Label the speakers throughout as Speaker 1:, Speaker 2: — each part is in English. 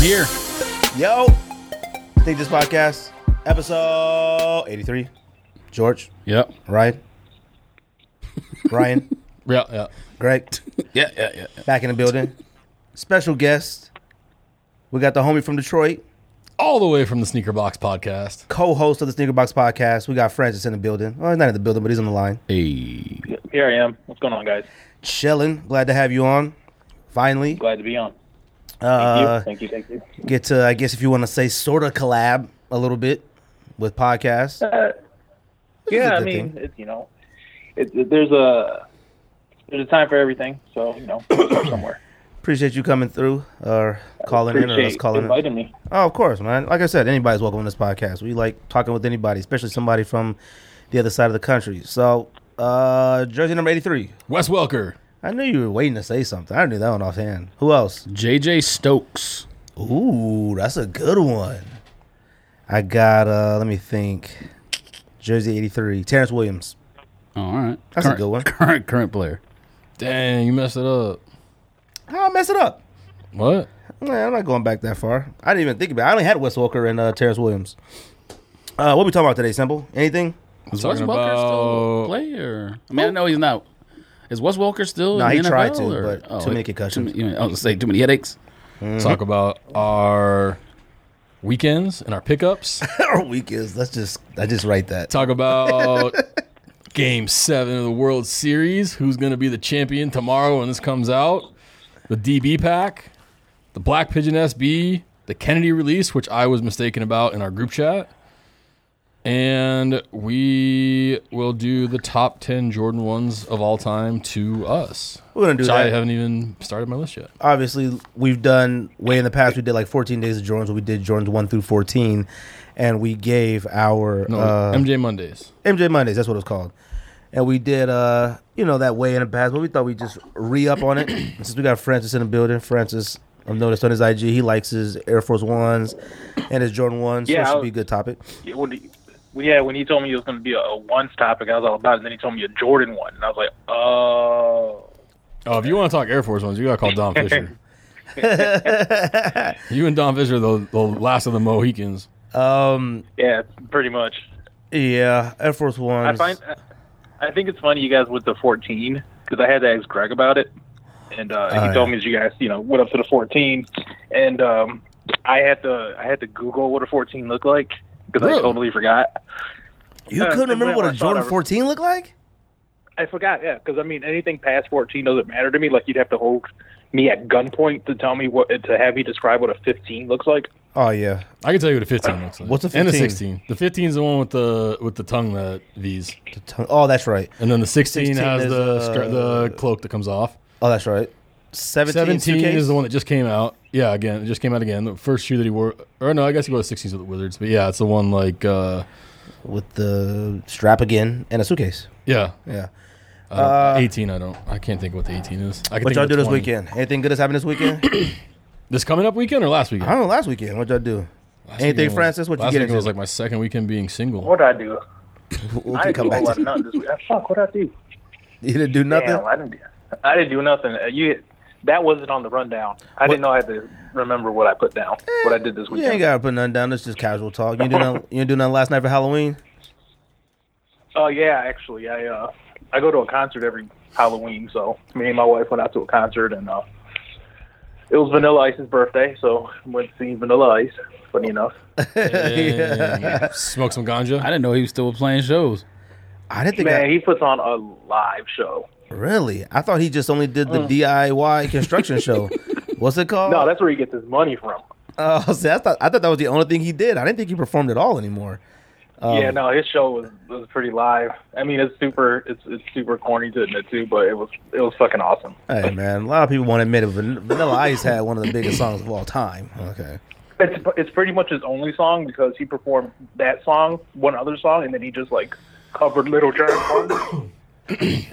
Speaker 1: here.
Speaker 2: Yo, Think This Podcast, episode 83. George,
Speaker 1: Yep.
Speaker 2: Ryan, Ryan,
Speaker 1: Yeah. Yeah.
Speaker 2: Greg,
Speaker 1: Yeah. Yeah. Yeah. yeah.
Speaker 2: back in the building. Special guest, we got the homie from Detroit,
Speaker 1: All the way from the Sneaker Box podcast.
Speaker 2: co host of the Sneaker Box Podcast. We got Francis in the building. Well, he's not in the building, but he's on the line.
Speaker 1: Hey.
Speaker 3: Here I am. What's going on, guys?
Speaker 2: Chilling. Glad to have you on. Finally,
Speaker 3: Glad to be on. Thank
Speaker 2: uh,
Speaker 3: you. Thank you. Thank you.
Speaker 2: get to, I guess, if you want to say, sort of collab a little bit with podcasts.
Speaker 3: Uh, yeah,
Speaker 2: good
Speaker 3: I mean,
Speaker 2: thing.
Speaker 3: it, you know, it, it- there's a there's a time for everything. So you know, start somewhere.
Speaker 2: Appreciate you coming through or calling in or us
Speaker 3: Appreciate
Speaker 2: calling in.
Speaker 3: inviting me.
Speaker 2: Oh, of course, man. Like I said, anybody's welcome on this podcast. We like talking with anybody, especially somebody from the other side of the country. So, uh, jersey number 83.
Speaker 1: Wes Welker.
Speaker 2: I knew you were waiting to say something. I knew that one offhand. Who else?
Speaker 1: JJ Stokes.
Speaker 2: Ooh, that's a good one. I got, uh, let me think. Jersey 83. Terrence Williams.
Speaker 4: Oh, All right.
Speaker 2: That's a
Speaker 4: current,
Speaker 2: good one.
Speaker 4: Current current player.
Speaker 1: Dang, you messed it up.
Speaker 2: I'll mess it up.
Speaker 1: What?
Speaker 2: Nah, I'm not going back that far. I didn't even think about it. I only had Wes Walker and uh, Terrence Williams. Uh, what we talking about today, Simple? Anything?
Speaker 4: Is
Speaker 1: talking about-
Speaker 4: still player? I mean, I know he's not. Is Wes Welker still?
Speaker 2: Nah,
Speaker 4: in
Speaker 2: he
Speaker 4: the NFL,
Speaker 2: tried to,
Speaker 4: or- Oh,
Speaker 2: but too many concussions.
Speaker 4: Too many, I was gonna say too many headaches.
Speaker 1: Talk about our weekends and our pickups.
Speaker 2: Our week is, let's just, I just write that.
Speaker 1: Talk about Game Seven of the World Series. Who's going to be the champion tomorrow when this comes out? The DB pack, the Black Pigeon SB, the Kennedy release, which I was mistaken about in our group chat, and we will do the top ten Jordan ones of all time to us.
Speaker 2: We're going to do
Speaker 1: Which
Speaker 2: that.
Speaker 1: I haven't even started my list yet.
Speaker 2: obviously we've done way in the past we did like 14 days of Jordans we did Jordans 1 through 14 and we gave our
Speaker 1: No,
Speaker 2: uh,
Speaker 1: MJ Mondays.
Speaker 2: MJ Mondays that's what it's called and we did uh you know that way in the past but we thought we'd just re-up on it And since we got Francis in the building Francis I've noticed on his IG he likes his Air Force Ones and his Jordan Ones so
Speaker 3: Yeah,
Speaker 2: it should
Speaker 3: I'll-
Speaker 2: be a good topic
Speaker 3: Yeah, what do you- well, yeah, when he told me it was going to be a, a ones topic, I was all about it. And then he told me a Jordan one, and I was like, oh,
Speaker 1: Oh, if you want to talk Air Force ones, you got to call Don Fisher. you and Don Fisher, are the, the last of the Mohicans.
Speaker 2: um
Speaker 3: yeah, pretty much.
Speaker 2: yeah Air Force
Speaker 3: I
Speaker 2: Ones
Speaker 3: find I think it's funny you guys went to 14 because I had to ask Greg about it, and uh,
Speaker 2: Oh,
Speaker 3: he
Speaker 2: yeah.
Speaker 3: told me that you guys you know went up to the 14, and um, I had to I had to Google what a 14 looked like because
Speaker 1: Really?
Speaker 3: I totally forgot.
Speaker 2: you
Speaker 3: uh,
Speaker 2: couldn't remember
Speaker 3: well,
Speaker 2: what
Speaker 3: I
Speaker 2: a
Speaker 3: thought
Speaker 2: Jordan
Speaker 3: I re-
Speaker 2: 14 looked like
Speaker 3: I forgot, yeah, because I mean anything past 14 doesn't matter to me. Like you'd have to hold me at gunpoint to tell me what to have me describe what a 15 looks like.
Speaker 2: oh yeah
Speaker 1: I can tell you what a 15 looks like.
Speaker 2: What's a
Speaker 1: And a
Speaker 2: 15?
Speaker 1: 16. The 15 is the one with the with the tongue that these,
Speaker 2: The tongue- oh that's right
Speaker 1: and then the 16,
Speaker 2: 16
Speaker 1: has
Speaker 2: is,
Speaker 1: the scr-
Speaker 2: uh,
Speaker 1: the cloak that comes off.
Speaker 2: oh that's right 17,
Speaker 1: 17
Speaker 2: suitcase?
Speaker 1: is the one that just came out. Yeah, again, it just came out again. The first shoe that he wore, or no, I guess he wore the 16s with the Wizards, but yeah, it's the one like, uh,
Speaker 2: with the strap again and a suitcase.
Speaker 1: yeah,
Speaker 2: Yeah.
Speaker 1: I don't-
Speaker 2: Uh,
Speaker 1: 18. I don't, I can't think of what the 18 is. I can think
Speaker 2: What y'all
Speaker 1: of
Speaker 2: do
Speaker 1: the
Speaker 2: this
Speaker 1: 20.
Speaker 2: weekend? Anything good has happened this weekend? I
Speaker 1: This coming up weekend or last weekend?
Speaker 2: don't know. Last weekend, what y'all do?
Speaker 1: Last
Speaker 2: Anything,
Speaker 1: weekend was-
Speaker 2: Francis? What you
Speaker 1: last
Speaker 2: get
Speaker 1: weekend
Speaker 2: into? Oh,
Speaker 1: was like my second weekend being single.
Speaker 3: What did I do?
Speaker 2: we can
Speaker 3: I didn't
Speaker 2: come
Speaker 3: do a
Speaker 2: back.
Speaker 3: whole lot
Speaker 2: To
Speaker 3: of nothing this week. Ah, Fuck, what did I do?
Speaker 2: you didn't do nothing.
Speaker 3: Damn, I didn't. do- I didn't do nothing. Uh, You that wasn't on the rundown. I didn't know I had to remember what I put down. What I did this
Speaker 2: you ain't
Speaker 3: weekend.
Speaker 2: gotta put nothing down. It's just casual talk. You do nothing. You didn't do nothing last night for Halloween.
Speaker 3: Oh yeah, actually, I uh, I go to a concert every Halloween. So me and my wife went out to a concert, and uh, it was Vanilla Ice's birthday, so went to see Vanilla Ice. Funny enough,
Speaker 1: Yeah. Smoke some ganja.
Speaker 4: I didn't know he was still playing shows.
Speaker 2: I didn't think.
Speaker 3: man,
Speaker 2: I,
Speaker 3: he puts on a live show.
Speaker 2: really, I thought he just only did the DIY construction show. What's it called?
Speaker 3: Uh. No, that's where he gets his money from.
Speaker 2: Oh, see, I thought I thought that was the only thing he did. I didn't think he performed at all anymore. Oh.
Speaker 3: yeah, no, his show was, was pretty live. I mean, it's super, it's it's super corny to admit to, but it was it was fucking awesome.
Speaker 2: Hey man, a lot of people won't admit it. but Vanilla Ice had one of the biggest songs of all time. Okay.
Speaker 3: It's it's pretty much his only song because he performed that song, one other song, and then he just like covered Little Giant. one.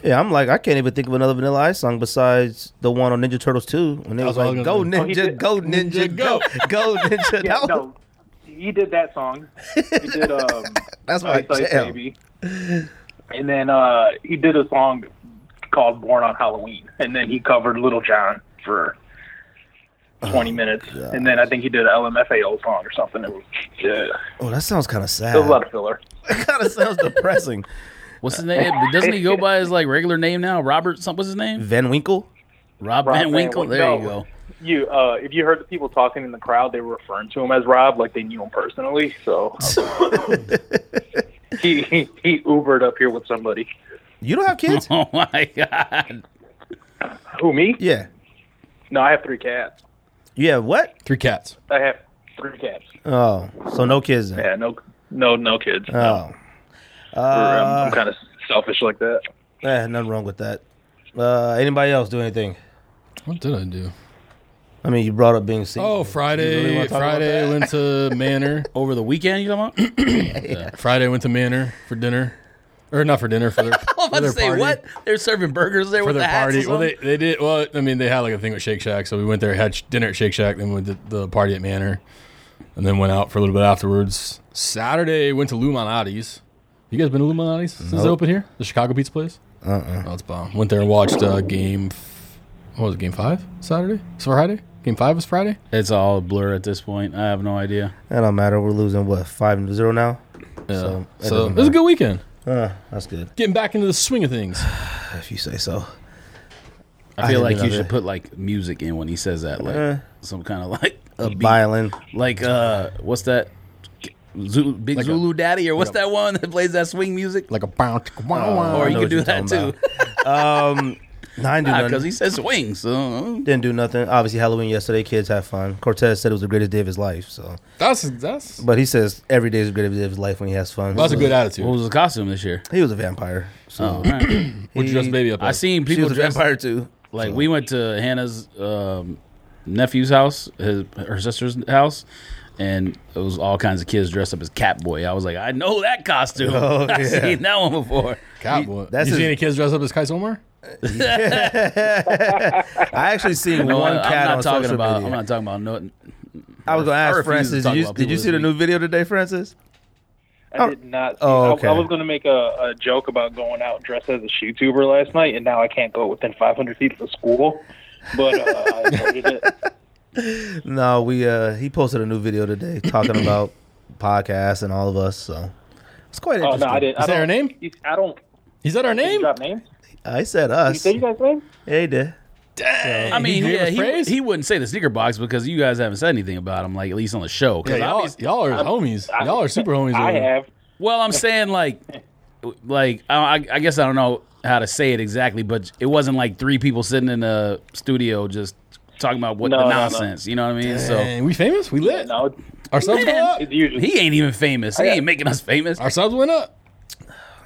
Speaker 2: Yeah, I'm like, I can't even think of another Vanilla Ice song besides the one on Ninja Turtles 2 when it was
Speaker 1: That's what I
Speaker 2: like,
Speaker 1: was
Speaker 2: go
Speaker 1: gonna
Speaker 3: Oh, he
Speaker 2: ninja,
Speaker 3: did-
Speaker 2: go ninja, go, go ninja.
Speaker 3: Yeah,
Speaker 2: That was-
Speaker 3: no, he did that song. He did um,
Speaker 2: That's my
Speaker 3: Ice Ice
Speaker 2: jam.
Speaker 3: Baby, and then uh, he did a song called Born on Halloween, and then he covered Little John for 20 minutes, and then I think he did an LMFAO song or something. It was, yeah,
Speaker 2: Oh, that sounds kind of sad.
Speaker 3: it was a lot of filler.
Speaker 2: that kind of sounds depressing.
Speaker 4: What's his name? Doesn't he go by his like regular name now? Robert. Some, what's his name?
Speaker 2: Van Winkle.
Speaker 4: Rob,
Speaker 3: Rob
Speaker 4: Van Winkle.
Speaker 3: Van
Speaker 4: There you
Speaker 3: Winkle.
Speaker 4: go.
Speaker 3: You, uh, if you heard the people talking in the crowd, they were referring to him as Rob, like they knew him personally. So he, he he Ubered up here with somebody.
Speaker 2: You don't have kids?
Speaker 4: Oh my god.
Speaker 3: Who me?
Speaker 2: yeah.
Speaker 3: No, I have three cats.
Speaker 2: You have what?
Speaker 1: Three cats.
Speaker 3: I have three cats.
Speaker 2: Oh, so no kids then.
Speaker 3: Yeah, no, no, no kids. No.
Speaker 2: Oh.
Speaker 3: Or, um, I'm
Speaker 2: Uh,
Speaker 3: kind of selfish like that.
Speaker 2: eh, nothing wrong with that. Uh, anybody else do anything?
Speaker 1: What did I do?
Speaker 2: I mean, you brought up being single.
Speaker 1: Oh, Friday.
Speaker 2: You really wanna talk about
Speaker 1: Friday
Speaker 2: that?
Speaker 1: went to Manor.
Speaker 4: Over the weekend, you talking about?
Speaker 1: Friday went to Manor for dinner, or not for dinner for their,
Speaker 4: I'm
Speaker 1: for
Speaker 4: about to
Speaker 1: their
Speaker 4: say
Speaker 1: party.
Speaker 4: what? They're serving burgers there
Speaker 1: For
Speaker 4: with
Speaker 1: their
Speaker 4: the hats
Speaker 1: party.
Speaker 4: or
Speaker 1: Well, they,
Speaker 4: something?
Speaker 1: they did. Well, I mean, they had like a thing with Shake Shack, so we went there, had sh- dinner at Shake Shack, then went to the party at Manor, and then went out for a little bit afterwards. Saturday went to Luminati's. You guys been to Luminati's since they opened here? The Chicago pizza place. Uh-uh. Oh, it's bomb. Went there and watched uh, game. f- What was it? Game five Saturday. So Friday. Game five was Friday.
Speaker 4: it's all a blur at this point. I have no idea.
Speaker 2: That don't matter. We're losing what five to zero now.
Speaker 1: Yeah.
Speaker 2: So,
Speaker 1: So,
Speaker 2: that doesn't
Speaker 1: it was a good weekend.
Speaker 2: Uh, that's good
Speaker 1: Getting back into the swing of things.
Speaker 2: if you say so.
Speaker 4: I feel
Speaker 2: I
Speaker 4: like
Speaker 2: love
Speaker 4: you should
Speaker 2: it.
Speaker 4: put like music in when he says that, like some kind of like
Speaker 2: A
Speaker 4: beat.
Speaker 2: violin.
Speaker 4: like uh, what's that? Zulu, Big
Speaker 1: Like a-
Speaker 4: Zulu Daddy, or what's
Speaker 1: like
Speaker 4: that one that plays that swing music?
Speaker 1: Like a bounce.
Speaker 2: I
Speaker 4: or Oh, you
Speaker 2: know
Speaker 4: could
Speaker 2: what
Speaker 4: do
Speaker 2: you're
Speaker 4: that
Speaker 2: talking
Speaker 4: too,
Speaker 2: Um, nine do
Speaker 4: because
Speaker 2: nothing.
Speaker 4: Ah, he says swing. So uh,
Speaker 2: Didn't do nothing. Obviously, Halloween yesterday. Kids have fun. Cortez said it was the greatest day of his life. So,
Speaker 1: That's that's
Speaker 2: but he says every day is the greatest day of his life when he has fun.
Speaker 1: that's a
Speaker 2: So,
Speaker 1: good attitude.
Speaker 4: what was the costume this year?
Speaker 2: He was a vampire. So
Speaker 4: Oh, all right.
Speaker 1: What'd you dress
Speaker 2: he-
Speaker 1: baby up?
Speaker 4: I
Speaker 1: as?
Speaker 4: seen
Speaker 2: she
Speaker 4: people
Speaker 2: was a
Speaker 4: dressed
Speaker 2: vampire too.
Speaker 4: Like we went to Hannah's um, nephew's house, his her sister's house, and it was all kinds of kids dressed up as Catboy. I was like, I know that costume.
Speaker 2: Oh,
Speaker 4: I've
Speaker 2: yeah.
Speaker 4: seen that one before.
Speaker 1: Cowboy.
Speaker 2: that's
Speaker 1: you see
Speaker 2: his-
Speaker 1: any kids dressed up as Kai Omar?
Speaker 2: I actually seen
Speaker 4: No,
Speaker 2: one
Speaker 4: I,
Speaker 2: cat
Speaker 4: am
Speaker 2: on
Speaker 4: not talking
Speaker 2: social
Speaker 4: about.
Speaker 2: media.
Speaker 4: I'm not talking about no.
Speaker 2: I was gonna
Speaker 4: I
Speaker 2: ask
Speaker 4: refuse to
Speaker 2: Francis.
Speaker 4: talk
Speaker 2: Did you,
Speaker 4: about
Speaker 2: did you
Speaker 4: people
Speaker 2: see the
Speaker 4: this
Speaker 2: new video today, Francis?
Speaker 3: I did not.
Speaker 2: Oh,
Speaker 3: I-
Speaker 2: okay.
Speaker 3: I, was going to make a, a joke about going out dressed as a YouTuber last night, and now I can't go within 500 feet of the school. But uh, I avoided it.
Speaker 2: No, we uh he posted a new video today talking about podcasts and all of us. So it's quite
Speaker 3: Oh
Speaker 2: interesting.
Speaker 3: no, I didn't.
Speaker 1: Is that
Speaker 3: I don't-
Speaker 1: her name?
Speaker 3: you- I don't.
Speaker 1: Is that our
Speaker 3: Did you
Speaker 1: name?
Speaker 3: drop names?
Speaker 2: I said
Speaker 3: You
Speaker 2: us.
Speaker 3: say you guys name?
Speaker 2: yeah, he did.
Speaker 4: I mean,
Speaker 1: gave
Speaker 4: yeah,
Speaker 1: us
Speaker 4: he,
Speaker 1: praise?
Speaker 4: he wouldn't say the sneaker box because you guys haven't said anything about him, like at least on the show. 'Cause
Speaker 1: Yeah, y'all,
Speaker 4: obvious-
Speaker 1: y'all are homies.
Speaker 3: I-
Speaker 1: y'all are super homies.
Speaker 3: I
Speaker 1: over there.
Speaker 3: have.
Speaker 4: well, I'm saying like, like I, I guess I don't know how to say it exactly, but it wasn't like three people sitting in a studio just talking about what
Speaker 3: No,
Speaker 4: the
Speaker 3: no, no.
Speaker 4: nonsense. You know what I mean? So.
Speaker 1: Dang, we famous. We lit.
Speaker 3: No, it's,
Speaker 1: Our subs
Speaker 4: Man.
Speaker 1: went up.
Speaker 3: it's usually.
Speaker 4: He ain't even famous. He
Speaker 3: I got-
Speaker 4: ain't making us famous.
Speaker 1: Our subs went up.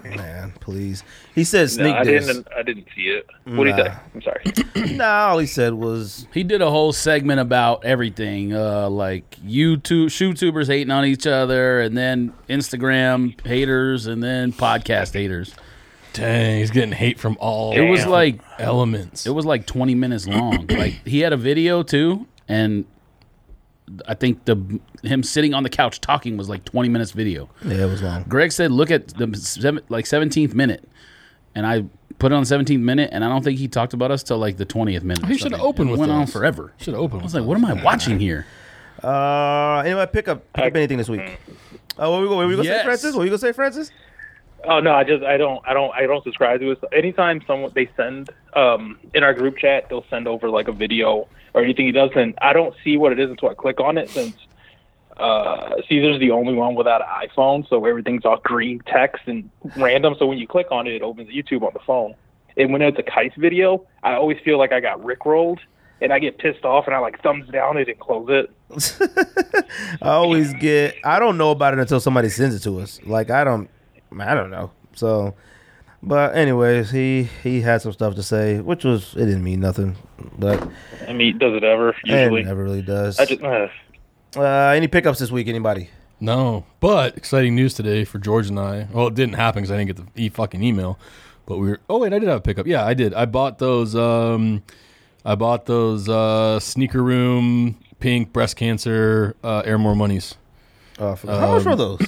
Speaker 2: Man, please. He said
Speaker 3: no,
Speaker 2: sneak
Speaker 3: I
Speaker 2: this.
Speaker 3: didn't. I didn't see it. What do you say?
Speaker 2: Nah.
Speaker 3: I'm sorry.
Speaker 2: Nah, all he said was
Speaker 4: He did a whole segment about everything, uh, like YouTube shootubers hating on each other, and then Instagram haters, and then podcast haters.
Speaker 1: Dang, he's getting hate from all.
Speaker 4: It was like
Speaker 1: elements.
Speaker 4: it was like twenty minutes long. like he had a video too, and I think the him sitting on the couch talking was like twenty minutes video.
Speaker 2: Yeah, it was long.
Speaker 4: Greg said, "Look at the seven, like seventeenth minute," and I put it on seventeenth minute, and I don't think he talked about us till like the twentieth minute. or
Speaker 1: He should have
Speaker 4: something.
Speaker 1: opened
Speaker 4: It
Speaker 1: with
Speaker 4: went on
Speaker 1: us.
Speaker 4: forever.
Speaker 1: Should have opened.
Speaker 4: I was like, what am I watching here?
Speaker 2: Uh anybody pick up pick up anything this week. Oh, what were we going to say,
Speaker 4: Yes.
Speaker 2: Francis? What were you going to say, Francis?
Speaker 3: Oh no, I just I don't I don't I don't subscribe to it. So anytime someone they send um in our group chat, they'll send over like a video or anything he does, and I don't see what it is until I click on it. Since uh, Caesar's the only one without an iPhone, so everything's all green text and random. So when you click on it, it opens YouTube on the phone. And when it's a kite video, I always feel like I got rickrolled, and I get pissed off, and I like thumbs down it and close it.
Speaker 2: I always get. I don't know about it until somebody sends it to us. Like I don't. I don't know. So, but anyways, he he had some stuff to say, which was it didn't mean nothing, but
Speaker 3: I mean, does it ever?
Speaker 2: it
Speaker 3: Usually,
Speaker 2: never really does.
Speaker 3: I just uh,
Speaker 2: uh, any pickups this week? Anybody?
Speaker 1: No, but exciting news today for George and I. Well, it didn't happen because I didn't get the e fucking email. But we were. Oh wait, I did have a pickup. Yeah, I did. I bought those. Um, I bought those uh, sneaker room pink breast cancer uh, air more monies.
Speaker 2: Uh, for, how much were those?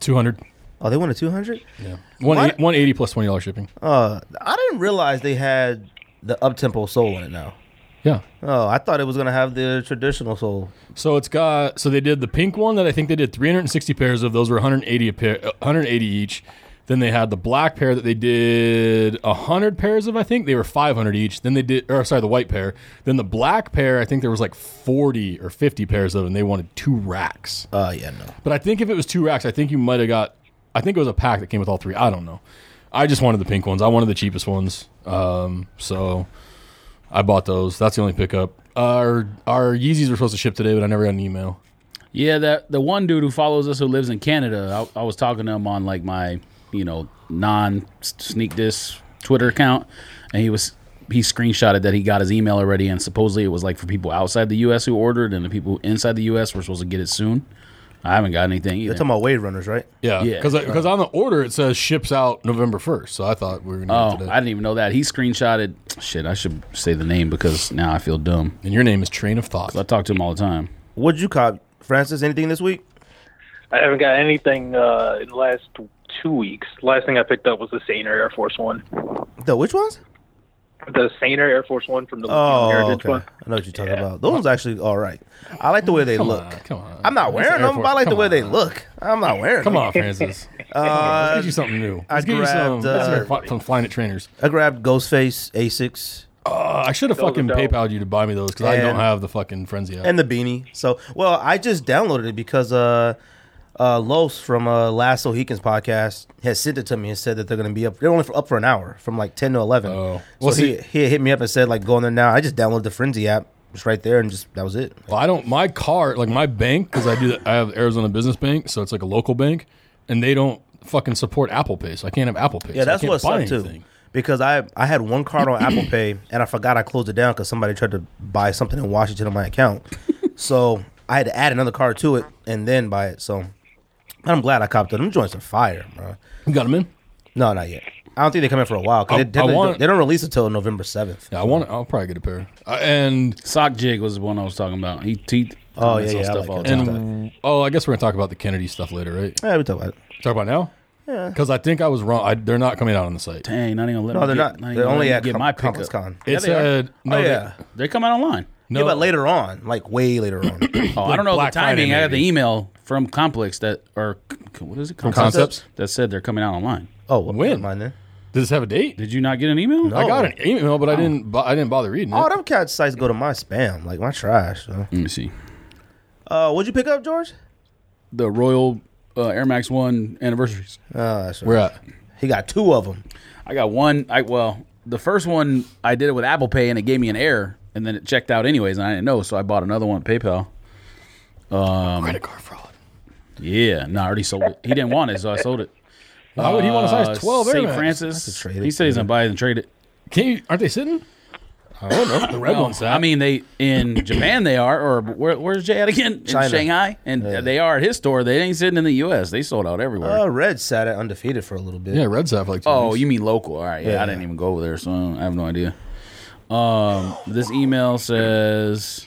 Speaker 1: Two hundred.
Speaker 2: Oh, they went to two hundred.
Speaker 1: Yeah. One one eighty plus twenty dollars shipping.
Speaker 2: Uh, I didn't realize they had the up tempo soul in it now.
Speaker 1: Yeah.
Speaker 2: Oh, I thought it was gonna have the traditional soul.
Speaker 1: So it's got so they did the pink one that I think they did 360 pairs of those were 180 a pair, uh, 180 each. Then they had the black pair that they did 100 pairs of I think they were 500 each. Then they did or sorry the white pair. Then the black pair I think there was like 40 or 50 pairs of them. They wanted two racks.
Speaker 2: Oh yeah, no.
Speaker 1: But I think if it was two racks I think you might have got I think it was a pack that came with all three. I don't know. I just wanted the pink ones. I wanted the cheapest ones. Um, so I bought those. That's the only pickup. Our our Yeezys were supposed to ship today, but I never got an email.
Speaker 4: Yeah, that the one dude who follows us who lives in Canada, I, I was talking to him on like my you know non sneak this Twitter account, and he was he screenshotted that he got his email already, and supposedly it was like for people outside the U.S. who ordered, and the people inside the U.S. were supposed to get it soon. I haven't got anything
Speaker 2: You're
Speaker 4: either.
Speaker 2: talking about Wave Runners, right?
Speaker 1: Yeah,
Speaker 4: Yeah.
Speaker 1: because because on the order it says ships out November first, so I thought we were gonna
Speaker 4: Oh,
Speaker 1: get it today.
Speaker 4: I didn't even know that. He screenshotted. Shit, I should say the name because now I feel dumb.
Speaker 1: and your name is Train of Thought.
Speaker 4: I talk to him all the time.
Speaker 2: What'd you cop, Francis? Anything this week?
Speaker 3: I haven't got anything uh, in the last two weeks. Last thing I picked up was the Saner Air Force One.
Speaker 2: The which ones?
Speaker 3: The Saner Air Force One from the
Speaker 2: Oh,
Speaker 3: Heritage
Speaker 2: okay.
Speaker 3: One.
Speaker 2: I know what you're talking about. Those ones actually all right. I like the way they
Speaker 1: Come
Speaker 2: look.
Speaker 1: on, come on.
Speaker 2: I'm not wearing
Speaker 1: Air
Speaker 2: them,
Speaker 1: Force-
Speaker 2: but I like the
Speaker 1: come
Speaker 2: way they
Speaker 1: on.
Speaker 2: look. I'm not wearing
Speaker 1: Come
Speaker 2: them.
Speaker 1: on, Francis.
Speaker 2: Uh,
Speaker 1: Let's get you something new. Let's get you
Speaker 2: grabbed,
Speaker 1: some, let's
Speaker 2: uh,
Speaker 1: hear fi- some flying at trainers.
Speaker 2: I grabbed Ghostface Asics
Speaker 1: Uh, I should have fucking
Speaker 3: dope.
Speaker 1: PayPal'd you to buy me those because I
Speaker 2: And-
Speaker 1: don't have the fucking frenzy app.
Speaker 2: and the beanie. So, well, I just downloaded it because uh, uh, Los from uh, Last Sohicans podcast has sent it to me and said that they're going to be up. They're only for, up for an hour from like 10 to 11.
Speaker 1: Oh.
Speaker 2: So
Speaker 1: Well,
Speaker 2: he,
Speaker 1: see-
Speaker 2: he hit me up and said, like, go on there now. I just downloaded the Frenzy app. It's right there and just that was it.
Speaker 1: Well, I don't. My card, like my bank, because I do. I have Arizona Business Bank, so it's like a local bank, and they don't fucking support Apple Pay, so I can't have Apple Pay.
Speaker 2: Yeah, that's
Speaker 1: so I
Speaker 2: what
Speaker 1: can't buy
Speaker 2: sucked
Speaker 1: anything.
Speaker 2: too. Because I I had one card on Apple Pay and I forgot I closed it down because somebody tried to buy something in Washington on my account. so I had to add another card to it and then buy it. So I'm glad I copped it. Them joints are fire, bro.
Speaker 1: You got them in?
Speaker 2: No, not yet. I don't think they come in for a while
Speaker 1: I-
Speaker 2: because
Speaker 1: I
Speaker 2: they, definitely
Speaker 1: want-
Speaker 2: don't- they don't release until November seventh.
Speaker 1: Yeah, I want. I'll probably get a pair. Uh, and
Speaker 4: Sock jig was the one I was talking about. He teeth.
Speaker 2: Oh, yeah, yeah, I like it. And-
Speaker 4: time.
Speaker 1: and oh, I guess we're gonna talk about the Kennedy stuff later, right?
Speaker 2: Yeah, we talk about it.
Speaker 1: Talk about now. Yeah. Because I think I was wrong. I, they're not coming out on the site.
Speaker 4: Dang, not even let
Speaker 2: No,
Speaker 4: me
Speaker 2: they're
Speaker 4: get-
Speaker 2: not.
Speaker 4: even
Speaker 2: They're
Speaker 4: let
Speaker 2: only
Speaker 4: me
Speaker 2: at
Speaker 4: get
Speaker 2: Com-
Speaker 4: my
Speaker 2: Complex
Speaker 4: pickup.
Speaker 2: Con.
Speaker 1: It said no.
Speaker 2: oh
Speaker 1: they-
Speaker 2: yeah.
Speaker 4: They come out online.
Speaker 1: No.
Speaker 2: yeah, but later on, like way later on.
Speaker 4: Oh, I don't know
Speaker 1: Black
Speaker 4: the timing.
Speaker 1: Friday,
Speaker 4: I got the
Speaker 1: maybe.
Speaker 4: email from Complex that or c- what is it? Complex
Speaker 1: Concepts?
Speaker 4: that said they're coming out online.
Speaker 2: oh, well,
Speaker 1: When?
Speaker 2: never mind then.
Speaker 1: Does this have a date?
Speaker 4: Did you not get an email? Oh,
Speaker 1: I got an email, but I didn't. bo- I didn't bother reading it.
Speaker 2: Oh, them cat sites go to my spam, like my trash. so.
Speaker 4: Let me see.
Speaker 2: Uh, what'd you pick up, George?
Speaker 4: The Royal uh, Air Max One anniversaries.
Speaker 2: Oh, that's right.
Speaker 1: We're at.
Speaker 2: He got two of them.
Speaker 4: I got one. I well, the first one I did it with Apple Pay and it gave me an error, and then it checked out anyways, and I didn't know, so I bought another one at PayPal.
Speaker 1: Credit card fraud.
Speaker 4: Yeah, no, I already sold it. He didn't want it, so I sold it.
Speaker 1: Why would he want a
Speaker 4: Uh,
Speaker 1: size twelve? Air
Speaker 4: St.
Speaker 1: Max?
Speaker 4: Francis.
Speaker 2: could trade it.
Speaker 4: He said he's gonna buy it and trade it.
Speaker 1: Can't you? Aren't they sitting? I don't know. The red
Speaker 4: No,
Speaker 1: one's out.
Speaker 4: I mean, they in Japan they are, or where, where's Jay at again? In
Speaker 2: China.
Speaker 4: Shanghai, and they are at his store. They ain't sitting in the U.S. They sold out
Speaker 1: Oh,
Speaker 4: everywhere.
Speaker 2: Uh, Red sat at undefeated for a little bit.
Speaker 1: yeah, Reds have like. Two
Speaker 4: oh,
Speaker 1: weeks.
Speaker 4: you mean local? All right, yeah,
Speaker 2: Yeah.
Speaker 4: I didn't even go over there, so I, don't- I have no idea. Um, this email says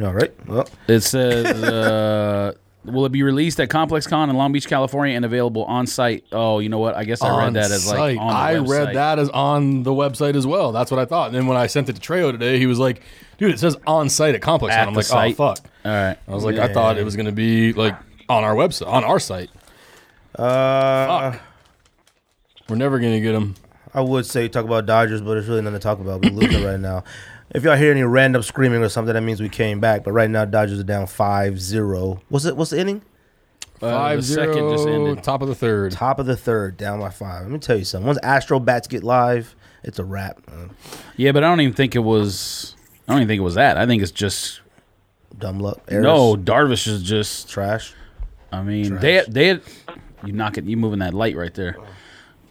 Speaker 2: All right. Well,
Speaker 4: it says uh, will it be released at Complex Con in Long Beach, California, and available on site? Oh, you know what? I guess I read that as like
Speaker 1: site.
Speaker 4: on the
Speaker 1: I
Speaker 4: website.
Speaker 1: read that as on the website as well. That's what I thought. And then when I sent it to Treo today, he was like, "Dude, it says on site at Complex."
Speaker 4: At
Speaker 1: and I'm
Speaker 4: the
Speaker 1: like,
Speaker 4: site.
Speaker 1: "Oh fuck!"
Speaker 4: All right,
Speaker 1: I was like, "I thought it was gonna be like on our website, on our site.
Speaker 2: uh,
Speaker 1: We're never gonna get them."
Speaker 2: I would say talk about Dodgers, but it's really nothing to talk about. We're losing right now. If y'all hear any random screaming or something, that means we came back. But right now, Dodgers are down 5-0. What's it? What's the inning?
Speaker 4: Uh,
Speaker 1: Five
Speaker 4: the second just
Speaker 1: zero,
Speaker 4: ended.
Speaker 1: top of the third.
Speaker 2: Top of the third, down by five. Let me tell you something. Once Astro bats get live, it's a wrap. Uh,
Speaker 4: Yeah, but I don't even think it was. I don't even think it was that. I think it's just
Speaker 2: dumb luck. Errors,
Speaker 4: no. Darvish is just.
Speaker 2: trash.
Speaker 4: I mean, they they you knock it. You moving that light right there.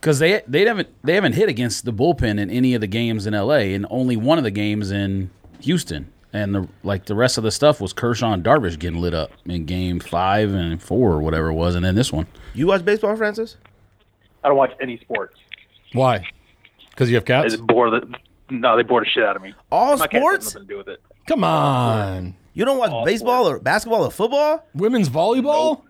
Speaker 4: Because they they haven't they haven't hit against the bullpen in any of the games in L.A. and only one of the games in Houston. And the like the rest of the stuff was Kershaw and Darvish getting lit up in game five and four or whatever it was, and then this one.
Speaker 2: You watch baseball, Francis?
Speaker 3: I don't watch any sports.
Speaker 1: Why? Because you have
Speaker 3: They
Speaker 1: cats.
Speaker 3: just bore the no, they bore the shit out of me.
Speaker 2: All
Speaker 3: My cat has
Speaker 2: sports?
Speaker 3: nothing to do with it.
Speaker 1: Come on,
Speaker 2: You don't watch baseball or basketball or football?
Speaker 1: women's volleyball.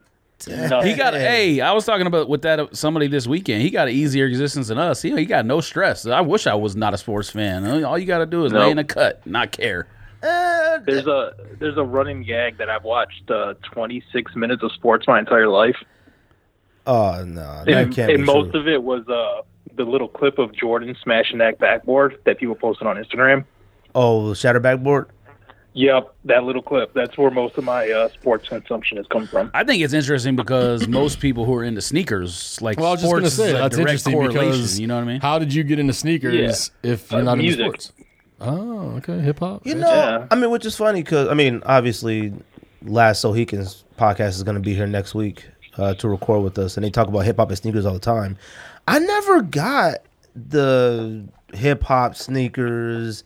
Speaker 3: No.
Speaker 4: He got hey, I was talking about with that uh, somebody this weekend. He got an easier existence than us. He, he got no stress. I wish I was not a sports fan. All you got to do is lay
Speaker 3: Nope.
Speaker 4: in a cut, not care.
Speaker 2: Eh,
Speaker 3: There's a there's a running gag that I've watched uh, 26 minutes of sports my entire life,
Speaker 2: oh no, that
Speaker 3: and,
Speaker 2: can't be
Speaker 3: and most
Speaker 2: true.
Speaker 3: of it was uh, the little clip of Jordan smashing that backboard that people posted on Instagram.
Speaker 2: Oh, shatter backboard.
Speaker 3: Yep, that little clip. That's where most of my uh, sports consumption has come from.
Speaker 4: I think it's interesting because most people who are into sneakers like
Speaker 1: Well, I was just going
Speaker 4: sports
Speaker 1: to say
Speaker 4: is a
Speaker 1: that's
Speaker 4: direct
Speaker 1: interesting
Speaker 4: correlation,
Speaker 1: because
Speaker 4: you know what I mean?
Speaker 1: How did you get into sneakers if you're
Speaker 3: Uh,
Speaker 1: not
Speaker 3: music.
Speaker 1: into sports? Oh, okay, hip hop.
Speaker 2: You know,
Speaker 3: Yeah.
Speaker 2: I mean, which is funny because I mean, obviously, Last Sohican's podcast is going to be here next week uh, to record with us, and they talk about hip hop and sneakers all the time. I never got the hip hop sneakers.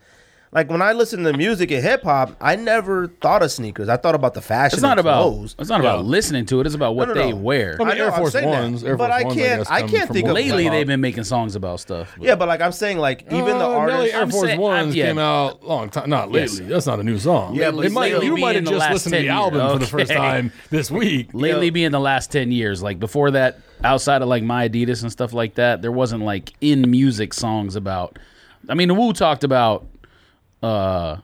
Speaker 2: Like when I listened to music and hip hop, I never thought of sneakers. I thought about the fashion.
Speaker 4: it's
Speaker 2: and
Speaker 4: not about
Speaker 2: clothes.
Speaker 4: it's not about listening to it. It's about what
Speaker 2: no, no.
Speaker 4: they wear.
Speaker 1: I mean,
Speaker 2: I know,
Speaker 1: Air
Speaker 2: I'm
Speaker 1: Force
Speaker 2: saying that.
Speaker 1: Ones, Air
Speaker 2: But
Speaker 1: Force
Speaker 2: I
Speaker 1: Ones,
Speaker 2: can't-
Speaker 1: guess,
Speaker 2: I
Speaker 1: come
Speaker 2: can't
Speaker 1: from
Speaker 2: think of
Speaker 1: hip
Speaker 4: Lately,
Speaker 1: hop.
Speaker 4: they've been making songs about stuff. but-
Speaker 2: Yeah, but like I'm saying, like even the
Speaker 1: Uh, Nelly
Speaker 2: artists.
Speaker 1: Air
Speaker 4: I'm
Speaker 1: Force
Speaker 4: saying-
Speaker 1: Ones
Speaker 4: I'm- yeah.
Speaker 1: came out a long time. Not lately. That's not a new song.
Speaker 2: Yeah, but
Speaker 1: It might,
Speaker 4: lately
Speaker 1: you might
Speaker 4: being
Speaker 1: have
Speaker 4: the
Speaker 1: just
Speaker 4: last
Speaker 1: listened to
Speaker 4: 10
Speaker 1: the album for the
Speaker 4: years.
Speaker 1: first time this week.
Speaker 4: lately being the last 10 years like before that outside of like my adidas and stuff like that there wasn't like in music songs about i mean wu talked about uh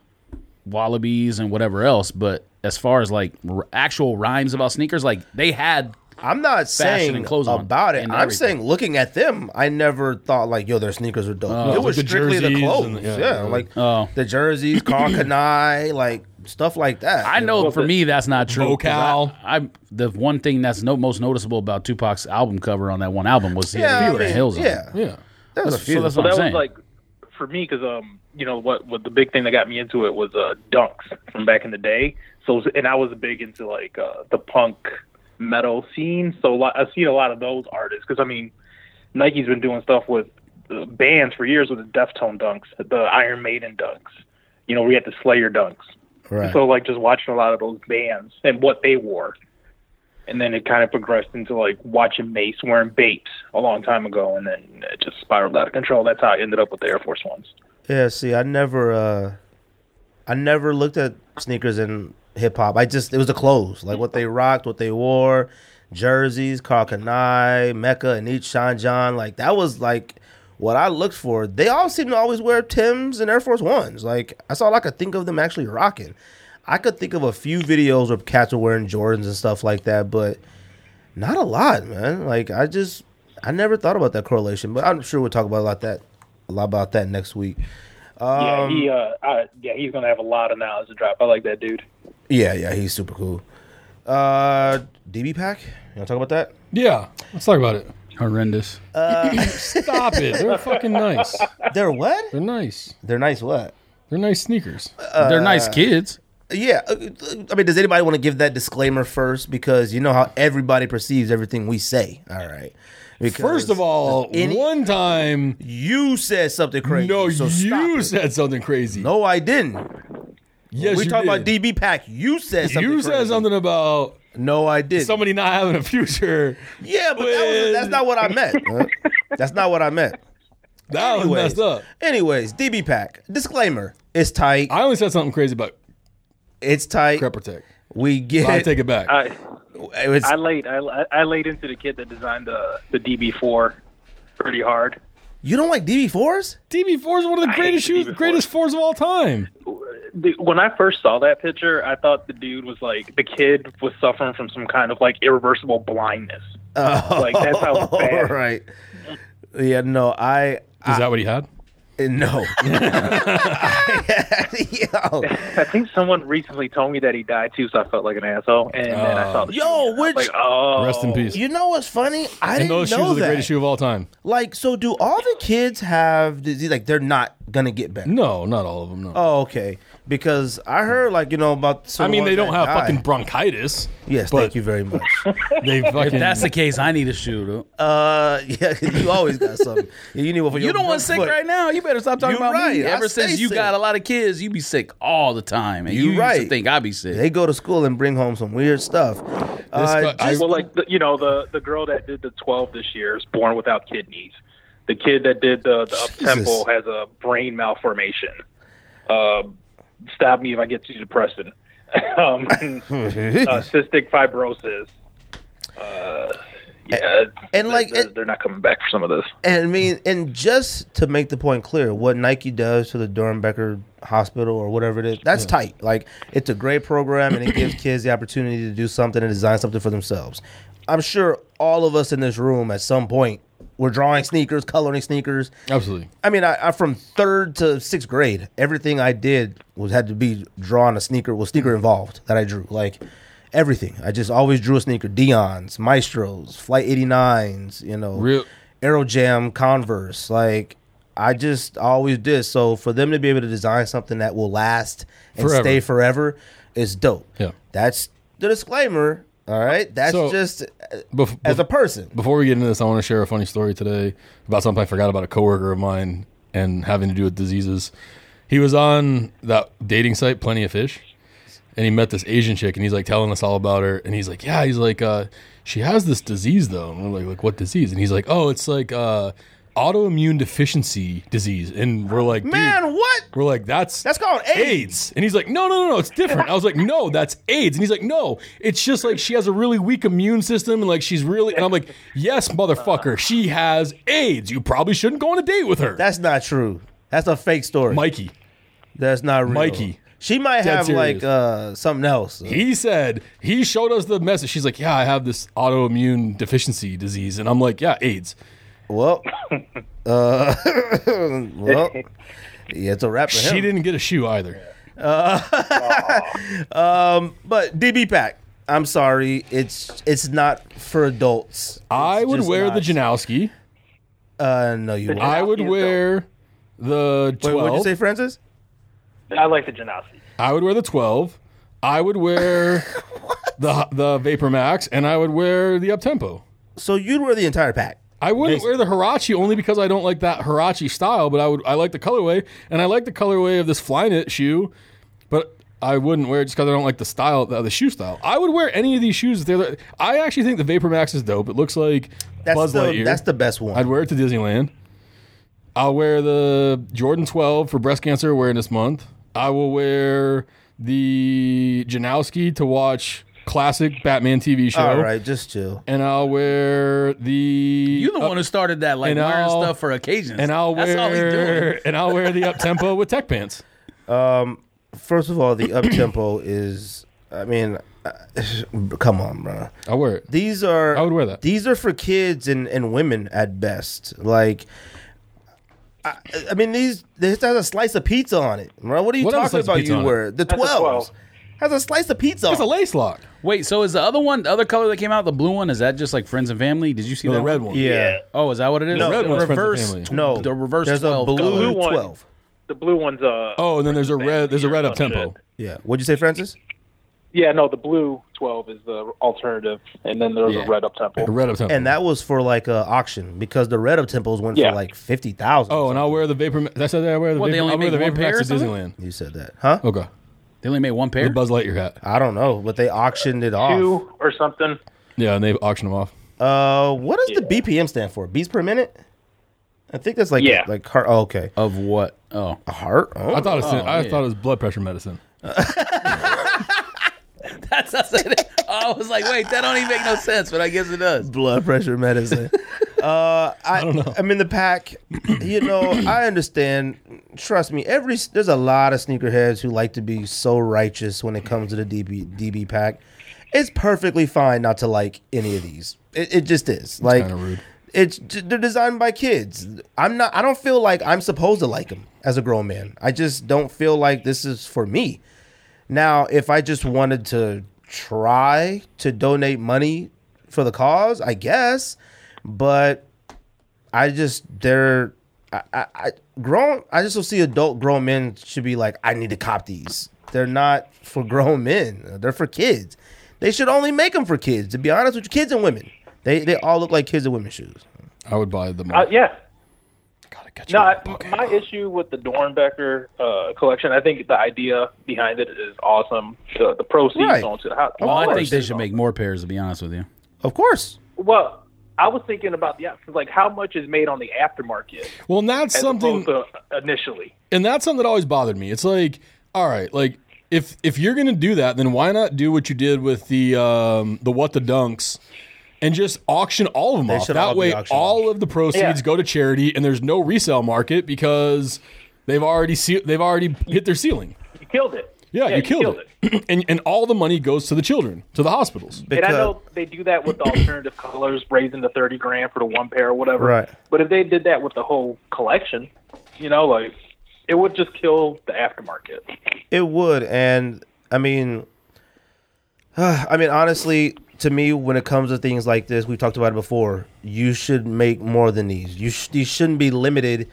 Speaker 4: wallabies and whatever else but as far as like r- actual rhymes about sneakers like they had
Speaker 2: I'm not saying
Speaker 4: and clothes on
Speaker 2: about it.
Speaker 4: and
Speaker 2: I'm
Speaker 4: everything.
Speaker 2: saying looking at them, I never thought like, yo, their sneakers are dope. it
Speaker 1: Like
Speaker 2: was
Speaker 1: the
Speaker 2: strictly the
Speaker 1: jerseys
Speaker 2: clothes,
Speaker 1: and the-
Speaker 2: yeah,
Speaker 1: yeah, yeah.
Speaker 2: like
Speaker 4: Oh.
Speaker 2: the jerseys, Carl Kanai, like stuff like that.
Speaker 4: i know for me that's not true 'cause
Speaker 1: Vocal.
Speaker 4: I, am the one thing that's no, most noticeable about tupac's album cover on that one album was he
Speaker 2: yeah,
Speaker 4: had
Speaker 2: I
Speaker 4: the
Speaker 2: mean,
Speaker 4: hills on it.
Speaker 2: yeah,
Speaker 1: yeah.
Speaker 2: there's a
Speaker 4: That's- so
Speaker 2: few.
Speaker 4: that's
Speaker 3: So
Speaker 4: what
Speaker 3: that
Speaker 4: I'm
Speaker 3: was
Speaker 4: saying.
Speaker 3: like for me because um you know what what the big thing that got me into it was uh dunks from back in the day. So and I was big into like uh the punk metal scene. So lo- I've seen a lot of those artists because I mean Nike's been doing stuff with uh, bands for years with the Deftone dunks, the Iron Maiden dunks. You know we had the Slayer dunks.
Speaker 2: right.
Speaker 3: So like just watching a lot of those bands and what they wore. And then it kind of progressed into like watching Mace wearing Bapes a long time ago, and then it just spiraled out of control. That's how I ended up with the Air Force Ones.
Speaker 2: Yeah, see, I never, uh, I never looked at sneakers and hip hop. I just it was the clothes, like what they rocked, what they wore, jerseys, Carl Kanai, Mecca, and each Sean John. Like that was like what I looked for. They all seem to always wear Tims and Air Force Ones. Like that's all I could think of them actually rocking. I could think of a few videos where cats were wearing Jordans and stuff like that, but not a lot, man. Like I just I never thought about that correlation, but I'm sure we'll talk about a lot that a lot about that next week.
Speaker 3: yeah,
Speaker 2: Um,
Speaker 3: he, uh, I, yeah, he's gonna have a lot of knowledge to drop. I like that dude.
Speaker 2: yeah, yeah, he's super cool. Uh, DB Pack, you want to talk about that?
Speaker 1: Yeah. Let's talk about it.
Speaker 4: horrendous
Speaker 1: Stop it. They're fucking nice.
Speaker 2: They're what?
Speaker 1: They're nice.
Speaker 2: They're nice. What?
Speaker 1: They're nice sneakers.
Speaker 4: they're nice kids
Speaker 2: Yeah, uh, I mean, does anybody want to give that disclaimer first? Because you know how everybody perceives everything we say. All right. Because
Speaker 1: First of all,
Speaker 2: any-
Speaker 1: one time,
Speaker 2: you said something crazy.
Speaker 1: no,
Speaker 2: so stop
Speaker 1: you
Speaker 2: it.
Speaker 1: said something crazy.
Speaker 2: No, I didn't.
Speaker 1: yes,
Speaker 2: we
Speaker 1: you
Speaker 2: talking about
Speaker 1: did.
Speaker 2: DB Pack. You said something.
Speaker 1: You said
Speaker 2: crazy.
Speaker 1: something about
Speaker 2: No, I didn't.
Speaker 1: somebody not having a future.
Speaker 2: Yeah, but that was,
Speaker 1: When-
Speaker 2: that's not what I meant. huh? that's not what I meant.
Speaker 1: That was
Speaker 2: Anyways.
Speaker 1: messed up.
Speaker 2: Anyways, DB Pack. Disclaimer: It's tight.
Speaker 1: I only said something crazy about
Speaker 2: It's tight.
Speaker 1: Crepper Tech.
Speaker 2: We get.
Speaker 1: I take it back.
Speaker 3: I
Speaker 2: it's,
Speaker 3: I laid I, I laid into the kid that designed the the DB4 pretty hard.
Speaker 2: you don't like DB fours?
Speaker 1: DB4 is one of the
Speaker 3: I
Speaker 1: greatest
Speaker 3: hate the
Speaker 1: shoes,
Speaker 3: DB4.
Speaker 1: greatest fours of all time.
Speaker 3: The- When I first saw that picture, I thought the dude was like the kid was suffering from some kind of like irreversible blindness. Like that's how
Speaker 2: All
Speaker 3: bad
Speaker 2: right. Yeah. No. I.
Speaker 1: Is that what he had?
Speaker 2: No. yo,
Speaker 3: I think someone recently told me that he died too, so I felt like an asshole. And then I saw the
Speaker 2: yo, which.
Speaker 3: like, oh,
Speaker 1: Rest in peace.
Speaker 2: you know what's funny? I
Speaker 1: and
Speaker 2: didn't
Speaker 1: those shoes
Speaker 2: know
Speaker 1: are the
Speaker 2: that.
Speaker 1: greatest shoe of all time.
Speaker 2: Like, so do all the kids have disease? Like, they're not gonna get better.
Speaker 1: No, not all of them. No.
Speaker 2: Oh, okay. Because I heard like you know about. some
Speaker 1: I mean,
Speaker 2: ones
Speaker 1: they don't
Speaker 2: Oh, that
Speaker 1: have
Speaker 2: die.
Speaker 1: fucking bronchitis.
Speaker 2: Yes,
Speaker 1: but
Speaker 2: thank you very much.
Speaker 1: They fucking.
Speaker 4: that's the case i need a shoe though.
Speaker 2: uh, yeah, you always got something. You need one for your
Speaker 4: You the one
Speaker 2: front
Speaker 4: sick
Speaker 2: foot.
Speaker 4: right now. You better stop talking
Speaker 2: You
Speaker 4: about me.
Speaker 2: right. I
Speaker 4: Ever since
Speaker 2: stay
Speaker 4: you
Speaker 2: sick.
Speaker 4: got a lot of kids, you be sick all the time, and
Speaker 2: You
Speaker 4: you, used
Speaker 2: right.
Speaker 4: to think I be sick.
Speaker 2: They go to school and bring home some weird stuff. Uh,
Speaker 1: I-
Speaker 2: just-
Speaker 3: Well, like the, you know, the the girl that did the twelve this year is born without kidneys. The kid that did the, the up
Speaker 2: Jesus.
Speaker 3: temple has a brain malformation. Um, stop me if I get too depressing. um, uh, cystic fibrosis. Yeah,
Speaker 2: and,
Speaker 3: they're-
Speaker 2: like,
Speaker 3: they're,
Speaker 2: it-
Speaker 3: they're not coming back for some of this.
Speaker 2: And I mean, and just to make the point clear, what Nike does to the Durham-Becker Hospital or whatever it is, that's tight. Like, it's a great program, and it gives kids the opportunity to do something and design something for themselves. I'm sure all of us in this room at some point were drawing sneakers, coloring sneakers.
Speaker 1: Absolutely.
Speaker 2: I mean, I, I from third to sixth grade, everything I did was had to be drawn a sneaker was sneaker involved that I drew. Like everything, I just always drew a sneaker. Dion's, Maestros, Flight 89s, you know,
Speaker 1: Real-
Speaker 2: Aero Jam, Converse. Like I just always did. So for them to be able to design something that will last and
Speaker 1: Forever.
Speaker 2: stay forever is dope.
Speaker 1: Yeah.
Speaker 2: that's the disclaimer. All right, that's
Speaker 1: So-
Speaker 2: just uh,
Speaker 1: Bef-
Speaker 2: as a person.
Speaker 1: before we get into this, I want to share a funny story today about something I forgot about a coworker of mine and having to do with diseases. He was on that dating site, Plenty of Fish, and he met this Asian chick, and he's like telling us all about her, and he's like, "Yeah," he's like, uh, "She has this disease though," and we're like, "Like what disease?" And he's like, "Oh, it's like uh, autoimmune deficiency disease," and we're like, "Dude,
Speaker 2: Man, what?
Speaker 1: we're like, that's
Speaker 2: That's called AIDS.
Speaker 1: AIDS. And he's like, no, no, no, no, it's different. I was like, no, that's AIDS. And he's like, no, it's just like she has a really weak immune system and like she's really. And I'm like, yes, motherfucker, she has AIDS. You probably shouldn't go on a date with her.
Speaker 2: That's not true. That's a fake story.
Speaker 1: Mikey.
Speaker 2: That's not real.
Speaker 1: Mikey.
Speaker 2: She might
Speaker 1: Dead
Speaker 2: have
Speaker 1: serious.
Speaker 2: like uh something else.
Speaker 1: He said he showed us the message. She's like, yeah, I have this autoimmune deficiency disease, and I'm like, yeah, AIDS.
Speaker 2: Well, uh, well, yeah, it's a wrap for him.
Speaker 1: She didn't get a shoe either.
Speaker 2: but DB pack. I'm sorry, it's it's not for adults. It's
Speaker 1: I would
Speaker 2: just
Speaker 1: wear the
Speaker 2: not.
Speaker 1: Janowski.
Speaker 2: Uh, no, you. Won't.
Speaker 1: I would
Speaker 3: Janowski is
Speaker 1: wear the
Speaker 2: Wait,
Speaker 1: twelve.
Speaker 2: what'd you say, Francis?
Speaker 3: I like the Genasi.
Speaker 1: I would wear the 12. I would wear the the Vapor Max, and I would wear the Uptempo.
Speaker 2: So you'd wear the entire pack.
Speaker 1: I wouldn't wear the Hirachi only because I don't like that Hirachi style, but I would I like the colorway, and I like the colorway of this Flyknit shoe, but I wouldn't wear it just because I don't like the style, the, the shoe style. I would wear any of these shoes. If they're, I actually think the Vapor Max is dope. It looks like
Speaker 2: That's
Speaker 1: Buzz
Speaker 2: the
Speaker 1: Lightyear.
Speaker 2: that's the best one.
Speaker 1: I'd wear it to Disneyland. I'll wear the Jordan 12 for breast cancer awareness month. I will wear the Janowski to watch classic Batman TV show.
Speaker 2: All right, just chill.
Speaker 1: And I'll wear the
Speaker 4: You the
Speaker 1: uh,
Speaker 4: one who started that, like
Speaker 1: and
Speaker 4: wearing
Speaker 1: I'll-
Speaker 4: stuff for occasions.
Speaker 1: and I'll
Speaker 4: That's all he's doing.
Speaker 1: wear and I'll wear the up tempo with tech pants.
Speaker 2: First of all, the up tempo is. I mean, uh, come on, bro.
Speaker 1: I'll wear it.
Speaker 2: These are
Speaker 1: I would wear that.
Speaker 2: These are for kids and, and women at best. Like, I, I mean, these this has a slice of pizza on it, bro. What are you
Speaker 1: What other
Speaker 2: talking
Speaker 1: slice of
Speaker 2: about?
Speaker 1: pizza
Speaker 2: You
Speaker 1: on it?
Speaker 2: wear the
Speaker 3: 12.
Speaker 2: twelves has a slice of pizza.
Speaker 1: It's a
Speaker 2: on it.
Speaker 1: lace lock.
Speaker 4: Wait, so is the other one, the other color that came out, the blue one, is that just like friends and family? Did you see that
Speaker 1: the red
Speaker 4: one?
Speaker 1: one.
Speaker 2: Yeah.
Speaker 4: Oh, is that what it is?
Speaker 1: The red one's friends and
Speaker 4: reverse.
Speaker 1: family.
Speaker 2: No,
Speaker 4: the reverse.
Speaker 2: There's a
Speaker 4: 12
Speaker 2: blue
Speaker 4: color.
Speaker 3: Blue one.
Speaker 2: twelve.
Speaker 3: The blue one's uh
Speaker 1: Oh, and then there's a red there's a red up tempo.
Speaker 2: Yeah. What'd you say, Francis?
Speaker 3: yeah no the blue twelve is the alternative and then there's
Speaker 4: Yeah.
Speaker 3: a red up
Speaker 1: A
Speaker 3: temple.
Speaker 1: red up tempo.
Speaker 2: And that was for like a auction because the red up temples went
Speaker 3: Yeah.
Speaker 2: for like fifty thousand.
Speaker 1: oh, and I'll wear the vapor. Ma- I said that I wear the
Speaker 4: What, they
Speaker 1: vapor.
Speaker 4: only
Speaker 1: I'll wear the
Speaker 4: make one
Speaker 1: vapor
Speaker 4: pair
Speaker 1: max
Speaker 4: or
Speaker 1: at
Speaker 4: something?
Speaker 1: Disneyland.
Speaker 2: you said that, huh?
Speaker 1: Okay,
Speaker 4: They only made one pair.
Speaker 1: the Buzz Lightyear hat.
Speaker 2: I don't know, but they auctioned it off.
Speaker 3: Two or something.
Speaker 1: Yeah, and they auctioned them off.
Speaker 2: Uh, what does the BPM stand for? Beats per minute. I think that's like
Speaker 3: Yeah.
Speaker 2: like heart. Oh, okay,
Speaker 4: of what? Oh,
Speaker 2: a heart. Oh.
Speaker 1: I thought it was,
Speaker 4: Oh,
Speaker 1: I
Speaker 4: yeah.
Speaker 1: thought it was blood pressure medicine.
Speaker 4: that's I said. it. I was like, wait, that don't even make no sense, but I guess it does.
Speaker 2: blood pressure medicine. uh, I, I
Speaker 1: don't know.
Speaker 2: am in the pack. You know, I understand. Trust me. Every there's a lot of sneakerheads who like to be so righteous when it comes to the DB DB pack. It's perfectly fine not to like any of these. It, it just is. Like
Speaker 1: kinda rude.
Speaker 2: it's j- they're designed by kids. I'm not. I don't feel like I'm supposed to like them as a grown man. I just don't feel like this is for me. Now, if I just wanted to try to donate money for the cause, I guess, but I just they're I, I, I grown. I just don't see adult grown men should be like I need to cop these. They're not for grown men. They're for kids. They should only make them for kids. To be honest with you, kids and women. They they all look like kids and women's shoes.
Speaker 1: I would buy them.
Speaker 3: Uh,
Speaker 1: all.
Speaker 3: yeah.
Speaker 1: Gotta catch
Speaker 3: No,
Speaker 1: you
Speaker 3: I,
Speaker 1: up. Okay.
Speaker 3: my issue with the Dornbecker uh, collection, I think the idea behind it is awesome. The, the proceeds
Speaker 2: Right.
Speaker 3: going to how,
Speaker 4: Well, I
Speaker 2: course.
Speaker 4: think they should make more pairs. To be honest with you,
Speaker 2: Of course.
Speaker 3: Well, I was thinking about the like how much is made on the aftermarket
Speaker 1: Well, and that's
Speaker 3: as
Speaker 1: something,
Speaker 3: opposed to initially.
Speaker 1: and that's something that always bothered me. It's like, all right, like if if you're gonna do that, then why not do what you did with the um, the what the dunks and just auction all of them off.
Speaker 2: should
Speaker 1: That
Speaker 2: all be
Speaker 1: way,
Speaker 2: auctioned
Speaker 1: all of the proceeds
Speaker 3: Yeah.
Speaker 1: go to charity, and there's no resale market because they've already se- they've already hit their ceiling.
Speaker 3: You killed it.
Speaker 1: Yeah, you, killed, it, and and all the money goes to the children, to the hospitals.
Speaker 3: And I
Speaker 2: Because-
Speaker 3: know they do that with the alternative colors, raising the thirty grand for the one pair or whatever.
Speaker 2: Right.
Speaker 3: But if they did that with the whole collection, you know, like it would just kill the aftermarket.
Speaker 2: It would, and I mean, I mean, honestly, to me, when it comes to things like this, we've talked about it before. You should make more than these. You sh- these shouldn't be limited,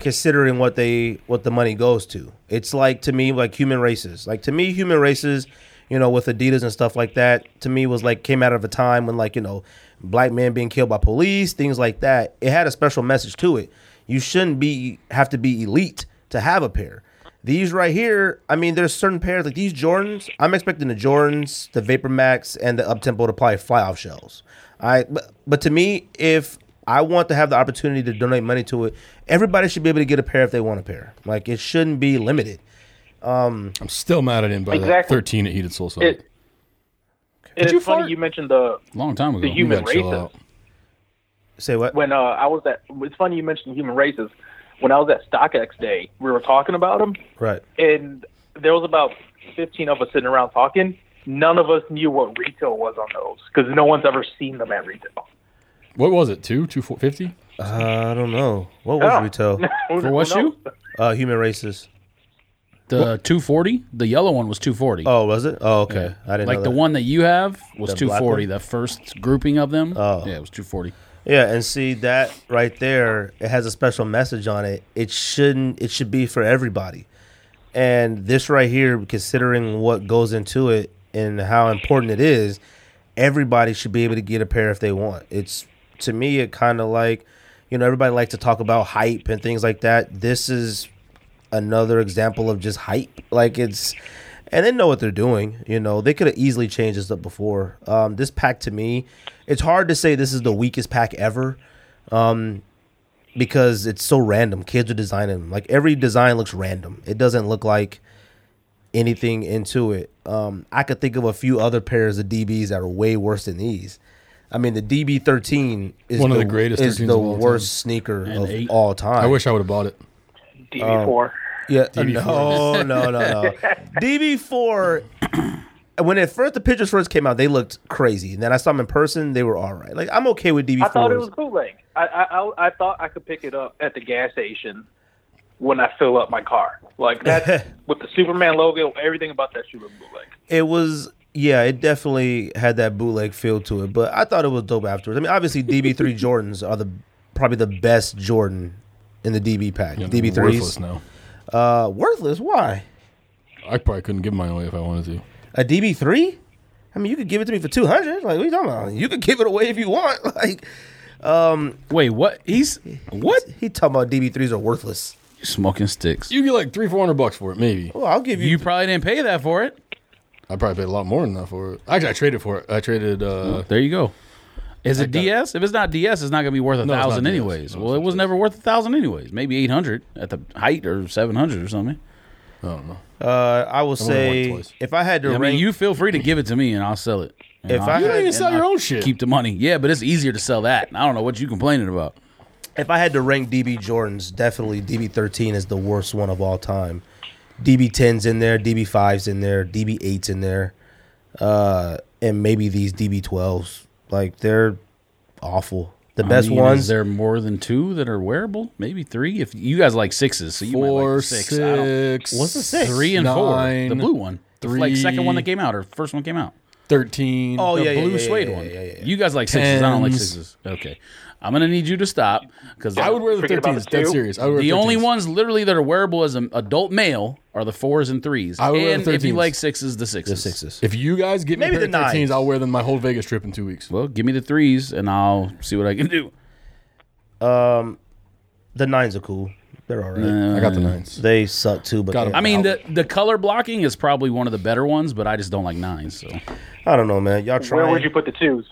Speaker 2: considering what they what the money goes to. It's like to me, like human races. Like to me, human races. You know, with Adidas and stuff like that, to me was like came out of a time when like you know, black men being killed by police, things like that. It had a special message to it. You shouldn't be have to be elite to have a pair. These right here, I mean, there's certain pairs like these Jordans. I'm expecting the Jordans, the Vapor Max, and the Uptempo to probably fly off shelves. I but, but to me, if I want to have the opportunity to donate money to it, everybody should be able to get a pair if they want a pair. Like it shouldn't be limited.
Speaker 1: I'm still mad at him by that
Speaker 3: Exactly.
Speaker 1: 13 at Heated Soul Society.
Speaker 3: It. It's
Speaker 1: you
Speaker 3: funny
Speaker 1: fart?
Speaker 3: you mentioned the
Speaker 4: Long time ago.
Speaker 3: the human
Speaker 1: gotta chill
Speaker 3: races.
Speaker 1: out.
Speaker 2: Say what?
Speaker 3: when uh, I was at, it's funny you mentioned human races. When I was at StockX Day, we were talking about them,
Speaker 2: Right.
Speaker 3: and there was about 15 of us sitting around talking. None of us knew what retail was on those because no one's ever seen them at retail.
Speaker 1: What was it? Two, two fifty?
Speaker 2: Uh, I don't know. What was
Speaker 3: Yeah.
Speaker 2: retail?
Speaker 4: For what shoe?
Speaker 2: Uh, human races.
Speaker 4: The two forty. The yellow one was two forty.
Speaker 2: Oh, was it? Oh, okay. I didn't
Speaker 4: like
Speaker 2: know
Speaker 4: the
Speaker 2: that.
Speaker 4: one that you have was
Speaker 2: The
Speaker 4: two
Speaker 2: black
Speaker 4: forty.
Speaker 2: one?
Speaker 4: The first grouping of them.
Speaker 2: Oh.
Speaker 4: yeah, it was two forty.
Speaker 2: Yeah, and see that right there, it has a special message on it. It shouldn't it should be for everybody. And this right here, considering what goes into it and how important it is, everybody should be able to get a pair if they want. It's to me it kinda like you know, everybody likes to talk about hype and things like that. This is another example of just hype. Like it's, and they know what they're doing. You know, they could have easily changed this up before. Um, this pack to me, it's hard to say this is the weakest pack ever, um, because it's so random. Kids are designing them. Like every design looks random. It doesn't look like anything into it. Um, I could think of a few other pairs of DBs that are way worse than these. I mean, the DB thirteen is
Speaker 1: One of the greatest
Speaker 2: is
Speaker 1: 13s
Speaker 2: the
Speaker 1: of all time.
Speaker 2: worst sneaker of
Speaker 4: eight.
Speaker 2: all time.
Speaker 1: I wish I would have bought it.
Speaker 2: Um,
Speaker 3: DB4.
Speaker 2: Yeah,
Speaker 1: DB4.
Speaker 2: no, no, no, no. DB four. When it first the pictures first came out, they looked crazy, and then I saw them in person. They were all right. Like I'm okay with DB
Speaker 3: I thought it was
Speaker 2: fours.
Speaker 3: bootleg. I, I I I thought I could pick it up at the gas station when I fill up my car. Like that with the Superman logo, everything about that shoe was bootleg.
Speaker 2: It was yeah, it definitely had that bootleg feel to it, but I thought it was dope afterwards. I mean, obviously DB three Jordans are the probably the best Jordan in the DB pack. DB
Speaker 1: Worthless
Speaker 2: threes
Speaker 1: now.
Speaker 2: uh, worthless. Why
Speaker 1: I probably couldn't give mine away if I wanted to.
Speaker 2: a DB three? I mean, you could give it to me for two hundred. Like what are you talking about? You could give it away if you want. Like
Speaker 4: Wait, what? He's what?
Speaker 2: he talking about DB threes are worthless.
Speaker 4: You're smoking sticks. You,
Speaker 1: You get like three, four hundred bucks for it, maybe.
Speaker 2: Well, I'll give you.
Speaker 4: probably didn't pay that for it.
Speaker 1: I probably paid a lot more than that for it. Actually, I traded for it. I traded. uh
Speaker 4: There you go. Is it DS? If it's not DS, it's not gonna be worth a
Speaker 1: it's not
Speaker 4: thousand
Speaker 1: DS.
Speaker 4: anyways.
Speaker 1: No, it's
Speaker 4: well, it
Speaker 1: not
Speaker 4: was never worth a thousand anyways. Maybe eight hundred at the height, or seven hundred or something.
Speaker 1: I don't know.
Speaker 2: Uh, I
Speaker 1: only
Speaker 2: will
Speaker 1: won
Speaker 2: say
Speaker 1: twice.
Speaker 2: if I had to
Speaker 4: I
Speaker 2: rank,
Speaker 4: mean, you feel free to give it to me, and I'll sell it. Hmm. And
Speaker 2: If
Speaker 4: I'll
Speaker 2: I-
Speaker 1: You don't even
Speaker 2: and
Speaker 1: sell your own shit.
Speaker 4: keep the money, yeah, but it's easier to sell that. I don't know what you complaining about.
Speaker 2: if I had to rank DB Jordans, definitely DB thirteen is the worst one of all time. DB tens in there, DB fives in there, DB eights in there, uh, and maybe these DB twelves. Like they're awful. The
Speaker 4: I
Speaker 2: best
Speaker 4: mean,
Speaker 2: ones.
Speaker 4: Is there more than two that are wearable? Maybe three. If you guys like sixes, so you might like
Speaker 1: Four,
Speaker 4: the
Speaker 1: six,
Speaker 4: six. I don't,
Speaker 2: What's the six?
Speaker 4: three and
Speaker 1: nine,
Speaker 4: four. The blue one. The like second one that
Speaker 1: three.
Speaker 4: came out or first one came out.
Speaker 1: Thirteen.
Speaker 2: oh
Speaker 4: The
Speaker 2: yeah, yeah,
Speaker 4: blue
Speaker 2: yeah, yeah,
Speaker 4: suede
Speaker 2: yeah,
Speaker 4: one.
Speaker 2: yeah, yeah, yeah.
Speaker 4: You guys like sixes. I don't like
Speaker 1: Tens.
Speaker 4: sixes. Okay. I'm gonna need you to stop because
Speaker 1: I would wear the
Speaker 3: Forget about
Speaker 1: thirteens.
Speaker 3: the
Speaker 1: Dead
Speaker 3: two.
Speaker 1: serious. I would wear
Speaker 4: the only
Speaker 1: 13s.
Speaker 4: ones literally that are wearable as an adult male are the fours and threes.
Speaker 1: I would wear
Speaker 4: and
Speaker 1: the
Speaker 4: if you
Speaker 1: 13s.
Speaker 4: like sixes, the sixes.
Speaker 2: The sixes.
Speaker 1: If you guys get me
Speaker 2: Maybe
Speaker 1: a pair
Speaker 2: the
Speaker 1: of thirteens,
Speaker 2: nines.
Speaker 1: I'll wear them my whole Vegas trip in two weeks.
Speaker 4: Well, give me the threes and I'll see what I can do.
Speaker 2: The nines are cool. They're all right.
Speaker 1: I got the nines.
Speaker 2: They suck too, but
Speaker 1: Got 'em.
Speaker 2: they're-
Speaker 4: Uh, I mean, the the color blocking is probably one of the better ones, but I just don't like nines. So
Speaker 2: I don't know, man. Y'all
Speaker 3: Where
Speaker 2: trying?
Speaker 3: would you put the twos?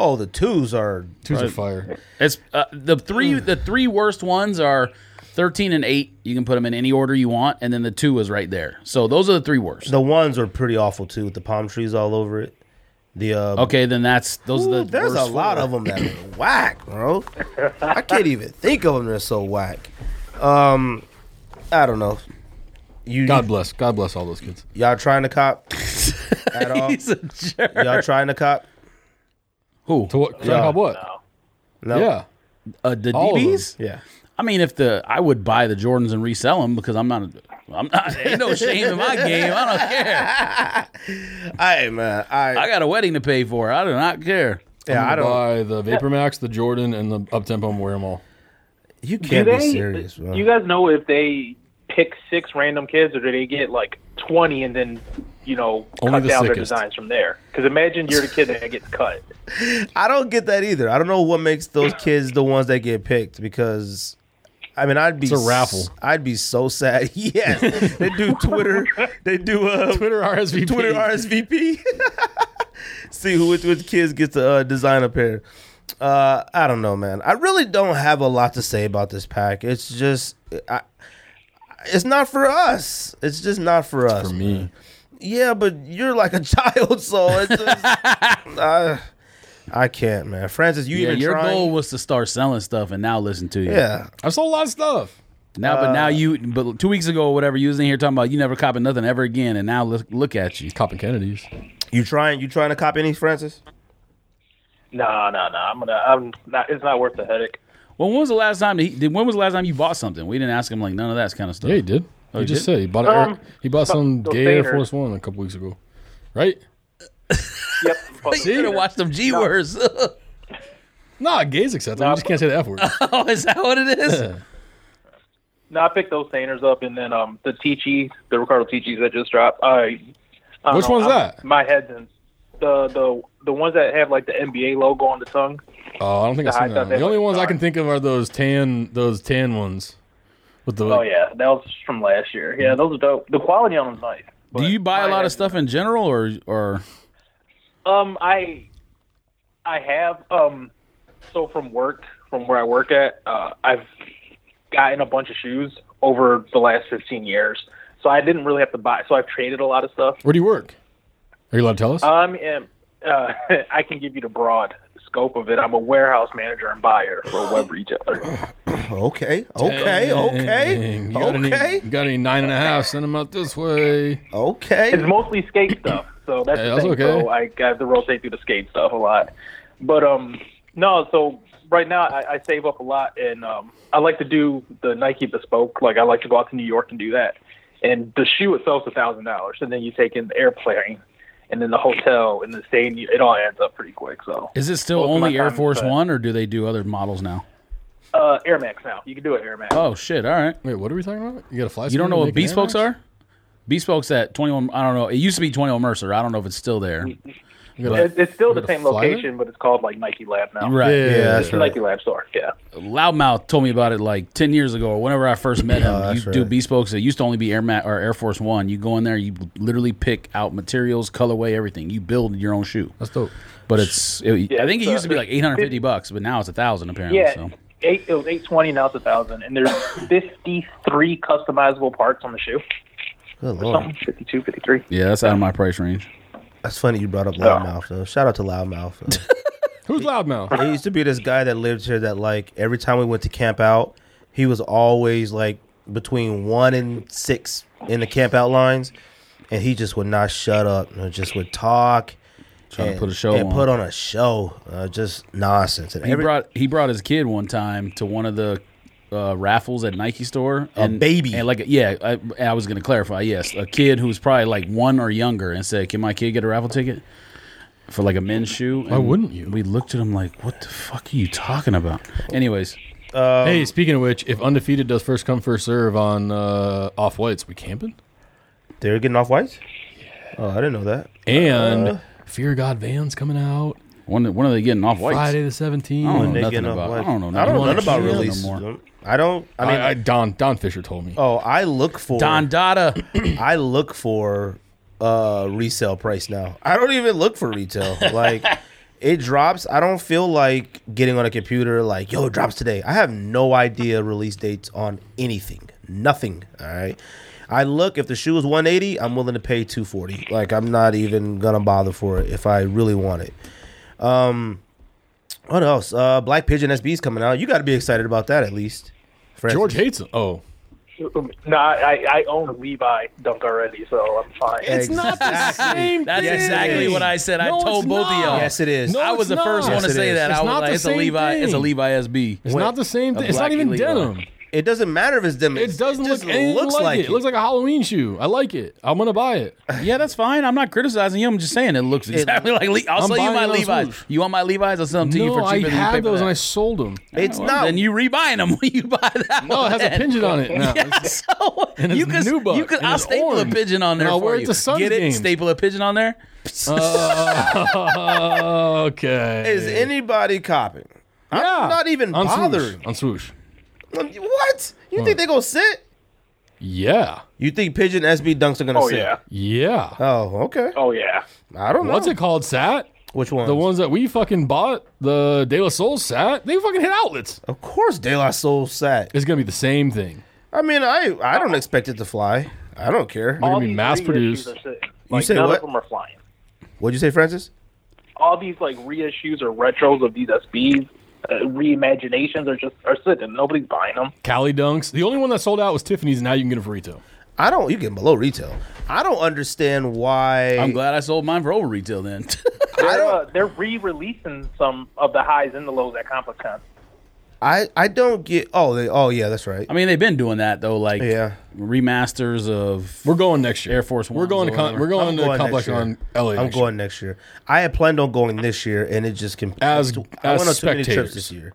Speaker 2: oh, the twos are.
Speaker 1: Twos are fire.
Speaker 4: it's uh, the three the three worst ones are thirteen and eight. You can put them in any order you want, and then the two is right there. So those are the three worst.
Speaker 2: The ones are pretty awful too, with the palm trees all over it. The uh,
Speaker 4: Okay, then that's those
Speaker 2: Ooh,
Speaker 4: are the.
Speaker 2: there's a
Speaker 4: worst
Speaker 2: lot
Speaker 4: four.
Speaker 2: of them that are whack, bro. I can't even think of them that are so whack. Um, I don't know. You
Speaker 1: God bless. God bless all those kids.
Speaker 2: y'all trying to cop at all?
Speaker 4: He's a jerk.
Speaker 2: Y'all trying to cop?
Speaker 4: Who?
Speaker 1: To what?
Speaker 2: Yeah.
Speaker 1: Yeah. What?
Speaker 2: No.
Speaker 1: Yeah.
Speaker 4: Uh, the
Speaker 1: All of them.
Speaker 4: DBs?
Speaker 2: Yeah.
Speaker 4: I mean, if the I would buy the Jordans and resell them because I'm not. I'm not. Ain't no shame in my game. I don't care.
Speaker 2: Hey man, I,
Speaker 4: I got a wedding to pay for. I do not care.
Speaker 2: yeah, I
Speaker 1: I
Speaker 2: don't.
Speaker 1: buy the Vapor Max, the Jordan, and the Uptempo and wear them all.
Speaker 2: You
Speaker 3: Do
Speaker 2: can't
Speaker 3: they?
Speaker 2: be serious, bro.
Speaker 3: You guys know if they pick six random kids, or do they get like twenty and then you know
Speaker 1: Only
Speaker 3: cut
Speaker 1: the
Speaker 3: down their
Speaker 1: sickest.
Speaker 3: designs from there? Because imagine you're the kid that gets cut.
Speaker 2: I don't get that either. I don't know what makes those kids the ones that get picked because I mean I'd be
Speaker 1: It's a raffle.
Speaker 2: s- I'd be so sad. Yes, they do Twitter. They do uh,
Speaker 1: Twitter RSVP.
Speaker 2: Twitter RSVP. See who which, which kids get to uh, design a pair. Uh, I don't know, man. I really don't have a lot to say about this pack. It's just, I, it's not for us. It's just not for us.
Speaker 1: for me.
Speaker 2: Yeah, but you're like a child, so it's just, I, I can't, man. Francis, you
Speaker 4: Yeah,
Speaker 2: even
Speaker 4: your
Speaker 2: trying?
Speaker 4: goal was to start selling stuff, and now listen to you.
Speaker 2: yeah, Uh,
Speaker 1: I've sold a lot of stuff.
Speaker 4: Now, but now you, but two weeks ago or whatever, you was in here talking about you never copping nothing ever again, and now look, look at you.
Speaker 1: Copping Kennedys.
Speaker 2: you trying? You trying to cop any Francis?
Speaker 3: Nah, nah, nah. I'm gonna. I'm not. It's not worth the headache.
Speaker 4: Well, when was the last time? He, did- when was the last time you bought something? We didn't ask him like none of that kind of stuff.
Speaker 1: Yeah, he did. he,
Speaker 4: he
Speaker 1: just
Speaker 4: did?
Speaker 1: said he bought a
Speaker 3: Um,
Speaker 1: Air, he bought some
Speaker 3: the
Speaker 1: gay Air
Speaker 3: Vader.
Speaker 1: Force One a couple weeks ago, right?
Speaker 3: Yep.
Speaker 4: you should have watched them G words. oh,
Speaker 1: Nah, gay's acceptable.
Speaker 3: Nah,
Speaker 1: you just can't say the F word.
Speaker 4: is that what it is?
Speaker 3: No, I picked those stainers up, and then um the Tichy, the Ricardo Tichy's that just dropped. I, I don't
Speaker 1: Which
Speaker 3: know,
Speaker 1: one's
Speaker 3: I'm-
Speaker 1: that?
Speaker 3: My head's in the the the ones that have like the NBA logo on the tongue.
Speaker 1: Oh, I don't think I've
Speaker 3: Nah, I
Speaker 1: seen
Speaker 3: thought
Speaker 1: that.
Speaker 3: they
Speaker 1: The only
Speaker 3: were
Speaker 1: ones I
Speaker 3: dark.
Speaker 1: can think of are those tan, those tan ones with the
Speaker 3: Oh yeah, that was from last year. Yeah,
Speaker 1: Mm-hmm.
Speaker 3: those are dope. The quality on them's nice.
Speaker 4: Do
Speaker 3: but
Speaker 4: you buy a
Speaker 3: my
Speaker 4: lot of
Speaker 3: head's-
Speaker 4: stuff in general, or or
Speaker 3: Um, I I have um so from work from where I work at, uh, I've gotten a bunch of shoes over the last fifteen years. So I didn't really have to buy. So I've traded a lot of stuff.
Speaker 1: Where do you work? Are you allowed to tell us?
Speaker 3: Um, and, uh, I can give you the broad scope of it. I'm a warehouse manager and buyer for a web retailer.
Speaker 2: Okay, okay, okay,
Speaker 1: Dang, You got, any,
Speaker 2: okay,
Speaker 1: you got any nine and a half? Send them out this way.
Speaker 2: okay.
Speaker 3: It's mostly skate stuff, so that's,
Speaker 1: Hey,
Speaker 3: the
Speaker 1: that's
Speaker 3: thing.
Speaker 1: okay.
Speaker 3: So I, I have to rotate through the skate stuff a lot. But um, no. So right now I, I save up a lot, and um, I like to do the Nike bespoke. Like I like to go out to New York and do that. And the shoe itself's a thousand dollars, and then you take in the airplane, and then the hotel, and the stay. and you- It all adds up pretty quick. So
Speaker 4: is it still
Speaker 3: Most of my
Speaker 4: only Air
Speaker 3: time
Speaker 4: Force
Speaker 3: spent.
Speaker 4: One, or do they do other models now?
Speaker 3: uh, Air Max now. You can do it Air Max.
Speaker 4: Oh shit! All right,
Speaker 1: Wait, what are we talking about? You got a fly?
Speaker 4: you don't know what Bespoke's
Speaker 1: are?
Speaker 4: are? Bespoke's at twenty one. I don't know. It used to be twenty one Mercer. I don't know if it's still there.
Speaker 1: You got a-
Speaker 3: It, it's still the
Speaker 1: Like a
Speaker 3: same
Speaker 1: flyer?
Speaker 3: location, but it's called like Nike Lab now.
Speaker 4: Right.
Speaker 1: yeah,
Speaker 2: Yeah,
Speaker 1: yeah,
Speaker 2: that's
Speaker 3: It's the
Speaker 2: right.
Speaker 3: Nike Lab store. Yeah.
Speaker 4: Loudmouth told me about it like ten years ago, or whenever I first met him.
Speaker 2: Oh, that's
Speaker 4: you do
Speaker 2: right.
Speaker 4: Bespokes. It used to only be Air Mat or Air Force One. You go in there, you literally pick out materials, colorway, everything. You build your own shoe.
Speaker 1: that's dope.
Speaker 4: But it's, it,
Speaker 3: Yeah,
Speaker 4: I think it
Speaker 3: so-
Speaker 4: used to be like eight hundred fifty bucks, but now it's a thousand apparently.
Speaker 3: Yeah.
Speaker 4: So.
Speaker 3: Eight, it was eight twenty. Now it's a thousand, and there's fifty three customizable parts on the shoe.
Speaker 2: Good
Speaker 3: Something
Speaker 2: lord,
Speaker 3: 52, 53.
Speaker 4: Yeah, that's out of my price range.
Speaker 2: that's funny. You brought up loudmouth though. Shout out to loudmouth.
Speaker 1: Who's loudmouth?
Speaker 2: There used to be this guy that lived here that like every time we went to camp out, he was always like between one and six in the camp out lines, and he just would not shut up. and just would talk.
Speaker 4: Trying
Speaker 2: and-
Speaker 4: to put a show
Speaker 2: and
Speaker 4: on.
Speaker 2: put on a show, uh, just nonsense. And
Speaker 4: he
Speaker 2: every,
Speaker 4: brought he brought his kid one time to one of the uh, raffles at Nike store.
Speaker 2: A baby.
Speaker 4: and like yeah, I, I was gonna clarify. Yes, a kid who was probably like one or younger, and said, "Can my kid get a raffle ticket for like a men's shoe?" Why
Speaker 1: wouldn't you?
Speaker 4: We looked at him like, "What the fuck are you talking about?" Anyways,
Speaker 1: hey, speaking of which, if undefeated does first come first serve on uh, off whites, we camping.
Speaker 2: they were getting off whites. Oh, I didn't know that.
Speaker 1: And Fear God Van's coming out
Speaker 4: when when are they getting off white?
Speaker 1: Friday the
Speaker 4: I
Speaker 1: seventeenth.
Speaker 4: don't
Speaker 2: They
Speaker 4: know nothing
Speaker 2: getting off
Speaker 4: about.
Speaker 2: whites.
Speaker 4: I don't know.
Speaker 2: I don't
Speaker 4: nothing
Speaker 2: know nothing about
Speaker 4: Shoes
Speaker 2: release.
Speaker 4: no more.
Speaker 2: I don't. I
Speaker 1: I,
Speaker 2: mean,
Speaker 1: I, Don Don Fisher told me.
Speaker 2: oh, I look for
Speaker 4: Don Dada.
Speaker 2: I look for uh resale price now. I don't even look for retail. Like it drops. I don't feel like getting on a computer like, yo, it drops today. I have no idea release dates on anything. Nothing. All right. I look if the shoe is 180, I'm willing to pay 240. Like I'm not even gonna bother for it if I really want it. Um, what else? Uh, Black Pigeon SB's coming out. You got to be excited about that at least. Francis.
Speaker 1: George hates him. Oh,
Speaker 3: No, I, I own a Levi dunk already, so I'm fine.
Speaker 2: It's not
Speaker 1: the same.
Speaker 4: That's
Speaker 2: Yes, it
Speaker 4: exactly
Speaker 2: is.
Speaker 4: what I said. I
Speaker 1: No,
Speaker 4: told
Speaker 1: it's
Speaker 4: both of
Speaker 1: not.
Speaker 4: y'all.
Speaker 2: Yes, it is.
Speaker 1: No,
Speaker 4: I was
Speaker 1: it's
Speaker 4: the first
Speaker 1: not.
Speaker 4: one to
Speaker 2: Yes, it
Speaker 4: say
Speaker 2: is.
Speaker 4: that.
Speaker 1: It's
Speaker 4: I was
Speaker 1: not
Speaker 4: like,
Speaker 1: the
Speaker 4: it's a
Speaker 1: same
Speaker 4: Levi. It's a
Speaker 1: thing.
Speaker 4: Levi SB.
Speaker 1: It's not the same
Speaker 4: A
Speaker 1: thing. It's not
Speaker 4: black
Speaker 1: even
Speaker 4: Levi.
Speaker 1: denim.
Speaker 2: It doesn't matter if it's dim.
Speaker 1: It doesn't
Speaker 2: just
Speaker 1: look anything like, it. It looks like a Halloween shoe. I like it. I'm gonna buy it.
Speaker 4: Yeah, that's fine. I'm not criticizing him. I'm just saying it looks exactly like. Le- I'll
Speaker 1: I'm
Speaker 4: sell you
Speaker 1: buying
Speaker 4: my
Speaker 1: those
Speaker 4: Levi's.
Speaker 1: moves.
Speaker 4: You want my Levi's? I'll sell them to you for
Speaker 1: no,
Speaker 4: cheaper
Speaker 1: I
Speaker 4: than you pay
Speaker 1: had
Speaker 4: for
Speaker 1: those and I
Speaker 4: that.
Speaker 1: sold them.
Speaker 2: it's
Speaker 4: Well,
Speaker 2: not.
Speaker 4: Then you rebuying them when you buy that.
Speaker 1: No, it has a
Speaker 4: one.
Speaker 1: pigeon on it now.
Speaker 4: Yeah, so
Speaker 1: it's
Speaker 4: you could,
Speaker 1: nubuck,
Speaker 4: you could,
Speaker 1: and
Speaker 4: I'll
Speaker 1: it's
Speaker 4: staple
Speaker 1: orange,
Speaker 4: a pigeon on
Speaker 1: and
Speaker 4: there
Speaker 1: I'll
Speaker 4: for
Speaker 1: wear it
Speaker 4: you.
Speaker 1: to Suns
Speaker 4: Get it?
Speaker 1: games.
Speaker 4: Staple a pigeon on there.
Speaker 1: okay.
Speaker 2: is anybody copping?
Speaker 1: Yeah.
Speaker 2: I'm not even
Speaker 1: on
Speaker 2: bothered.
Speaker 1: Swoosh. On swoosh.
Speaker 2: What? You think they gonna sit?
Speaker 1: Yeah.
Speaker 2: You think Pigeon SB dunks are gonna
Speaker 3: oh
Speaker 2: sit?
Speaker 3: yeah,
Speaker 1: Yeah.
Speaker 2: Oh, okay.
Speaker 3: oh yeah.
Speaker 2: I don't know.
Speaker 1: What's it called, Sat?
Speaker 2: Which one?
Speaker 1: The ones that we fucking bought, the De La Soul Sat, they fucking hit outlets.
Speaker 2: Of course, De La Soul sat.
Speaker 1: It's gonna be the same thing.
Speaker 2: I mean, I I don't expect it to fly. I don't care.
Speaker 1: gonna
Speaker 3: All
Speaker 1: be
Speaker 3: these
Speaker 1: mass-produced.
Speaker 3: reissues are sitting. Like,
Speaker 2: say
Speaker 3: none
Speaker 2: what?
Speaker 3: of them are flying.
Speaker 2: What'd you say, Francis?
Speaker 3: All these like reissues or retros of these SBs, uh, reimaginations are just are sitting. Nobody's buying them.
Speaker 1: Cali Dunks. The only one that sold out was Tiffany's. and Now you can get it for retail.
Speaker 2: I don't. You get below retail. I don't understand why.
Speaker 4: I'm glad I sold mine for over retail then.
Speaker 3: They're,
Speaker 2: don't-
Speaker 3: Uh, they're re-releasing some of the highs and the lows at Comic Con.
Speaker 2: I I don't get. Oh, they. Oh, yeah, that's right.
Speaker 4: I mean, they've been doing that though, like
Speaker 2: Yeah.
Speaker 4: remasters of.
Speaker 1: We're going next year.
Speaker 4: Air Force
Speaker 1: We're going
Speaker 4: Ones
Speaker 1: to
Speaker 4: or
Speaker 1: con-
Speaker 4: whatever.
Speaker 1: we're going
Speaker 2: I'm
Speaker 1: to
Speaker 2: going
Speaker 1: complex
Speaker 2: next year.
Speaker 1: on LA.
Speaker 2: I'm
Speaker 1: next year.
Speaker 2: going next year. I had planned on going this year, and it just com-
Speaker 1: As-
Speaker 2: I
Speaker 1: as
Speaker 2: went on too many trips
Speaker 1: spectators.
Speaker 2: this year.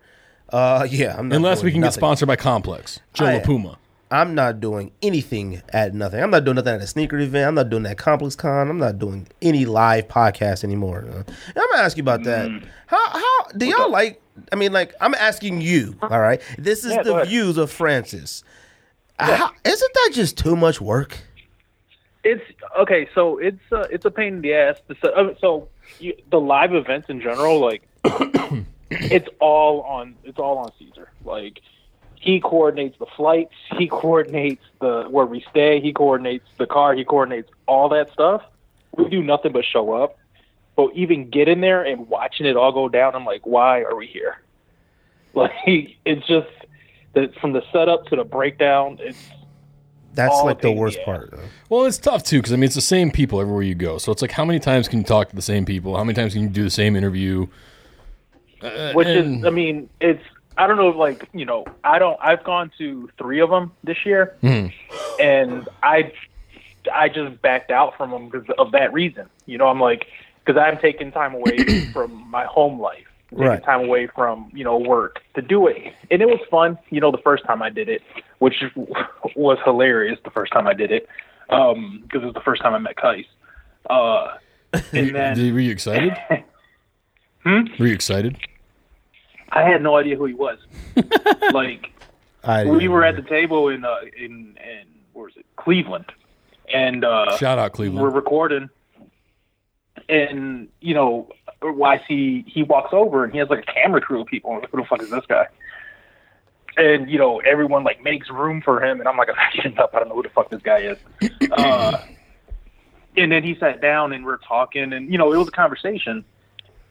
Speaker 2: Uh, yeah. I'm not
Speaker 1: Unless we
Speaker 2: doing
Speaker 1: can get
Speaker 2: nothing.
Speaker 1: sponsored by Complex, Joe
Speaker 2: I-
Speaker 1: LaPuma.
Speaker 2: I'm not doing anything at nothing. I'm not doing nothing at a sneaker event. I'm not doing that complex con. I'm not doing any live podcast anymore. Uh, I'm gonna ask you about that.
Speaker 3: Mm.
Speaker 2: How how do y'all like? I mean, like I'm asking you. All right, this is
Speaker 3: Yeah, go
Speaker 2: the
Speaker 3: ahead.
Speaker 2: views of Francis. How, isn't that just too much work?
Speaker 3: It's okay. So it's uh, it's a pain in the ass. To set, uh, so you, the live events in general, like it's all on it's all on Caesar. Like he coordinates the flights, he coordinates the where we stay, he coordinates the car, he coordinates all that stuff. We do nothing but show up. But even getting there and watching it all go down, I'm like, why are we here? Like it's just that from the setup to the breakdown, it's
Speaker 2: That's
Speaker 3: All
Speaker 2: like the
Speaker 3: pain in
Speaker 2: worst
Speaker 3: the
Speaker 2: part. uh.
Speaker 1: Well, it's tough too because I mean it's the same people everywhere you go. So it's like how many times can you talk to the same people? How many times can you do the same interview?
Speaker 3: which
Speaker 1: And-
Speaker 3: is i mean it's i don't know if like you know i don't i've gone to three of them this year
Speaker 1: Hmm.
Speaker 3: and i i just backed out from them because of that reason you know i'm like because i'm taking time away from my home life taking
Speaker 2: Right.
Speaker 3: time away from you know work to do it and it was fun you know the first time i did it which was hilarious the first time i did it because it was the first time i met Kais. uh and then
Speaker 1: Did- were you excited? Were you excited?
Speaker 3: I had no idea who he was. like
Speaker 2: I,
Speaker 3: we were at the table in uh, in in where is it Cleveland, and uh,
Speaker 1: Shout out
Speaker 3: we're
Speaker 1: Cleveland.
Speaker 3: recording, and you know why he he walks over and he has like a camera crew of people. I'm like, who the fuck is this guy? And you know everyone like makes room for him, and I'm like, I'm not getting up. I don't know who the fuck this guy is. Uh, and then he sat down and we're talking, and you know it was a conversation.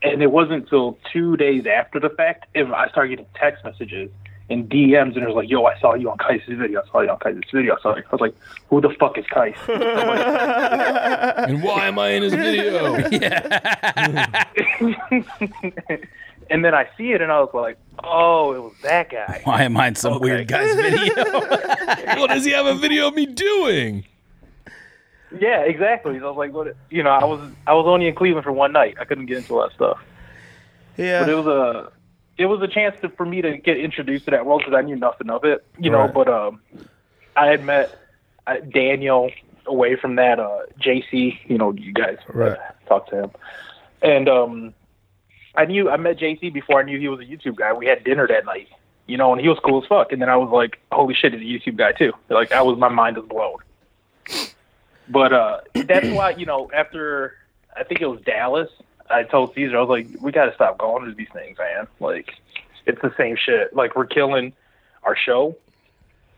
Speaker 3: And it wasn't until two days after the fact if I started getting text messages and DMs, and it was like, "Yo, I saw you on Kai's video. I saw you on Kai's video. I saw you." I was like, "Who the fuck is Kai?"
Speaker 1: and why am I in his video?
Speaker 3: and then I see it, and I was like, "Oh, it was that guy."
Speaker 4: Why am I in some weird guy's
Speaker 3: uh,
Speaker 4: video?
Speaker 1: what does he have a video of me doing?
Speaker 3: yeah, exactly. So I was like, "What?" You know, I was I was only in Cleveland for one night. I couldn't get into all that stuff, but it
Speaker 2: yeah.
Speaker 3: was a it was a chance to, for me to get introduced to that world because I knew nothing of it. You know,
Speaker 2: Right.
Speaker 3: but um, I had met uh, Daniel away from that uh, JC. You know, you guys uh,
Speaker 2: Right.
Speaker 3: talked to him, and um, I knew I met JC before I knew he was a YouTube guy. We had dinner that night, you know, and he was cool as fuck. And then I was like, holy shit, he's a YouTube guy too. Like I was, my mind is blown. But uh, that's why you know after I think it was Dallas, I told Caesar I was like, we got to stop going to these things, man. Like it's the same shit. Like we're killing our show.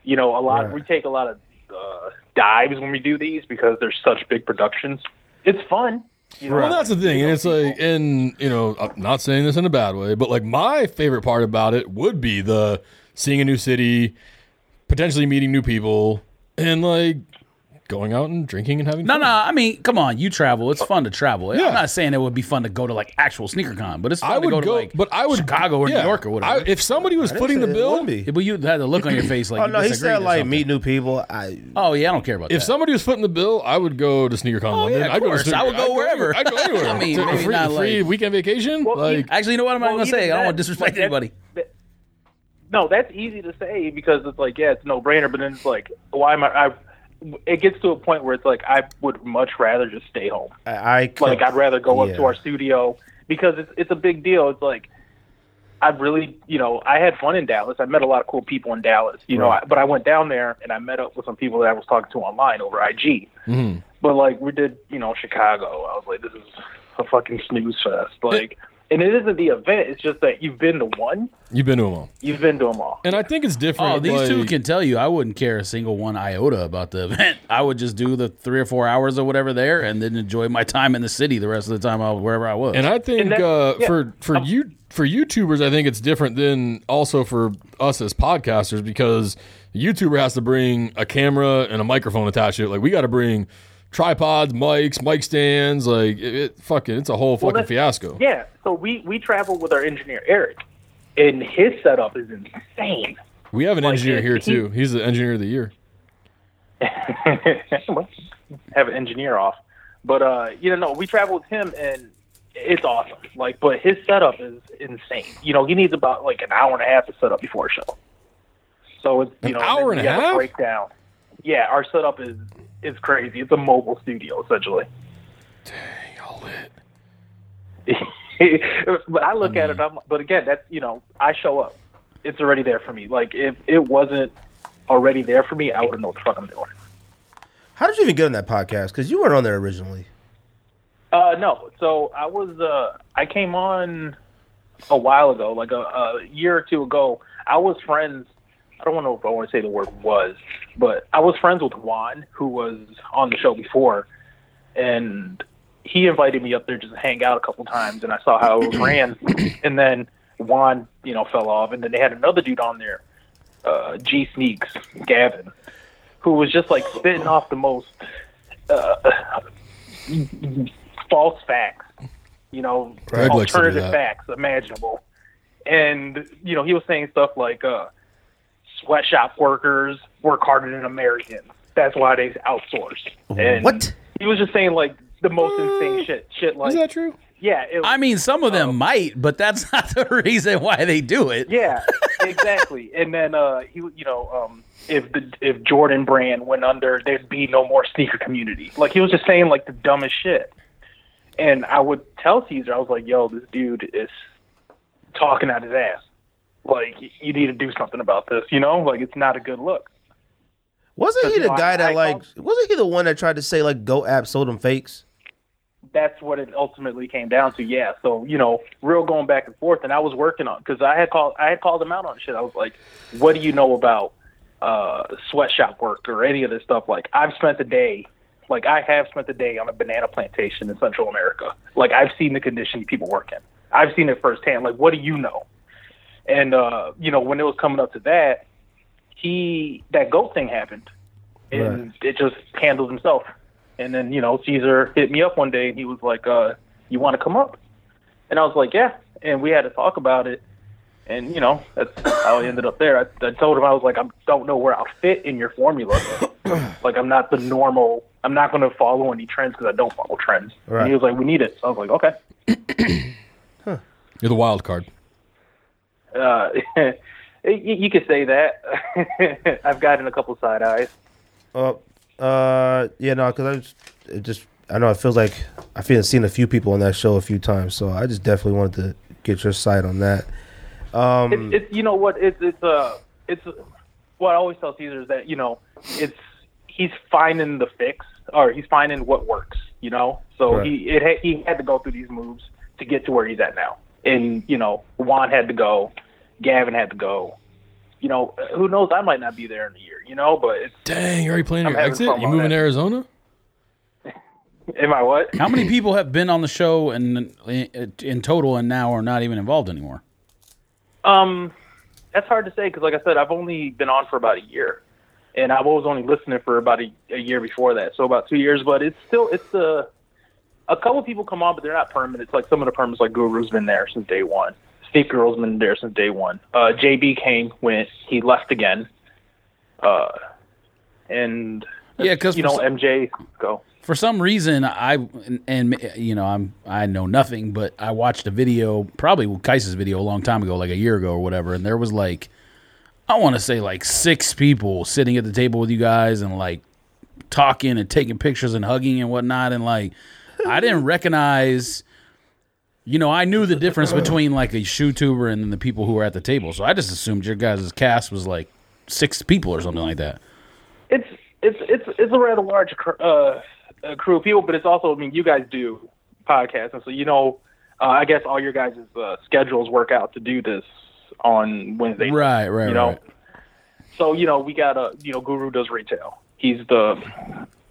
Speaker 3: You know, a lot
Speaker 2: Right.
Speaker 3: we take a lot of uh, dives when we do these because they're such big productions. It's fun. you know?
Speaker 1: Well, that's the thing, and it's like, and you know, I'm not saying this in a bad way, but like my favorite part about it would be the seeing a new city, potentially meeting new people, and like going out and drinking and having
Speaker 4: No,
Speaker 1: fun.
Speaker 4: no. I mean, come on. You travel. It's fun to travel.
Speaker 1: Yeah.
Speaker 4: I'm not saying it would be fun to go to like actual sneaker con, but it's fun
Speaker 1: I would
Speaker 4: to
Speaker 1: go,
Speaker 4: go, to like
Speaker 1: but I would
Speaker 4: Chicago or
Speaker 1: yeah.
Speaker 4: New York or
Speaker 1: I-
Speaker 4: whatever.
Speaker 1: if somebody was putting the bill,
Speaker 4: Yeah, but you had the look on your face like.
Speaker 2: Oh
Speaker 4: you
Speaker 2: no, he
Speaker 4: disagreed
Speaker 2: said
Speaker 4: or
Speaker 2: like
Speaker 4: something.
Speaker 2: meet new people. I
Speaker 4: Oh yeah, I don't care about
Speaker 1: if
Speaker 4: that.
Speaker 1: somebody was footing the bill, I would go to SneakerCon
Speaker 4: Oh,
Speaker 1: London.
Speaker 4: yeah, of
Speaker 1: I'd go to
Speaker 4: course. I would
Speaker 1: Sneaker-
Speaker 4: go
Speaker 1: I'd
Speaker 4: wherever.
Speaker 1: I'd go anywhere.
Speaker 4: I mean,
Speaker 1: To a
Speaker 4: maybe
Speaker 1: free,
Speaker 4: not,
Speaker 1: free
Speaker 4: like-
Speaker 1: weekend vacation.
Speaker 3: Well,
Speaker 1: like,
Speaker 4: Actually, you know what? I'm not
Speaker 3: Well,
Speaker 4: gonna say. it. I
Speaker 3: even
Speaker 4: don't
Speaker 3: that-
Speaker 4: want to disrespect
Speaker 3: that-
Speaker 4: anybody.
Speaker 3: that- no, that's easy to say because it's like, yeah, it's a no brainer, but then it's like, why am I? I it gets to a point where it's like, I would much rather just stay home.
Speaker 2: I, I
Speaker 3: Like, I'd rather go up
Speaker 2: Yeah.
Speaker 3: to our studio because it's, it's a big deal. It's like, I really, you know, I had fun in Dallas. I met a lot of cool people in Dallas, you know,
Speaker 2: Right.
Speaker 3: I, but I went down there and I met up with some people that I was talking to online over IG.
Speaker 2: Mm-hmm.
Speaker 1: mhm.
Speaker 3: But like we did, you know, Chicago. I was like, this is a fucking snooze fest. Like, and it isn't the event. It's just that you've been to one,
Speaker 1: you've been to them all,
Speaker 3: you've been to them all.
Speaker 1: and I think it's different.
Speaker 4: Oh, these two
Speaker 1: like-
Speaker 4: can tell you I wouldn't care a single one iota about the event. I would just do the three or four hours or whatever there and then enjoy my time in the city the rest of the time I, wherever I was.
Speaker 1: And I think
Speaker 3: And that-
Speaker 1: uh,
Speaker 3: yeah.
Speaker 1: for for you for YouTubers, I think it's different than also for us as podcasters because a YouTuber has to bring a camera and a microphone attached to it. Like we got to bring tripods, mics, mic stands. Like it, it fucking it's a whole fucking
Speaker 3: that's-
Speaker 1: fiasco.
Speaker 3: Yeah. So we we travel with our engineer Eric, and his setup is insane.
Speaker 1: We have an engineer
Speaker 3: it-
Speaker 1: here
Speaker 3: he-
Speaker 1: too. He's the engineer of the year.
Speaker 3: Well, have an engineer off, but uh, you know, no, we travel with him and. It's awesome, like, but his setup is insane. You know, he needs about like an hour and a half to set up before a show. So it's you
Speaker 1: An
Speaker 3: know
Speaker 1: hour
Speaker 3: then
Speaker 1: and
Speaker 3: we
Speaker 1: a
Speaker 3: have
Speaker 1: half?
Speaker 3: breakdown. Yeah, our setup is is crazy. It's a mobile studio essentially. but I look at it. I'm, but again, that's you know, I show up. It's already there for me. Like if it wasn't already there for me, I wouldn't know what the fuck I'm doing.
Speaker 2: How did you even get on that podcast? Because you weren't on there originally.
Speaker 3: Uh, no. So I was. Uh, I came on a while ago, like a, a year or two ago. I was friends. I don't know if I want to say the word was, but I was friends with Juan, who was on the show before, and he invited me up there just to hang out a couple times, and I saw how it was ran, and then Juan, you know, fell off, and then they had another dude on there, uh, G Sneaks, Gavin, who was just like spitting off the most uh, false facts, you know,
Speaker 1: Greg likes to do
Speaker 3: alternative
Speaker 1: that.
Speaker 3: facts imaginable. And, you know, he was saying stuff like uh, sweatshop workers work harder than Americans. That's why they outsource. And
Speaker 2: What?
Speaker 3: He was just saying, like, the most insane shit. Shit like,
Speaker 1: Is that true?
Speaker 3: yeah. It,
Speaker 4: I mean, some of them might, but that's not the reason why they do it.
Speaker 3: Yeah, exactly. and then uh, he, you know, um, if the if Jordan Brand went under, there'd be no more sneaker community. Like he was just saying like the dumbest shit. And I would tell Caesar, I was like, "Yo, this dude is talking out his ass. Like y- you need to do something about this. You know, like it's not a good look."
Speaker 2: Wasn't he
Speaker 3: Does
Speaker 2: the
Speaker 3: Ron
Speaker 2: guy that
Speaker 3: Michael-
Speaker 2: like? Wasn't he the one that tried to say like "Go app sold them fakes"?
Speaker 3: that's what it ultimately came down to. Yeah. So you know, real going back and forth, and I was working on because I had called I had called him out on shit. I was like, "What do you know about uh, sweatshop work or any of this stuff?" Like I've spent the day, like I have spent the day on a banana plantation in Central America. Like I've seen the conditions people work in. I've seen it firsthand. Like, what do you know? And uh, you know, when it was coming up to that, he that goat thing happened, and it just handled himself. And then you know, Caesar hit me up one day, and he was like, uh, "You want to come up?" And I was like, "Yeah." And we had to talk about it. And you know, that's how I ended up there. I, I told him I was like, "I don't know where I'll fit in your formula. like, I'm not the normal. I'm not going to follow any trends because I don't follow trends."
Speaker 2: Right.
Speaker 3: And he was like, "We need it." I was like, "Okay."
Speaker 1: You're the wild card.
Speaker 3: Uh, you, you could say that. I've gotten a couple side eyes.
Speaker 2: Uh, uh, yeah, no, because I was it just I know it feels like I've been seen a few people on that show a few times, so I just definitely wanted to get your side on that. Um,
Speaker 3: it's, it's you know what it's it's uh it's what I always tell Caesar is that you know it's he's finding the fix or he's finding what works you know so
Speaker 2: Right.
Speaker 3: he it ha- he had to go through these moves to get to where he's at now and you know Juan had to go Gavin had to go you know, who knows? I might not be there in a year, you know. But it's
Speaker 1: Dang, you already planning
Speaker 3: I'm
Speaker 1: your
Speaker 3: having
Speaker 1: exit?
Speaker 3: fun
Speaker 1: You
Speaker 3: while
Speaker 1: moving
Speaker 3: I'm
Speaker 1: to
Speaker 3: at it.
Speaker 1: Arizona?
Speaker 3: am I what?
Speaker 4: How many people have been on the show and in, in total and now are not even involved anymore?
Speaker 3: Um, that's hard to say because, like I said, I've only been on for about a year, and I was only listening for about a, a year before that, so about two years. But it's still it's a a couple people come on, but they're not permanent. It's like some of the permanents, like Guru's been there since day one. Steve Girl's been there since day one. Uh, JB came when he left again, uh, and
Speaker 4: Yeah, because
Speaker 3: you know MJ go.
Speaker 4: for some reason I and, and, you know I'm I know nothing, but I watched a video, probably Kaisa's video, a long time ago, like a year ago or whatever, and there was like I want to say like six people sitting at the table with you guys and like talking and taking pictures and hugging and whatnot, and like I didn't recognize. You know, I knew the difference between like a shoe tuber and the people who were at the table, so I just assumed your guys' cast was like six people or something like that.
Speaker 3: it's it's it's it's a rather large cr- uh, uh, crew of people, but it's also I mean you guys do podcasts, and so you know uh, I guess all your guys' uh, schedules work out to do this on Wednesday,
Speaker 4: Right, right,
Speaker 3: You know,
Speaker 4: right.
Speaker 3: so you know we got a you know Guru does retail. He's the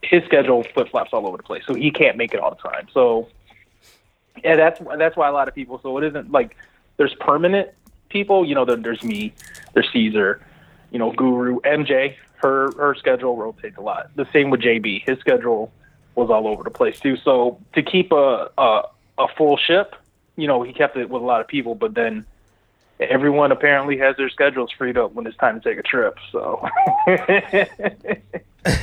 Speaker 3: his schedule flip flops all over the place, so he can't make it all the time. So yeah, that's that's why a lot of people. So it isn't like there's permanent people. You know, then there's me, there's Caesar, you know, Guru, MJ. Her her schedule rotates a lot. The same with JB. His schedule was all over the place too. So to keep a a, a full ship, you know, he kept it with a lot of people, but then. Everyone apparently has their schedules freed up when it's time to take a trip. So,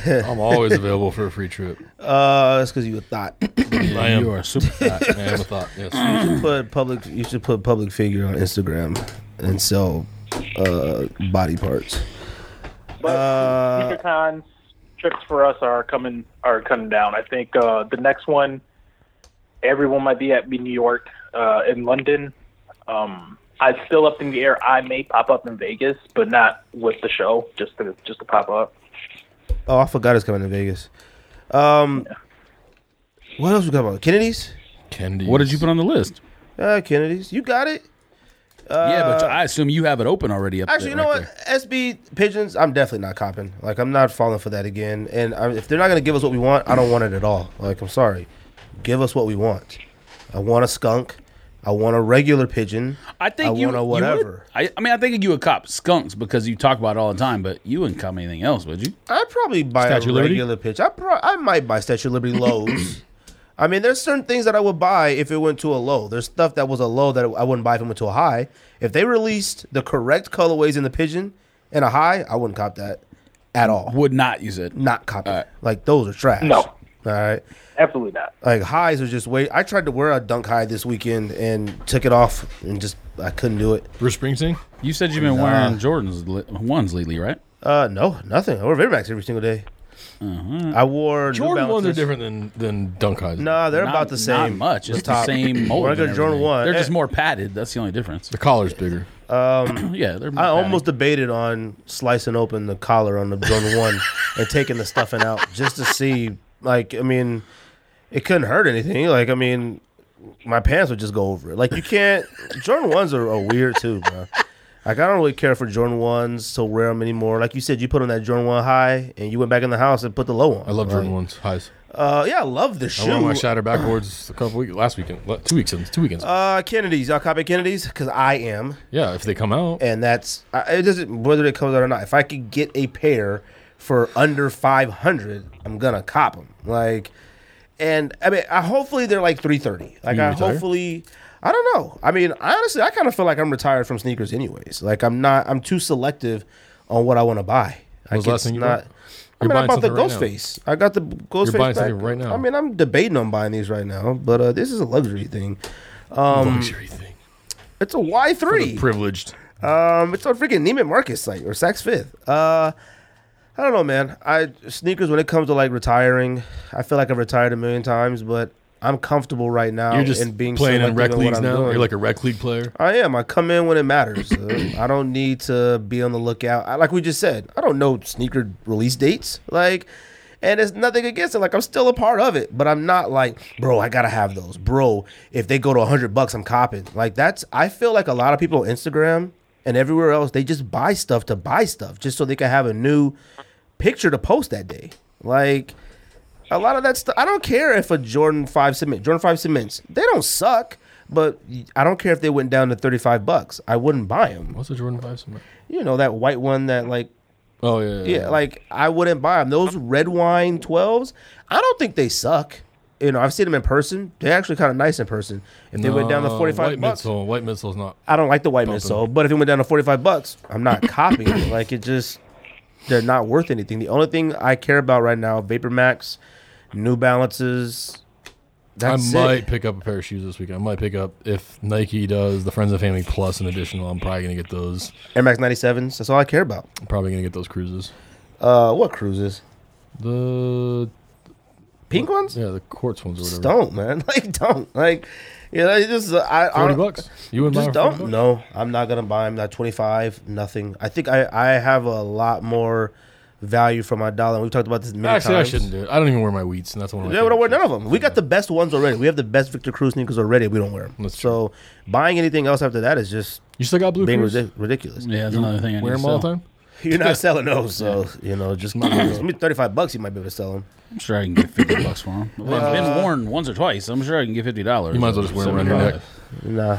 Speaker 1: I'm always available for a free trip.
Speaker 2: Uh, it's because you a thought.
Speaker 1: I am.
Speaker 4: You are super fat.
Speaker 1: I am a thought. Yes.
Speaker 2: put public. You should put public figure on Instagram and sell uh, body parts.
Speaker 3: but
Speaker 2: Uh,
Speaker 3: SneakerCon's trips for us are coming are coming down. I think uh, the next one, everyone might be at be New York, uh, in London. Um, I'm still up in the air. I may pop up in Vegas, but not with the show. Just to just to pop up.
Speaker 2: Oh, I forgot it's coming to Vegas. Um, what else we got on? Kennedy's.
Speaker 1: Kennedy.
Speaker 4: what did you put on the list?
Speaker 2: Uh, Kennedy's. You got it.
Speaker 4: Yeah, but I assume you have it open already. Up
Speaker 2: Actually, you
Speaker 4: there,
Speaker 2: know
Speaker 4: right
Speaker 2: what? SB pigeons. I'm definitely not copping. Like, I'm not falling for that again. And I, if they're not gonna give us what we want, I don't want it at all. Like, I'm sorry. Give us what we want. I want a skunk. I want a regular pigeon.
Speaker 4: there. I think
Speaker 2: I
Speaker 4: you
Speaker 2: want a
Speaker 4: you
Speaker 2: whatever.
Speaker 4: would- I, I mean, I think you would cop skunks because you talk about it all the time, but you wouldn't cop anything else, would you?
Speaker 2: I'd probably buy
Speaker 4: Statue
Speaker 2: a
Speaker 4: of Liberty?
Speaker 2: regular pitch. I pro- I might buy Statue of Liberty lows. I mean, there's certain things that I would buy if it went to a low. There's stuff that was a low that I wouldn't buy if it went to a high. If they released the correct colorways in the pigeon and a high, I wouldn't cop that at all.
Speaker 4: Would not use it.
Speaker 2: Not cop it. Like those are trash.
Speaker 3: No.
Speaker 2: All right.
Speaker 3: Absolutely not.
Speaker 2: Like highs are just way. I tried to wear a dunk high this weekend and took it off and just I couldn't do it.
Speaker 1: Bruce Springsteen?
Speaker 4: You said you've been wearing Jordans li- ones lately, right?
Speaker 2: Uh, no, nothing. I wear Vimax every single day. I wore New
Speaker 1: Jordan ones are
Speaker 2: Balances.
Speaker 1: different than, than Dunk Highs.
Speaker 2: Nah, they're
Speaker 4: Not-
Speaker 2: about the same.
Speaker 4: Not much. It's the,
Speaker 2: top.
Speaker 4: same mold.
Speaker 2: We're gonna
Speaker 4: and
Speaker 2: Jordan
Speaker 4: everything.
Speaker 2: one.
Speaker 4: They're
Speaker 2: Eh,
Speaker 4: just more padded. That's the only difference.
Speaker 1: The collar's bigger.
Speaker 4: yeah, they're. More
Speaker 2: I
Speaker 4: padded.
Speaker 2: almost debated on slicing open the collar on the Jordan one and taking the stuffing out just to see. Like, I mean, it couldn't hurt anything. Like, I mean, my pants would just go over it. Like, you can't. Jordan ones are, are weird too, bro. Like, I don't really care for Jordan ones to wear them anymore. Like you said, you put on that Jordan one high, and you went back in the house and put the low on.
Speaker 1: I love
Speaker 2: Like,
Speaker 1: Jordan ones. Highs.
Speaker 2: Uh, yeah, I love the
Speaker 1: I wore
Speaker 2: shoe.
Speaker 1: my shatter backwards a couple weeks last weekend, what, two weeks in, two weekends.
Speaker 2: uh, Kennedy's, y'all copy Kennedy's because I am.
Speaker 1: yeah, if they come out,
Speaker 2: and that's I- it doesn't whether it comes out or not. If I could get a pair for under five hundred, I'm gonna cop them. Like, and I mean, I hopefully they're like three thirty. Like,
Speaker 1: You
Speaker 2: I
Speaker 1: retired?
Speaker 2: hopefully, I don't know. I mean, honestly, I kind of feel like I'm retired from sneakers, anyways. Like, I'm not. I'm too selective on what I want to buy. I
Speaker 1: was the last thing you bought?
Speaker 2: I
Speaker 1: You're
Speaker 2: mean, I
Speaker 1: buying
Speaker 2: bought the
Speaker 1: something right now.
Speaker 2: Ghostface. I got the Ghostface.
Speaker 1: buying
Speaker 2: back.
Speaker 1: something right now.
Speaker 2: I mean, I'm debating on buying these right now, but uh, this is a luxury thing. Um,
Speaker 1: luxury thing.
Speaker 2: It's a Y three.
Speaker 1: Privileged.
Speaker 2: Um, it's on freaking Neiman Marcus site or Saks Fifth. Uh, I don't know, man. I sneakers when it comes to like retiring, I feel like I've retired a million times, but I'm comfortable right now.
Speaker 1: You're just
Speaker 2: Oh, and being
Speaker 1: playing in
Speaker 2: selective
Speaker 1: rec
Speaker 2: what
Speaker 1: leagues
Speaker 2: I'm
Speaker 1: now.
Speaker 2: doing.
Speaker 1: You're like a rec league player.
Speaker 2: I am. I come in when it matters. Uh, I don't need to be on the lookout. I, like we just said, I don't know sneaker release dates. Like, and it's nothing against it. Like, I'm still a part of it, but I'm not like, bro, I gotta have those. Bro, if they go to 100 bucks, I'm copping. Like, that's, I feel like a lot of people on Instagram and everywhere else they just buy stuff to buy stuff just so they can have a new picture to post that day. Like a lot of that stuff. I don't care if a Jordan Five cement, Jordan Five cements, they don't suck. But I don't care if they went down to thirty five bucks. I wouldn't buy them.
Speaker 1: What's a Jordan Five cement?
Speaker 2: You know that white one that like
Speaker 1: Oh yeah,
Speaker 2: yeah, like I wouldn't buy them. Those red wine 12s, I don't think they suck. You know, I've seen them in person. They're actually kind of nice in person. If they went down to
Speaker 1: Uh,
Speaker 2: 45
Speaker 1: White
Speaker 2: bucks,
Speaker 1: midsole. White midsole's not.
Speaker 2: I don't like the white
Speaker 1: Bumping.
Speaker 2: midsole, but if it went down to 45 bucks, I'm not copying it. Like it just they're not worth anything. The only thing I care about right now, Vapor Max, New Balances, that's
Speaker 1: I might
Speaker 2: it.
Speaker 1: pick up a pair of shoes this week. I might pick up if Nike does the Friends and Family Plus an additional. I'm probably gonna get those.
Speaker 2: Air Max 97s, that's all I care about.
Speaker 1: I'm probably gonna get those cruises.
Speaker 2: Uh what cruises?
Speaker 1: The
Speaker 2: Pink ones?
Speaker 1: yeah, the quartz ones or whatever.
Speaker 2: Just don't, man. Like don't. Like you know, it's just uh, I, I
Speaker 1: Forty
Speaker 2: don't-
Speaker 1: bucks. You would buy
Speaker 2: Just
Speaker 1: them for 40
Speaker 2: don't.
Speaker 1: bucks?
Speaker 2: No, I'm not gonna buy them. Not 25. Nothing. I think I I have a lot more value for my dollar. We've talked about this many
Speaker 1: Actually, I
Speaker 2: times.
Speaker 1: shouldn't do it. I don't even wear my wheats, and that's one of my.
Speaker 2: Yeah, we don't wear
Speaker 1: favorite
Speaker 2: none of them. We got the best ones already. We have the best Victor Cruz sneakers already. We don't wear them.
Speaker 1: That's
Speaker 2: so buying anything else after that is just
Speaker 1: shoes. You still got blue
Speaker 2: being
Speaker 1: cruise?
Speaker 2: ridi- ridiculous.
Speaker 4: Yeah, that's another thing. I
Speaker 1: Wear them
Speaker 4: need to
Speaker 1: all the
Speaker 4: sell.
Speaker 1: time.
Speaker 2: You're not selling those, so you know, just maybe 35 bucks. You might be able to sell them.
Speaker 4: I'm sure I can get fifty bucks for them. I've been worn once or twice. I'm sure I can get fifty dollars.
Speaker 1: You might as well just wear them around your neck
Speaker 2: Nah.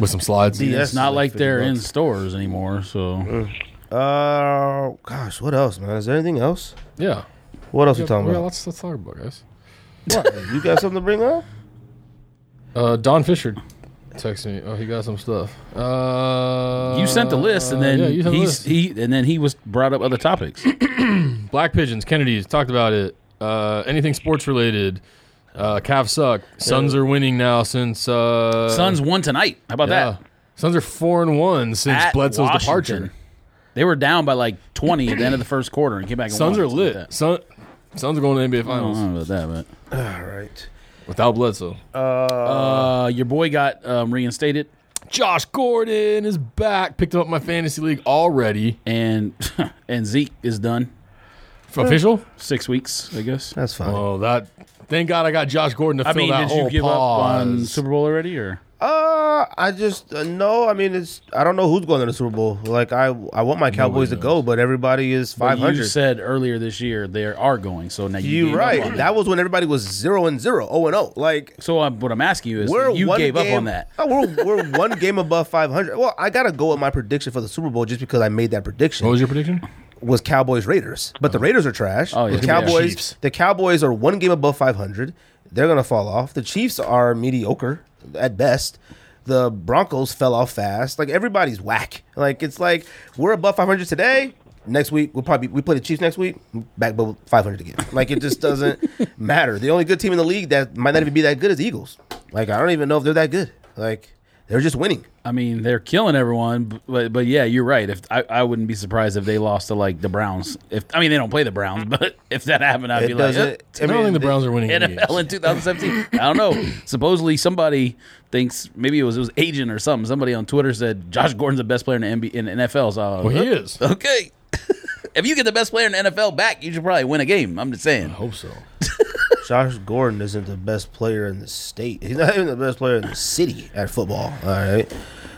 Speaker 1: with some slides.
Speaker 2: The-
Speaker 4: It's not like
Speaker 2: 50
Speaker 4: they're in
Speaker 2: bucks.
Speaker 4: stores anymore. So
Speaker 2: Uh, gosh, what else, man? Is there anything else?
Speaker 1: Yeah.
Speaker 2: What else
Speaker 1: Yeah,
Speaker 2: you talking
Speaker 1: yeah,
Speaker 2: about?
Speaker 1: let's let's talk about it, guys.
Speaker 2: You got something to bring up?
Speaker 1: Uh, Don Fisher texted me. Oh, he got some stuff. Uh,
Speaker 4: you sent the list, and then
Speaker 1: yeah, you sent the
Speaker 4: he's
Speaker 1: list.
Speaker 4: he and then he was brought up other topics.
Speaker 1: Uh, Black Pigeons, Kennedy's, talked about it. Uh, anything sports related. Uh, Cavs suck. Suns are winning now since. Uh,
Speaker 4: Suns won tonight. How about
Speaker 1: yeah.
Speaker 4: that?
Speaker 1: Suns are four and one since
Speaker 4: At
Speaker 1: Bledsoe's
Speaker 4: Washington.
Speaker 1: departure.
Speaker 4: They were down by like twenty at the end of the first quarter and came back. And
Speaker 1: Suns
Speaker 4: won,
Speaker 1: are
Speaker 4: something
Speaker 1: lit.
Speaker 4: like that.
Speaker 1: Sun, Suns are going to NBA
Speaker 4: I don't
Speaker 1: Finals
Speaker 4: know about that,
Speaker 2: All right.
Speaker 1: without Bledsoe.
Speaker 4: but uh, your boy got um, reinstated,
Speaker 1: Josh Gordon is back. Picked him up in my fantasy league already.
Speaker 4: and and Zeke is done.
Speaker 1: Official?
Speaker 4: Six weeks, I guess.
Speaker 2: That's fine.
Speaker 1: Oh, that. Thank God I got Josh Gordon to
Speaker 4: I
Speaker 1: fill
Speaker 4: mean,
Speaker 1: that
Speaker 4: did
Speaker 1: whole
Speaker 4: you give up on
Speaker 1: Oh, pause.
Speaker 4: Super Bowl already, or
Speaker 2: Uh, I just uh, no. I mean, it's I don't know who's going to the Super Bowl. Like I, I want my Cowboys to go, but everybody is
Speaker 4: But
Speaker 2: five hundred.
Speaker 4: You said earlier this year they are going, so now you
Speaker 2: You
Speaker 4: gave
Speaker 2: right.
Speaker 4: Up on that.
Speaker 2: That was when everybody was zero and zero, oh and oh. Like
Speaker 4: So um, what I'm asking you is,
Speaker 2: we're
Speaker 4: you
Speaker 2: one
Speaker 4: gave
Speaker 2: game,
Speaker 4: up on that.
Speaker 2: Oh, we're we're one game above five hundred. Well, I gotta go with my prediction for the Super Bowl just because I made that prediction
Speaker 1: What was your prediction?
Speaker 2: was Cowboys Raiders, but the Raiders are trash.
Speaker 4: Oh, yeah.
Speaker 2: The
Speaker 4: Yeah.
Speaker 2: Cowboys,
Speaker 1: Chiefs.
Speaker 2: the Cowboys are one game above 500. They're gonna fall off. The Chiefs are mediocre at best. The Broncos fell off fast. Like everybody's whack. Like it's like we're above 500 today. Next week we'll probably we play the Chiefs next week. Back above 500 again. Like it just doesn't matter. The only good team in the league that might not even be that good is the Eagles. Like I don't even know if they're that good. Like they're just winning.
Speaker 4: I mean, they're killing everyone, but but yeah, you're right. If I, I wouldn't be surprised if they lost to like the Browns. If I mean, they don't play the Browns, but if that happened, I'd
Speaker 2: It
Speaker 4: be like,
Speaker 2: doesn't.
Speaker 4: "Eh,
Speaker 1: I, don't think the
Speaker 2: they-
Speaker 1: Browns are winning. any games.
Speaker 4: NFL in 2017. I don't know. Supposedly, somebody thinks maybe it was it was agent or something. Somebody on Twitter said Josh Gordon's the best player in the NBA, in the NFL. So I was
Speaker 1: Well,
Speaker 4: like,
Speaker 1: he is. I
Speaker 4: okay. if you get the best player in the NFL back, you should probably win a game. I'm just saying.
Speaker 1: hope so.
Speaker 2: Josh Gordon isn't the best player in the state. He's not even the best player in the city at football. All right.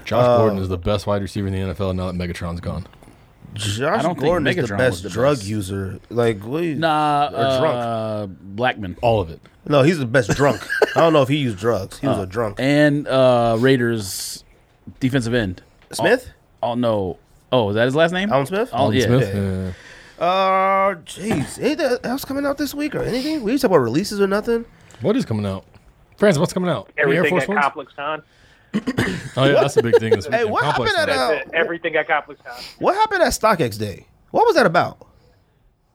Speaker 1: Josh
Speaker 4: Um,
Speaker 1: Gordon is the best wide receiver in the NFL now that Megatron's gone.
Speaker 2: Josh
Speaker 4: don't think
Speaker 2: Gordon is the
Speaker 4: Megatron was
Speaker 2: best
Speaker 4: the
Speaker 2: drug
Speaker 4: best.
Speaker 2: user. Like, what you-
Speaker 4: Nah,
Speaker 2: Or drunk.
Speaker 4: uh, Blackman
Speaker 1: All of it.
Speaker 2: no, he's the best drunk. I don't know if he used drugs. He was a drunk.
Speaker 4: and uh, Raiders defensive end
Speaker 2: Smith?
Speaker 4: Oh no! Oh, is that his last name?
Speaker 2: Alan Smith?
Speaker 4: Oh yeah.
Speaker 1: Smith. yeah.
Speaker 2: Uh, jeez. Anything else coming out this week or anything? We just talk about releases or nothing.
Speaker 1: What is coming out? France, what's coming out? The
Speaker 3: Everything at
Speaker 1: Ones?
Speaker 3: Complex Con.
Speaker 1: Oh yeah, that's a big thing this weekend.
Speaker 2: what
Speaker 1: Complex
Speaker 2: happened at,
Speaker 1: night.
Speaker 2: uh,
Speaker 3: That's it. Everything at Complex Con.
Speaker 2: What happened at StockX Day? What was that about?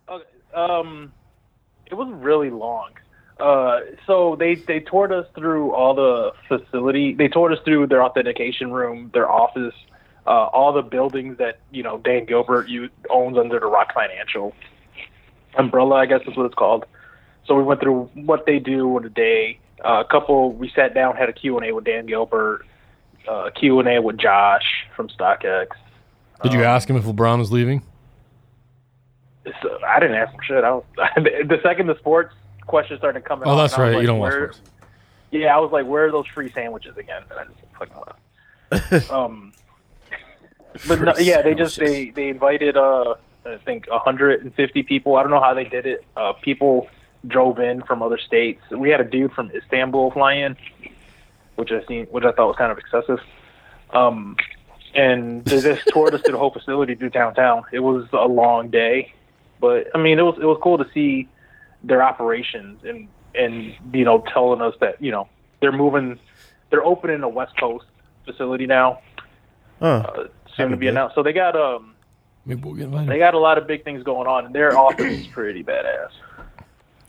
Speaker 3: Okay, um, it was really long. Uh, so they they toured us through all the facility. They toured us through their authentication room, their office, uh, all the buildings that you know Dan Gilbert you, owns under the Rock Financial umbrella, I guess is what it's called. So we went through what they do in a day. Uh, a couple, we sat down, had a Q and A with Dan Gilbert, uh, Q and A with Josh from StockX.
Speaker 1: Did you ask him if LeBron was leaving?
Speaker 3: So I didn't ask him shit. I was the second the sports question started coming.
Speaker 1: Oh,
Speaker 3: up,
Speaker 1: that's
Speaker 3: and I was
Speaker 1: right.
Speaker 3: like,
Speaker 1: you don't watch
Speaker 3: where-
Speaker 1: sports.
Speaker 3: Yeah, I was like, where are those free sandwiches again? And I just fucking left. um, But no, yeah, they just they they invited uh I think 150 people. I don't know how they did it. Uh, people drove in from other states. We had a dude from Istanbul fly in, which I seen, which I thought was kind of excessive. Um, and they just toured us to the whole facility through downtown. It was a long day, but I mean, it was it was cool to see their operations and and you know telling us that you know they're moving, they're opening a West Coast facility now,
Speaker 2: Huh.
Speaker 3: uh, soon to be
Speaker 2: good.
Speaker 3: announced. So they got um
Speaker 1: Maybe we'll get invited.
Speaker 3: they got a lot of big things going on, and their office is pretty badass.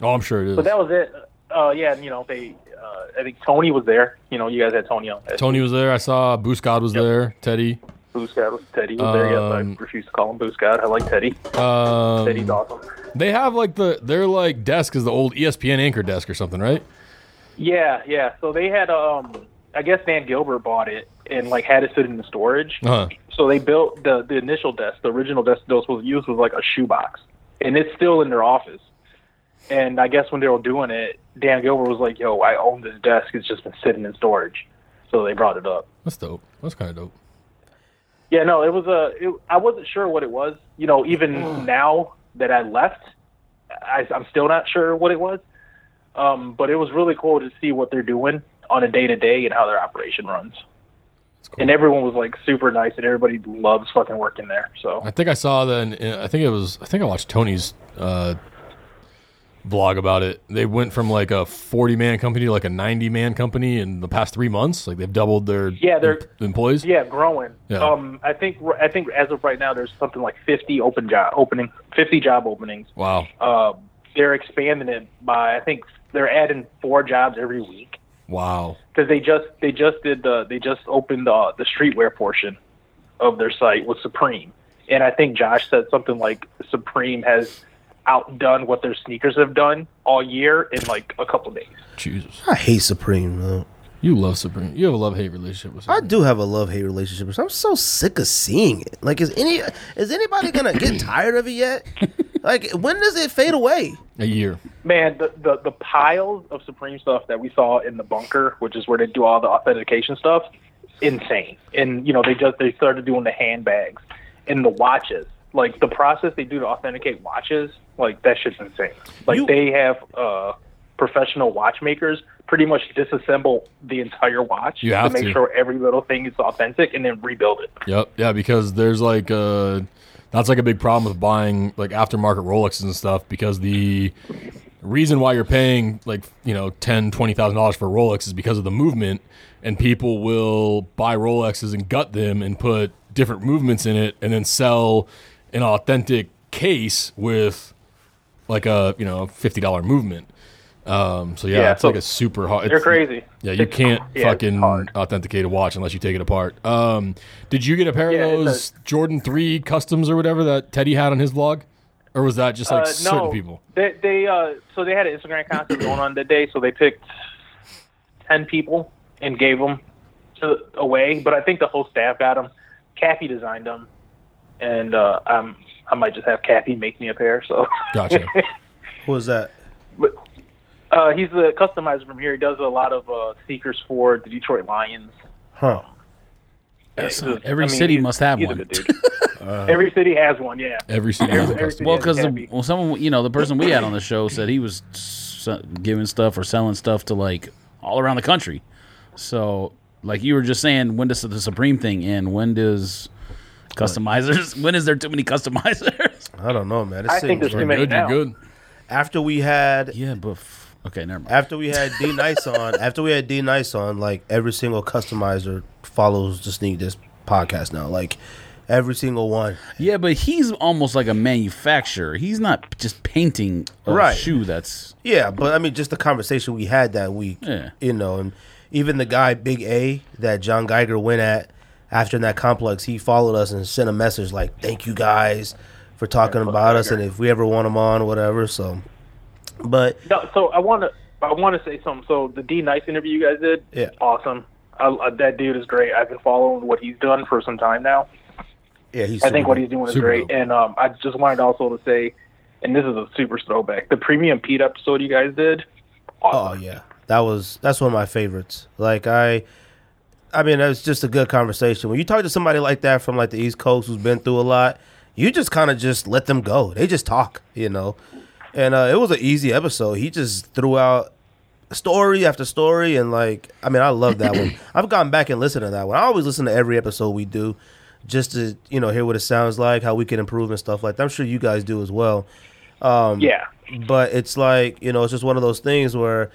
Speaker 1: oh, I'm sure it is.
Speaker 3: But that was it. Uh, yeah, and you know they. Uh, I think Tony was there. You know, you guys had Tony on.
Speaker 1: Tony was there. I saw Boost God was there. Teddy.
Speaker 3: Booze God was Teddy was there. Yes, I
Speaker 1: Um,
Speaker 3: refuse to call him Booze God. I like Teddy.
Speaker 1: Um,
Speaker 3: Teddy's awesome.
Speaker 1: They have like the their like desk is the old E ESPN anchor desk or something, right?
Speaker 3: Yeah, yeah. So they had. Um, I guess Dan Gilbert bought it and like had it sit in the storage.
Speaker 1: Uh-huh.
Speaker 3: So they built the the initial desk, the original desk that was supposed to use was like a shoebox, and it's still in their office. And I guess when they were doing it, Dan Gilbert was like, "Yo, I own this desk. It's just been sitting in storage." So they brought it up.
Speaker 1: That's dope. That's kind of dope.
Speaker 3: Yeah, no, it was a. It, I wasn't sure what it was. You know, even now that I left, I, I'm still not sure what it was. Um, but it was really cool to see what they're doing on a day to day and how their operation runs.
Speaker 1: It's cool.
Speaker 3: And everyone was like super nice, and everybody loves fucking working there. So
Speaker 1: I think I saw then. I think it was. I think I watched Tony's uh, blog about it. They went from like a 40 man company to like a 90 man company in the past three months. Like they've doubled their
Speaker 3: Yeah, they're-
Speaker 1: em- employees.
Speaker 3: Yeah, growing.
Speaker 1: Yeah.
Speaker 3: Um, I think I think as of right now, there's something like 50 open job opening, 50 job openings.
Speaker 1: Wow.
Speaker 3: Uh, they're expanding it by I think they're adding four jobs every week
Speaker 1: Wow.
Speaker 3: because they just they just did the they just opened the the streetwear portion of their site with Supreme, and I think Josh said something like Supreme has outdone what their sneakers have done all year in like a couple days.
Speaker 1: Jesus.
Speaker 2: I hate Supreme though.
Speaker 1: You love Supreme. You have a love hate relationship with
Speaker 2: I
Speaker 1: Supreme.
Speaker 2: do have a love hate relationship. with- I'm so sick of seeing it. Like, is any is anybody gonna get tired of it yet? Like, when does it fade away?
Speaker 1: A year.
Speaker 3: Man, the, the the piles of Supreme stuff that we saw in the bunker, which is where they do all the authentication stuff, insane. And you know, they just they started doing the handbags and the watches. Like the process they do to authenticate watches, like that shit's insane. Like
Speaker 2: You-
Speaker 3: they have uh professional watchmakers pretty much disassemble the entire watch
Speaker 1: You have
Speaker 3: to make
Speaker 1: to.
Speaker 3: sure every little thing is authentic and then rebuild it.
Speaker 1: Yep. Yeah, because there's like uh that's like a big problem with buying like aftermarket Rolexes and stuff because the reason why you're paying like you know ten twenty thousand dollars for a Rolex is because of the movement and people will buy Rolexes and gut them and put different movements in it and then sell an authentic case with like a you know fifty dollar movement. Um, so yeah,
Speaker 3: Yeah,
Speaker 1: it's
Speaker 3: so
Speaker 1: like a super hard.
Speaker 3: They're crazy.
Speaker 1: Yeah, you
Speaker 3: It's-
Speaker 1: can't
Speaker 3: yeah, it's
Speaker 1: fucking
Speaker 3: hard.
Speaker 1: authenticate a watch unless you take it apart. Um, did you get a pair
Speaker 3: Yeah,
Speaker 1: of
Speaker 3: it's
Speaker 1: those Jordan Three Customs or whatever that Teddy had on his vlog, or was that just like
Speaker 3: Uh,
Speaker 1: certain people?
Speaker 3: They, they uh, so they had an Instagram contest going on that day, so they picked ten people and gave them to, away. But I think the whole staff got them. Kathy designed them, and uh, I'm, I might just have Kathy make me a pair. So
Speaker 1: Gotcha.
Speaker 2: Who was that?
Speaker 3: uh, he's a customizer from here. He does a lot of uh, sneakers for the Detroit Lions.
Speaker 2: Huh?
Speaker 3: That's
Speaker 4: every city must have one. Uh.
Speaker 3: Every city has one. Yeah.
Speaker 1: Every single
Speaker 3: Every- every
Speaker 1: custom.
Speaker 3: city
Speaker 4: Well,
Speaker 3: has a
Speaker 4: because
Speaker 3: Kathy.
Speaker 4: well, someone you know the person we had on the show said he was se- giving stuff or selling stuff to like all around the country. So, like you were just saying, when does the Supreme thing end? When does customizers? When is there too many customizers?
Speaker 2: I don't know, man. It
Speaker 3: I think
Speaker 2: seems
Speaker 3: there's too
Speaker 2: like-
Speaker 3: many
Speaker 1: Good, you're
Speaker 3: now.
Speaker 1: good.
Speaker 2: after we had
Speaker 4: yeah, but f- okay, never mind.
Speaker 2: after we had D Nice on, after we had D Nice on, like every single customizer follows the Sneak This podcast now. Like every single one.
Speaker 4: Yeah, but he's almost like a manufacturer. He's not just painting a
Speaker 2: Right.
Speaker 4: shoe. That's
Speaker 2: Yeah, but I mean, just the conversation we had that week.
Speaker 4: Yeah.
Speaker 2: You know, and even the guy Big A that John Geiger went at after in that complex, he followed us and sent a message like, "Thank you guys for talking about us, and if we ever want him on, whatever." So, but
Speaker 3: No, so I want to I want to say something. So the D Nice interview you guys did,
Speaker 2: Yeah.
Speaker 3: awesome. I, I, that dude is great. I've been following what he's done for some time now.
Speaker 2: yeah, he's
Speaker 3: I think what he's doing is
Speaker 1: Super
Speaker 3: great.
Speaker 1: dope.
Speaker 3: And um, I just wanted also to say, and this is a super throwback, the Premium Pete episode you guys did.
Speaker 2: Oh yeah, that was that's one of my favorites. Like I, I mean, it was just a good conversation. When you talk to somebody like that from like the East Coast who's been through a lot, you just kind of just let them go. They just talk, you know. And uh, it was an easy episode. He just threw out story after story, and like, I mean, I love that one. I've gone back and listened to that one. I always listen to every episode we do, just to you know hear what it sounds like, how we can improve and stuff like that. I'm sure you guys do as well.
Speaker 3: yeah.
Speaker 2: But it's like you know, it's just one of those things where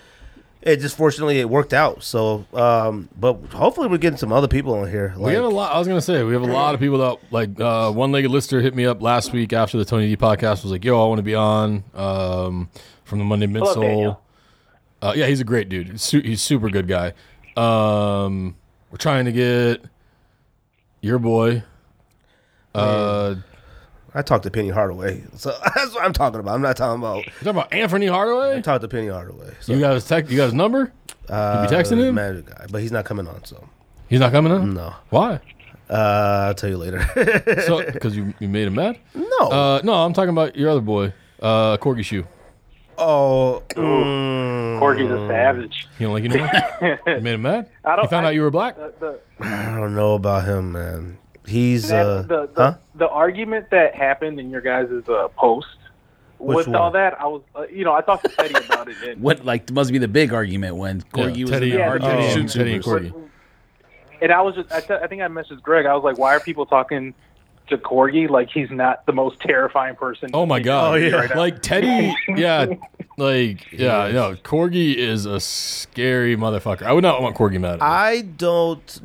Speaker 2: it just fortunately it worked out. So, um, but hopefully we're getting some other people on here.
Speaker 1: We
Speaker 2: Like,
Speaker 1: have a lot. I was gonna say we have a lot of people that like uh, one legged lister hit me up last week after the Tony D podcast was like, "Yo, I want to be on um, from the Monday
Speaker 3: Hello,
Speaker 1: Midsole."
Speaker 3: Daniel.
Speaker 1: Uh, yeah, he's a great dude. He's, su- he's super good guy. Um, we're trying to get your boy. Uh,
Speaker 2: I talked to Penny Hardaway, so that's what I'm talking about. I'm not talking about
Speaker 1: you talking about Anthony Hardaway?
Speaker 2: I talked to Penny Hardaway. So,
Speaker 1: You got his tech? You got his number?
Speaker 2: uh,
Speaker 1: you be texting him?
Speaker 2: Magic guy, but he's not coming on. So
Speaker 1: He's not coming on.
Speaker 2: no,
Speaker 1: Why?
Speaker 2: uh, I'll tell you later.
Speaker 1: So because you, you made him mad?
Speaker 2: no,
Speaker 1: Uh, no, I'm talking about your other boy, uh, Corgi Shoe.
Speaker 2: oh, mm,
Speaker 3: Corky's a savage.
Speaker 1: You don't like you know? you made him mad.
Speaker 3: I don't-
Speaker 1: he found
Speaker 3: I- Uh,
Speaker 1: out you were black.
Speaker 3: The, the,
Speaker 2: I don't know about him, man. He's
Speaker 3: that-
Speaker 2: uh,
Speaker 3: the, the,
Speaker 2: huh?
Speaker 3: the argument that happened in your guys' uh, post
Speaker 2: Which
Speaker 3: with
Speaker 2: one?
Speaker 3: all that, I was, uh, you know, I talked to Teddy about it. And
Speaker 4: What like must be the big argument when Corgi was
Speaker 1: Teddy
Speaker 4: in the
Speaker 1: and-
Speaker 4: hard
Speaker 3: oh,
Speaker 4: to shoot
Speaker 1: Teddy and
Speaker 4: supers.
Speaker 1: Corgi.
Speaker 3: And I was just, I, th- I think I messaged Greg. I was like, why are people talking to Corgi like he's not the most terrifying person?
Speaker 1: Oh my god!
Speaker 2: Oh, yeah.
Speaker 1: Like Teddy, yeah, like yeah, no. Corgi is a scary motherfucker. I would not want Corgi mad. At me.
Speaker 2: I don't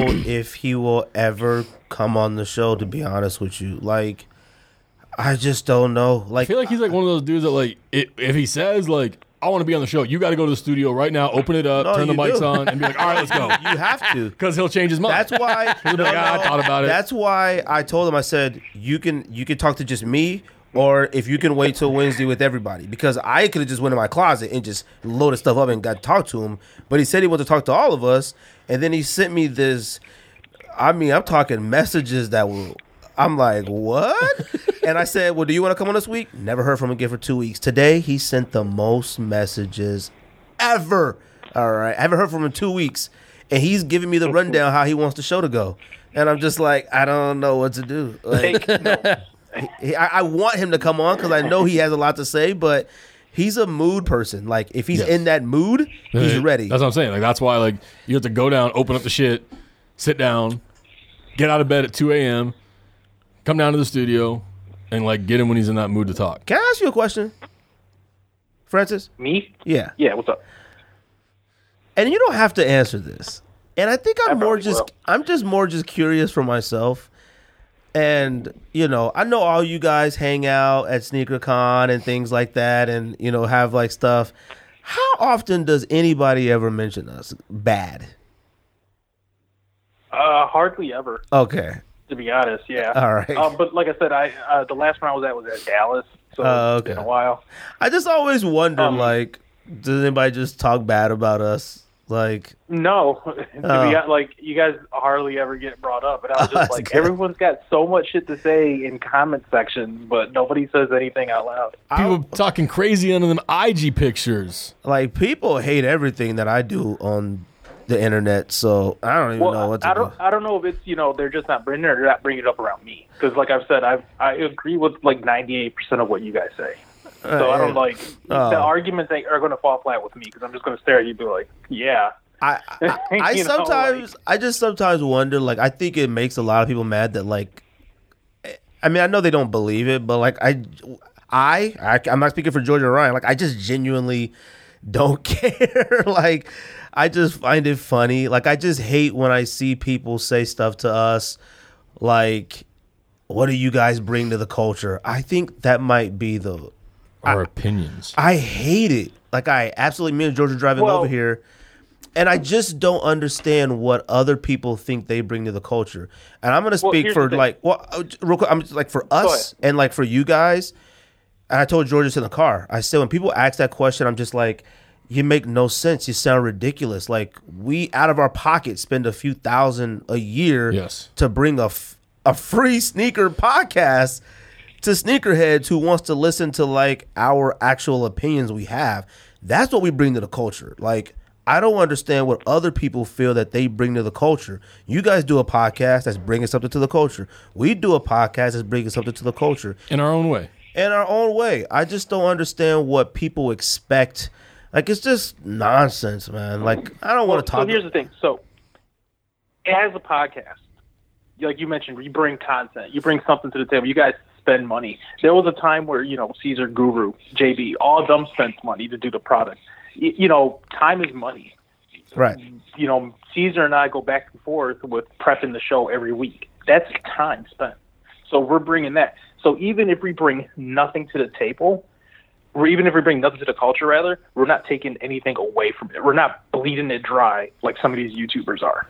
Speaker 2: if he will ever come on the show. To be honest with you, like, I just don't know.
Speaker 1: I
Speaker 2: Like,
Speaker 1: feel like he's like one of those dudes that like i if he says like I want to be on the show, you got to go to the studio right now, open it up,
Speaker 2: No,
Speaker 1: turn the
Speaker 2: you
Speaker 1: mics
Speaker 2: do.
Speaker 1: on, and be like, all right, let's go.
Speaker 2: you have to.
Speaker 1: Because he'll change his mind.
Speaker 2: That's why.
Speaker 1: He'll be like, "Ah, I thought about it.
Speaker 2: That's why I told him. I said you can you can talk to just me, or if you can wait till Wednesday with everybody, because I could have just went in my closet and just loaded stuff up and got talked to him. But he said he wanted to talk to all of us, and then he sent me this. I mean, I'm talking messages that were. I'm like, what? and I said, well, do you want to come on this week? Never heard from him again for two weeks. Today, he sent the most messages ever. All right. I haven't heard from him in two weeks. And he's giving me the rundown how he wants the show to go. And I'm just like, I don't know what to do. Like, he- I, I want him to come on because I know he has a lot to say, but he's a mood person. Like, if he's
Speaker 1: Yes.
Speaker 2: in that mood, he's
Speaker 1: Uh,
Speaker 2: ready.
Speaker 1: That's what I'm saying. Like that's why like you have to go down, open up the shit, sit down, get out of bed at 2 a.m., come down to the studio, and like get him when he's in that mood to talk.
Speaker 2: Can I ask you a question, Francis?
Speaker 3: Me?
Speaker 2: Yeah.
Speaker 3: Yeah, what's up?
Speaker 2: and you don't have to answer this. And I think I'm
Speaker 3: I
Speaker 2: more
Speaker 3: probably
Speaker 2: just
Speaker 3: will.
Speaker 2: I'm just more just curious for myself. And you know, I know all you guys hang out at SneakerCon and things like that, and you know have like stuff. How often does anybody ever mention us bad?
Speaker 3: Uh, hardly ever,
Speaker 2: Okay,
Speaker 3: to be honest. Yeah.
Speaker 2: All right.
Speaker 3: Um, but like I said, I uh, the last one I was at was at Dallas, so
Speaker 2: Oh,
Speaker 3: it's been
Speaker 2: okay.
Speaker 3: a while.
Speaker 2: I just always wonder
Speaker 3: Um,
Speaker 2: like, does anybody just talk bad about us? Like,
Speaker 3: No, to
Speaker 2: Oh.
Speaker 3: be hon- like you guys hardly ever get brought up, and I was
Speaker 2: That's
Speaker 3: just like,
Speaker 2: good.
Speaker 3: everyone's got so much shit to say in comment sections, but nobody says anything out loud.
Speaker 1: People talking crazy under them IG pictures.
Speaker 2: like people hate everything that I do on the internet, so I don't even
Speaker 3: Well,
Speaker 2: know what to
Speaker 3: I
Speaker 2: do.
Speaker 3: don't, I don't know if it's you know they're just not bringing it or they're not bringing it up around me because like I've said, I've I agree with like ninety eight percent of what you guys say. So I
Speaker 2: yeah.
Speaker 3: don't like the
Speaker 2: Oh.
Speaker 3: arguments that are going to fall flat with me because I'm just going to stare at you and be like, yeah,
Speaker 2: I, I, I
Speaker 3: You know, like-
Speaker 2: sometimes I just sometimes wonder like I think it makes a lot of people mad that like I mean I know they don't believe it but like I I, I I'm not speaking for Georgia Ryan like I just genuinely don't care like I just find it funny like I just hate when I see people say stuff to us like what do you guys bring to the culture I think that might be the
Speaker 1: Our opinions.
Speaker 2: I hate it. Like I absolutely me and Georgia driving
Speaker 3: Well-
Speaker 2: over here, and I just don't understand what other people think they bring to the culture. And I'm gonna
Speaker 3: Well,
Speaker 2: speak
Speaker 3: here's the
Speaker 2: for
Speaker 3: thing.
Speaker 2: like well, uh, j- real quick. I'm just, like for us and like for you guys. And I told Georgia this in the car. I said when people ask that question, I'm just like, you make no sense. You sound ridiculous. Like we out of our pocket spend a few thousand a year
Speaker 1: Yes.
Speaker 2: to bring a f- a free sneaker podcast to sneakerheads who wants to listen to like our actual opinions we have. That's what we bring to the culture. Like I don't understand what other people feel that they bring to the culture. You guys do a podcast that's bringing something to the culture. We do a podcast that's bringing something to the culture
Speaker 1: in our own way.
Speaker 2: in our own way. I just don't understand what people expect. Like it's just nonsense, man. Like I don't want to
Speaker 3: So
Speaker 2: talk.
Speaker 3: here's the thing. So, as a podcast, like you mentioned, you bring content, you bring something to the table. You guys spend money. There was a time where you know Caesar Guru, JB, all of them spent money to do the product. Y- you know, time is money.
Speaker 2: right.
Speaker 3: You know, Caesar and I go back and forth with prepping the show every week. That's time spent. So we're bringing that. So even if we bring nothing to the table, or even if we bring nothing to the culture, rather, we're not taking anything away from it. We're not bleeding it dry like some of these YouTubers are.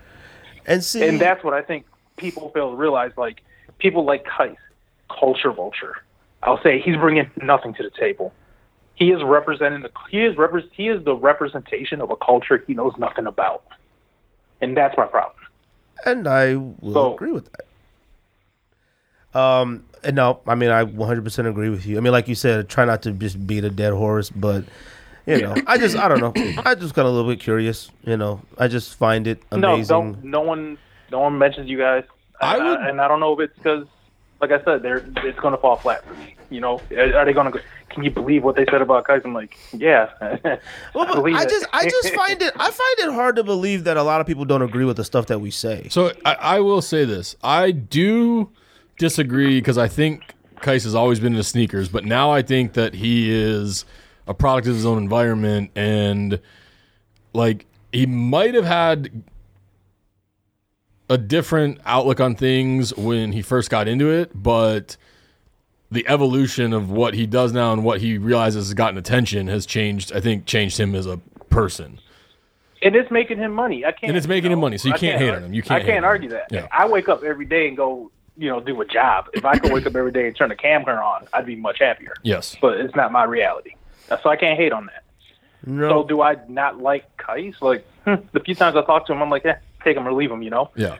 Speaker 2: And see,
Speaker 3: And that's what I think people fail to realize. Like, people like Kice, culture vulture. I'll say he's bringing nothing to the table. He is representing the he is repre- he is the representation of a culture he knows nothing about, and that's my problem.
Speaker 2: and I will
Speaker 3: So-
Speaker 2: agree with that. Um, and no, I mean I 100% agree with you. I mean, like you said, try not to just beat a dead horse, but you know, I just I don't know. I just got a little bit curious. You know, I just find it amazing.
Speaker 3: No, don't, no one, no one mentions you guys.
Speaker 1: I
Speaker 3: And
Speaker 1: would-
Speaker 3: and I don't know if it's because, like I said, they're it's going to fall flat. For me. You know, are they going to? Can you believe what they said about Kaiser? I'm like, yeah.
Speaker 2: Well, but
Speaker 3: believe
Speaker 2: I
Speaker 3: it.
Speaker 2: just I just find it I find it hard to believe that a lot of people don't agree with the stuff that we say.
Speaker 1: So I, I will say this: I do disagree because I think Kais has always been into sneakers, but now I think that he is a product of his own environment, and like he might have had a different outlook on things when he first got into it, but the evolution of what he does now and what he realizes has gotten attention has changed. I think changed him as a person.
Speaker 3: and it's making him money. I can't.
Speaker 1: And it's making
Speaker 3: you know,
Speaker 1: him money, so you
Speaker 3: I
Speaker 1: can't hate on
Speaker 3: argue-
Speaker 1: him. You can't
Speaker 3: I
Speaker 1: hate on
Speaker 3: can't
Speaker 1: him.
Speaker 3: argue that.
Speaker 1: Yeah.
Speaker 3: I wake up every day and go, you know, do a job. If I could wake up every day and turn the camera on, I'd be much happier.
Speaker 1: Yes.
Speaker 3: But it's not my reality, Uh, so I can't hate on that.
Speaker 1: Oh.
Speaker 3: So do I not like Kais? Like hmm, the few times I talk to him, I'm like, eh, take him or leave him. You know.
Speaker 1: Yeah.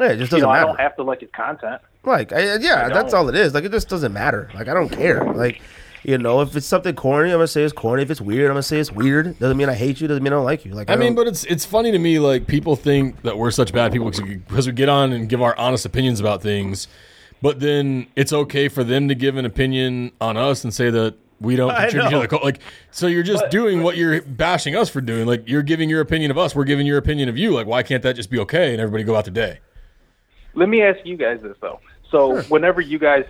Speaker 2: Yeah, it just doesn't
Speaker 3: you know, I
Speaker 2: matter.
Speaker 3: don't have to like his content.
Speaker 2: Like, I, yeah, that's
Speaker 3: don't.
Speaker 2: all it is. Like, it just doesn't matter. Like, I don't care. Like, you know, if it's something corny, I'm gonna say it's corny. If it's weird, I'm gonna say it's weird. Doesn't mean I hate you. Doesn't mean I don't like you. Like, I,
Speaker 1: I mean,
Speaker 2: don't-
Speaker 1: but it's it's funny to me. Like people think that we're such bad people because we- because we get on and give our honest opinions about things, but then it's okay for them to give an opinion on us and say that we don't contribute to
Speaker 2: know.
Speaker 1: the cult. Like, so you're just doing what you're bashing us for doing. Like you're giving your opinion of us, we're giving your opinion of you. Like, why can't that just be okay and everybody go out their day?
Speaker 3: Let me ask you guys this though. So whenever you guys,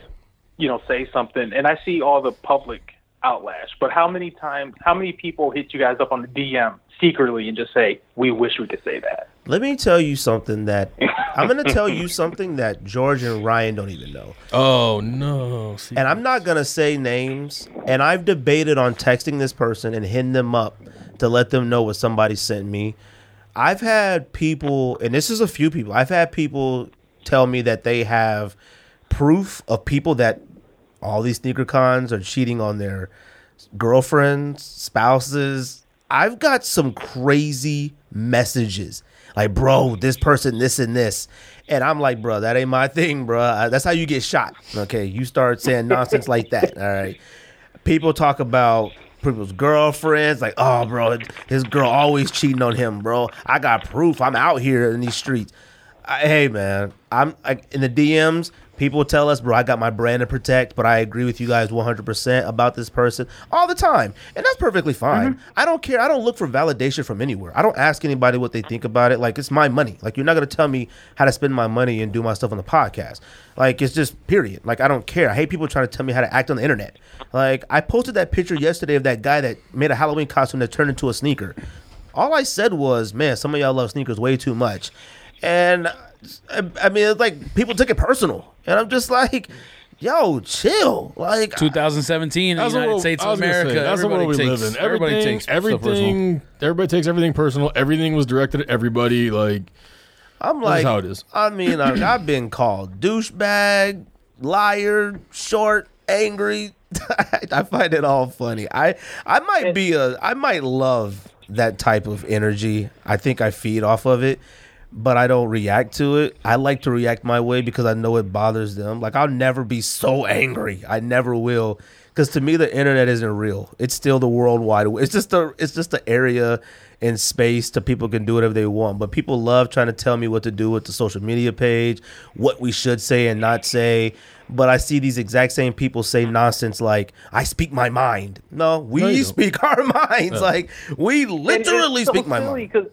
Speaker 3: you know, say something, and I see all the public outlash, but how many times, how many people hit you guys up on the DM secretly and just say, "We wish we could say that."
Speaker 2: let me tell you something that I'm gonna tell you something that George and Ryan don't even know.
Speaker 1: Oh no! See,
Speaker 2: And I'm not gonna say names. And I've debated on texting this person and hitting them up to let them know what somebody sent me. I've had people, and this is a few people. I've had people tell me that they have proof of people that all these sneaker cons are cheating on their girlfriends, spouses. I've got some crazy messages. Like, bro, this person, this and this. And I'm like, bro, that ain't my thing, bro. Uh, That's how you get shot. Okay. You start saying nonsense like that. All right. People talk about people's girlfriends, like, oh, bro, his girl always cheating on him, bro. I got proof. I'm out here in these streets. I, hey man, I'm I, in the DMs. People tell us, bro, I got my brand to protect, but I agree with you guys 100% about this person all the time. And that's perfectly fine. I don't care. I don't look for validation from anywhere. I don't ask anybody what they think about it. Like, it's my money. Like, you're not going to tell me how to spend my money and do my stuff on the podcast. Like, it's just period. Like, I don't care. I hate people trying to tell me how to act on the internet. Like, I posted that picture yesterday of that guy that made a Halloween costume that turned into a sneaker. All I said was, man, some of y'all love sneakers way too much. And I, I mean, it's like people took it personal. And I'm just like, yo, chill. Like,
Speaker 4: 2017 in the
Speaker 1: That's
Speaker 4: United
Speaker 1: what-
Speaker 4: States
Speaker 1: I
Speaker 4: of
Speaker 1: was gonna say,
Speaker 4: America.
Speaker 1: that's the
Speaker 4: everybody
Speaker 1: world we
Speaker 4: takes,
Speaker 1: live in.
Speaker 4: everybody
Speaker 1: Everything,
Speaker 4: takes stuff personal.
Speaker 1: everything, everybody takes everything personal. Everything was directed at everybody. Like,
Speaker 2: I'm like,
Speaker 1: how it is.
Speaker 2: I mean, I, I've been called douchebag, liar, short, angry. I find it all funny. I I might be a I might love that type of energy. I think I feed off of it, but I don't react to it. I like to react my way because I know it bothers them. Like I'll never be so angry. I never will Because to me, the internet isn't real. It's still the world wide. It's just the it's just the area and space to people can do whatever they want. But people love trying to tell me what to do with the social media page, what we should say and not say. But I see these exact same people say nonsense like "I speak my mind." No, we
Speaker 1: you don't.
Speaker 2: speak our minds. Like we
Speaker 3: And
Speaker 2: literally
Speaker 3: it's so
Speaker 2: speak my
Speaker 3: silly
Speaker 2: mind.
Speaker 3: 'cause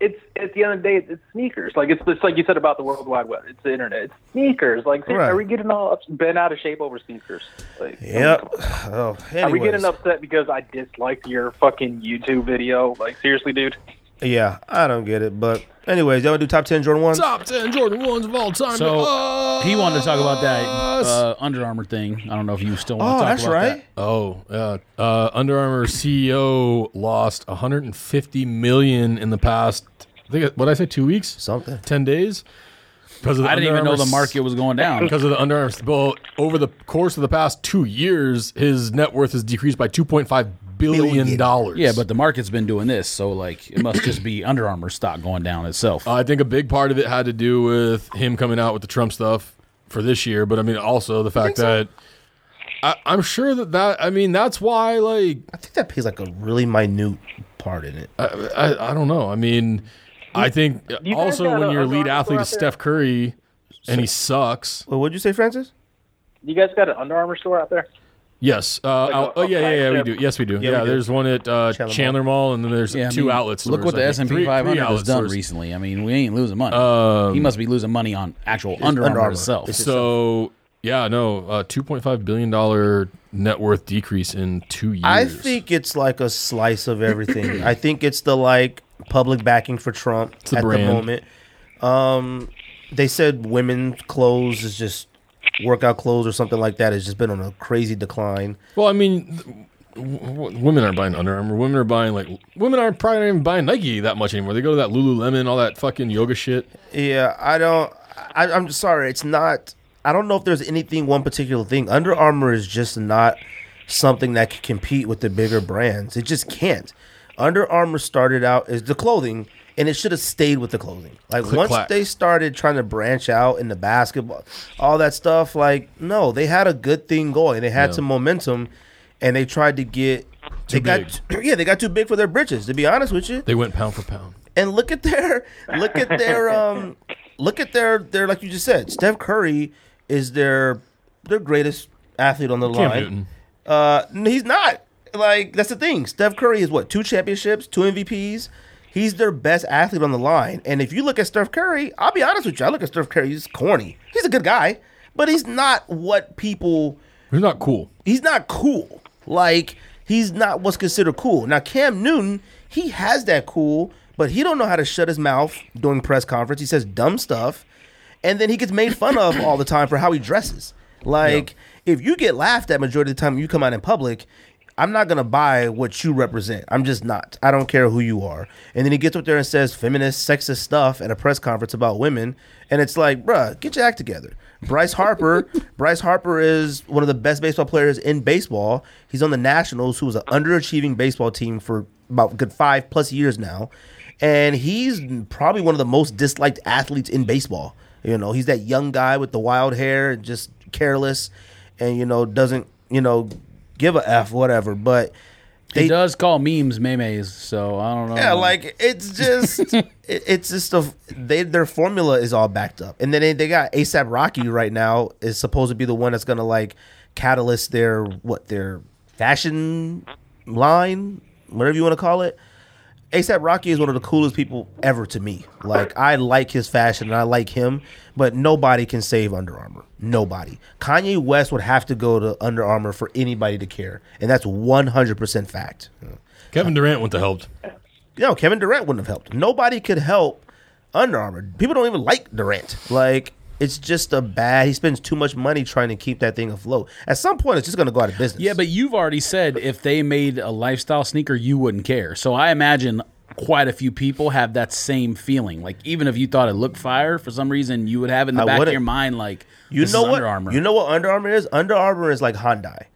Speaker 3: It's at the end of the day, it's, it's sneakers. Like it's, it's like you said about the World Wide Web. It's the internet. It's sneakers. Like
Speaker 2: Right.
Speaker 3: are we getting all ups- bent out of shape over sneakers? Like, come on,
Speaker 2: Yep.
Speaker 3: come on.
Speaker 2: Oh,
Speaker 3: Are we
Speaker 2: anyways.
Speaker 3: getting upset because I disliked your fucking YouTube video? Like seriously, dude.
Speaker 2: Yeah, I don't get it. But anyways, y'all wanna do top ten Jordan ones?
Speaker 1: Top 10 Jordan 1s of all time.
Speaker 4: So he wanted to talk about that
Speaker 1: Us.
Speaker 4: uh, Under Armour thing. I don't know if you still want
Speaker 2: Oh,
Speaker 4: to talk
Speaker 2: that's
Speaker 4: about
Speaker 2: right.
Speaker 4: that.
Speaker 1: Oh, uh, uh, Under Armour CEO lost 150 million in the past. I think what did I say, two weeks,
Speaker 2: Something.
Speaker 1: ten days, because of the
Speaker 4: I didn't
Speaker 1: Under
Speaker 4: even know
Speaker 1: Armour
Speaker 4: the market was going down.
Speaker 1: because of the Under Armour. Well, over the course of the past two years, his net worth has decreased by 2.5 billion
Speaker 2: Billion.
Speaker 1: dollars.
Speaker 4: Yeah, but the market's been doing this, so like it must just be Under Armour stock going down itself.
Speaker 1: I think a big part of it had to do with him coming out with the Trump stuff for this year, but I mean also the fact that I, I'm sure that that I mean that's why like
Speaker 2: I think that plays like a really minute part in it.
Speaker 1: I, I, I don't know. I mean, I think
Speaker 3: you guys
Speaker 1: also
Speaker 3: got
Speaker 1: when
Speaker 3: a-
Speaker 1: your
Speaker 3: a
Speaker 1: lead
Speaker 3: doctor
Speaker 1: athlete
Speaker 3: out
Speaker 1: is
Speaker 3: there?
Speaker 1: Steph Curry and he sucks.
Speaker 2: Well, what'd you say, Francis?
Speaker 3: You guys got an Under Armour store out there?
Speaker 1: Yes. Uh, out-
Speaker 3: a-
Speaker 1: oh yeah,
Speaker 3: a
Speaker 1: yeah, yeah. We do.
Speaker 3: flagship.
Speaker 1: Yes, we do. Yeah,
Speaker 2: we do.
Speaker 1: there's one at uh,
Speaker 2: Chandler Mall.
Speaker 1: Chandler Mall, and then there's
Speaker 4: Yeah, I
Speaker 1: two
Speaker 4: mean,
Speaker 1: outlet stores.
Speaker 4: Look what
Speaker 1: I
Speaker 4: the
Speaker 1: think.
Speaker 4: S and
Speaker 1: Three-
Speaker 4: P 500
Speaker 1: three
Speaker 4: has
Speaker 1: outlet
Speaker 4: done
Speaker 1: stores. Um,
Speaker 4: recently. I mean, we ain't losing money. he must be losing money on actual Under
Speaker 2: Under
Speaker 4: Armour
Speaker 2: Armour.
Speaker 4: itself.
Speaker 2: It's-
Speaker 1: So yeah, no, uh, 2.5 billion dollar net worth decrease in two years.
Speaker 2: I think it's like a slice of everything. I think it's the like public backing for Trump
Speaker 1: the
Speaker 2: at
Speaker 1: brand.
Speaker 2: the moment. Um, they said women's clothes is just workout clothes or something like that has just been on a crazy decline.
Speaker 1: Well, I mean. th- w- w- Women aren't buying Under Armour. Women are buying like women aren't probably not even buying Nike that much anymore. They go to that Lululemon, all that fucking yoga shit.
Speaker 2: Yeah, I don't. I, I'm sorry. It's not. I don't know if there's anything one particular thing. Under Armour is just not something that can compete with the bigger brands. It just can't. Under Armour started out as the clothing, and it should have stayed with the clothing. Like once
Speaker 1: clack.
Speaker 2: they started trying to branch out in the basketball, all that stuff. Like no, they had a good thing going. They had
Speaker 1: Yeah.
Speaker 2: some momentum, and they tried to get. they got yeah, they got too big for their britches. To be honest with you,
Speaker 1: They went pound for pound.
Speaker 2: and look at their look at their um look at their their like you just said Steph Curry is their their greatest athlete on the
Speaker 1: Cam
Speaker 2: line.
Speaker 1: Newton.
Speaker 2: Uh no, he's not. Like that's the thing. Steph Curry is what two championships, two MVPs. He's their best athlete on the line. And if you look at Steph Curry, I'll be honest with you. I look at Steph Curry, he's corny. He's a good guy, but he's not what people
Speaker 1: He's not cool.
Speaker 2: he's not cool. Like he's not what's considered cool. Now Cam Newton, he has that cool, but he don't know how to shut his mouth during press conference. He says dumb stuff, and then he gets made fun of all the time for how he dresses. Like if you get laughed at majority of the time you come out in public, I'm not gonna buy what you represent. I'm just not. I don't care who you are. And then he gets up there and says feminist, sexist stuff at a press conference about women, and it's like, bruh, get your act together. Bryce Harper, Bryce Harper is one of the best baseball players in baseball. He's on the Nationals, who was an underachieving baseball team for about good five plus years now, and he's probably one of the most disliked athletes in baseball. You know, he's that young guy with the wild hair, just careless, and you know doesn't you know give a f whatever. But
Speaker 4: he
Speaker 2: they
Speaker 4: does call memes memes, so I don't know.
Speaker 2: yeah, like it's just it, it's just a they their formula is all backed up, and then they, they got ASAP Rocky right now is supposed to be the one that's gonna like catalyst their what their fashion line, whatever you want to call it. ASAP Rocky is one of the coolest people ever to me. Like I like his fashion and I like him, but nobody can save Under Armour. Nobody. Kanye West would have to go to Under Armour for anybody to care, and that's one hundred percent fact.
Speaker 1: Kevin Durant wouldn't have helped.
Speaker 2: No, Kevin Durant wouldn't have helped. Nobody could help Under Armour. People don't even like Durant. Like it's just a bad. He spends too much money trying to keep that thing afloat. At some point, it's just going to go out of business.
Speaker 4: yeah, but you've already said if they made a lifestyle sneaker, you wouldn't care. So I imagine quite a few people have that same feeling. Like even if you thought it looked fire, for some reason you would have in the
Speaker 2: I
Speaker 4: back of
Speaker 2: wouldn't.
Speaker 4: your mind like
Speaker 2: you
Speaker 4: this
Speaker 2: know
Speaker 4: is
Speaker 2: what?
Speaker 4: Under Armour.
Speaker 2: You know what Under Armour is? Under Armour is like Hyundai.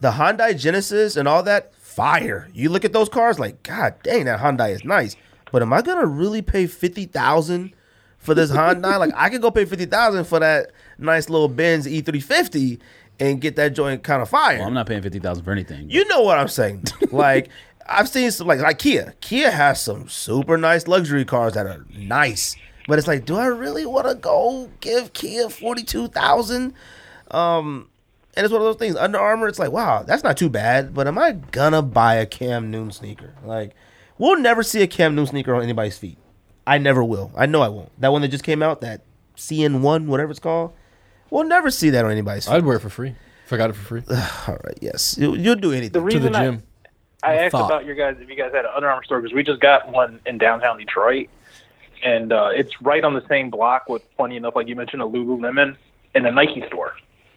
Speaker 2: The Hyundai Genesis and all that fire. You look at those cars, like God dang, that Hyundai is nice. But am I going to really pay fifty thousand? For this Hyundai, like I could go pay fifty thousand for that nice little Benz E three fifty, and get that joint kind of fired.
Speaker 4: Well, I'm not paying fifty thousand for anything.
Speaker 2: You know what I'm saying? like I've seen some like like Kia. Kia has some super nice luxury cars that are nice, but it's like, do I really want to go give Kia forty two thousand? Um, and it's one of those things. Under Armour, it's like, wow, that's not too bad. But am I gonna buy a Cam Noon sneaker? Like, we'll never see a Cam Noon sneaker on anybody's feet. I never will. I know I won't. That one that just came out, that CN one, whatever it's called, we'll never see that on anybody's feet.
Speaker 1: I'd wear it for free. If I got it for free.
Speaker 2: All right, yes, you, you'll do
Speaker 3: The
Speaker 2: anything.
Speaker 1: to the
Speaker 3: reason I,
Speaker 1: gym.
Speaker 3: I asked
Speaker 1: Thought.
Speaker 3: about your guys if you guys had an Under Armour store because we just got one in downtown Detroit, and uh, it's right on the same block with, funny enough, like you mentioned, a Lululemon and a Nike store.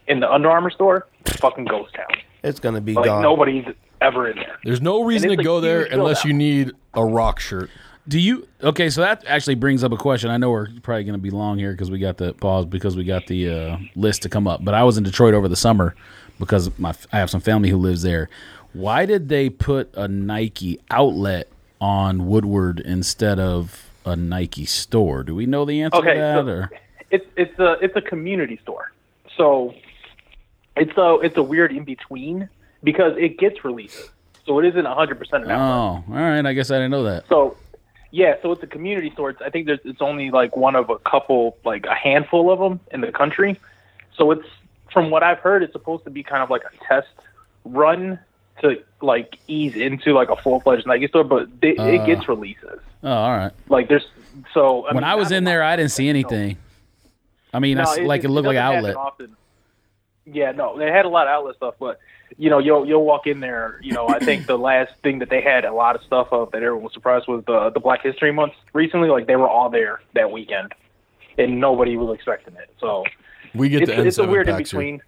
Speaker 3: In the Under Armour store, it's fucking ghost town.
Speaker 2: It's gonna be
Speaker 3: Like
Speaker 2: gone.
Speaker 3: nobody's ever in there.
Speaker 1: There's no reason to
Speaker 3: it's a
Speaker 1: go there
Speaker 3: huge build
Speaker 1: unless
Speaker 3: out.
Speaker 1: you need a rock shirt.
Speaker 4: Do you? Okay, so that actually brings up a question. I know we're probably going to be long here because we got the pause because we got the uh, list to come up. But I was in Detroit over the summer because my I have some family who lives there. Why did they put a Nike outlet on Woodward instead of a Nike store? Do we know the answer
Speaker 3: Okay,
Speaker 4: to that?
Speaker 3: so-
Speaker 4: or
Speaker 3: It's it's a it's a community store, so it's a it's a weird in between because it gets releases, so it isn't hundred percent an
Speaker 4: oh,
Speaker 3: outlet.
Speaker 4: all right. I guess I didn't know that.
Speaker 3: So, yeah, so it's a community store. It's, I think there's it's only like one of a couple, like a handful of them in the country. So it's from what I've heard, it's supposed to be kind of like a test run to like ease into like a full fledged Nike store, but they,
Speaker 4: Uh.
Speaker 3: it gets releases.
Speaker 4: Oh, all right.
Speaker 3: Like there's so
Speaker 4: when I was in there, I didn't see anything. I mean, I s like it looked like an
Speaker 3: doesn't
Speaker 4: outlet.
Speaker 3: happen often. Yeah, no, they had a lot of outlet stuff, but you know, you'll you'll walk in there. You know, I think the last thing that they had a lot of stuff of that everyone was surprised was the the Black History Month recently. Like they were all there that weekend, and nobody was expecting it. So
Speaker 1: We get
Speaker 3: it's
Speaker 1: the N7
Speaker 3: it's a weird in
Speaker 1: packs here.
Speaker 3: between.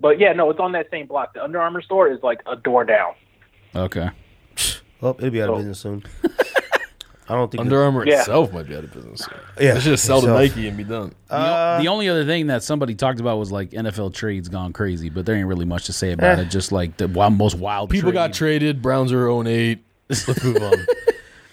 Speaker 3: But yeah, no, it's on that same block. The Under Armour store is like a door down.
Speaker 4: Okay.
Speaker 2: Well, it'll be out of
Speaker 3: So-
Speaker 2: business soon. I don't think.
Speaker 1: Under Armour
Speaker 3: Yeah.
Speaker 1: itself might be out of business.
Speaker 2: Yeah,
Speaker 1: They should just sell to
Speaker 2: itself.
Speaker 1: Nike and be done.
Speaker 4: The o-
Speaker 2: Uh,
Speaker 4: the only other thing that somebody talked about was like NFL trades gone crazy, but there ain't really much to say about
Speaker 2: Eh.
Speaker 4: it. Just like the wild, most wild
Speaker 1: People got
Speaker 4: trade.
Speaker 1: traded. Browns are 0 8. Let's move on.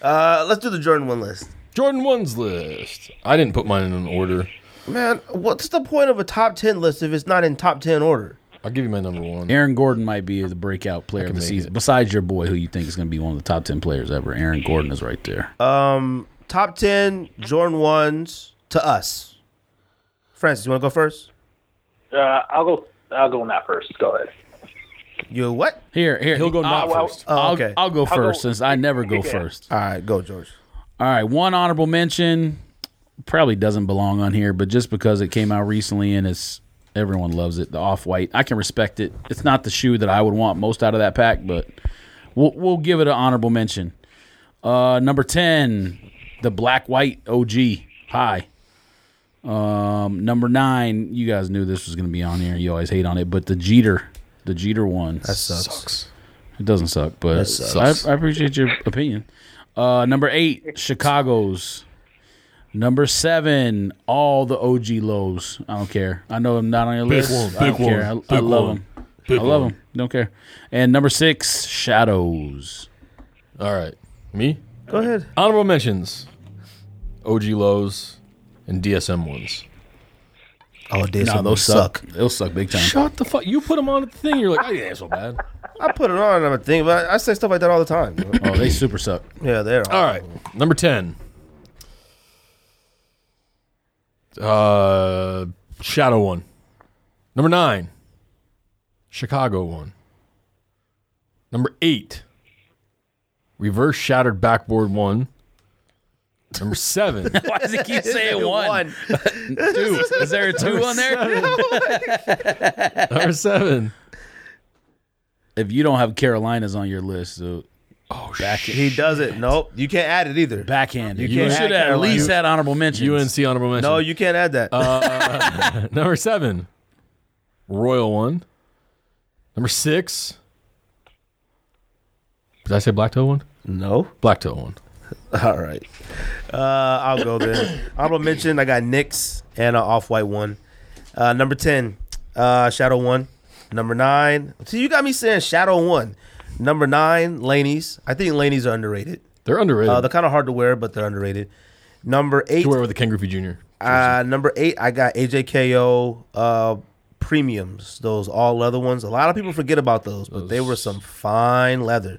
Speaker 2: uh, let's do the Jordan one list.
Speaker 1: Jordan 1's list. I didn't put mine in an order.
Speaker 2: Man, what's the point of a top ten list if it's not in top ten order?
Speaker 1: I'll give you my number one.
Speaker 4: Aaron Gordon might be the breakout player of the
Speaker 1: make
Speaker 4: season.
Speaker 1: it.
Speaker 4: Besides your boy, who you think is going to be one of the top ten players ever, Aaron Gordon is right there.
Speaker 2: Um, top ten Jordan ones to us. Francis, you want to go first?
Speaker 3: Uh, I'll go. I'll go in that first. Go ahead.
Speaker 2: You what?
Speaker 4: here, here,
Speaker 1: He'll go
Speaker 4: I'll,
Speaker 1: not
Speaker 3: well-
Speaker 1: first.
Speaker 2: Oh,
Speaker 4: I'll,
Speaker 2: okay.
Speaker 4: I'll go first
Speaker 3: go-
Speaker 4: since I never go
Speaker 3: Yeah.
Speaker 4: first.
Speaker 2: All right, go George.
Speaker 4: All right, one honorable mention probably doesn't belong on here, but just because it came out recently and it's everyone loves it, the off white, I can respect it. It's not the shoe that I would want most out of that pack, but we'll we'll give it an honorable mention. Uh, number ten, the black white OG high. Um, number nine, you guys knew this was going to be on here. You always hate on it, but the Jeter, the Jeter one,
Speaker 2: That sucks.
Speaker 4: it doesn't suck, but
Speaker 2: sucks.
Speaker 4: I, I appreciate your opinion. Uh, number eight, Chicago's. Number seven, all the OG lows. I don't care. I know I'm not on your
Speaker 1: Big
Speaker 4: list.
Speaker 1: one,
Speaker 4: I don't
Speaker 1: big
Speaker 4: care.
Speaker 1: one,
Speaker 4: I, I
Speaker 1: big
Speaker 4: love
Speaker 1: one,
Speaker 4: them.
Speaker 1: Big
Speaker 4: I love
Speaker 1: one.
Speaker 4: them. Don't care. And number six, Shadows.
Speaker 1: All right. Me?
Speaker 2: Go ahead.
Speaker 1: Honorable mentions OG Lows and DSM ones.
Speaker 2: Oh, damn,
Speaker 4: Nah, those suck. They'll suck big time.
Speaker 1: Shut the fuck. You put them on the thing. You're like, "Oh, I ain't so bad.
Speaker 2: I put it on. and I'm a thing, but I say stuff like that all the time. you know?
Speaker 4: Oh, they super suck.
Speaker 2: yeah, they're
Speaker 1: All right, number ten. Uh, Shadow one. Number nine. Chicago one. Number eight. Reverse shattered backboard one. Number seven.
Speaker 4: Why does he keep saying one? Two. Is there a two on there?
Speaker 1: number seven.
Speaker 4: If you don't have Carolinas on your list, so
Speaker 1: Oh shit.
Speaker 2: He does it. Nope, you can't add it either.
Speaker 4: backhanded.
Speaker 2: You
Speaker 4: You,
Speaker 2: can't
Speaker 4: should
Speaker 2: have
Speaker 4: have at least
Speaker 2: Carolinas.
Speaker 4: had honorable mentions.
Speaker 1: UNC honorable mention.
Speaker 2: No, you can't add that.
Speaker 1: Number seven, Royal One. Number six, did I say Black Toe One?
Speaker 2: no.
Speaker 1: Black Toe One.
Speaker 2: All right. Uh, I'll go then. Honorable mention, I got Knicks and an off-white one. Uh, number 10, uh, Shadow 1. Number 9. See, you got me saying Shadow 1. Number 9, Laney's. I think Laney's are underrated.
Speaker 1: They're underrated.
Speaker 2: Uh, they're kind of hard to wear, but they're underrated. Number 8,
Speaker 1: to wear with the Ken Griffey Jr.
Speaker 2: uh, number 8, I got AJKO uh, premiums, those all leather ones. A lot of people forget about those, but they were some fine leather.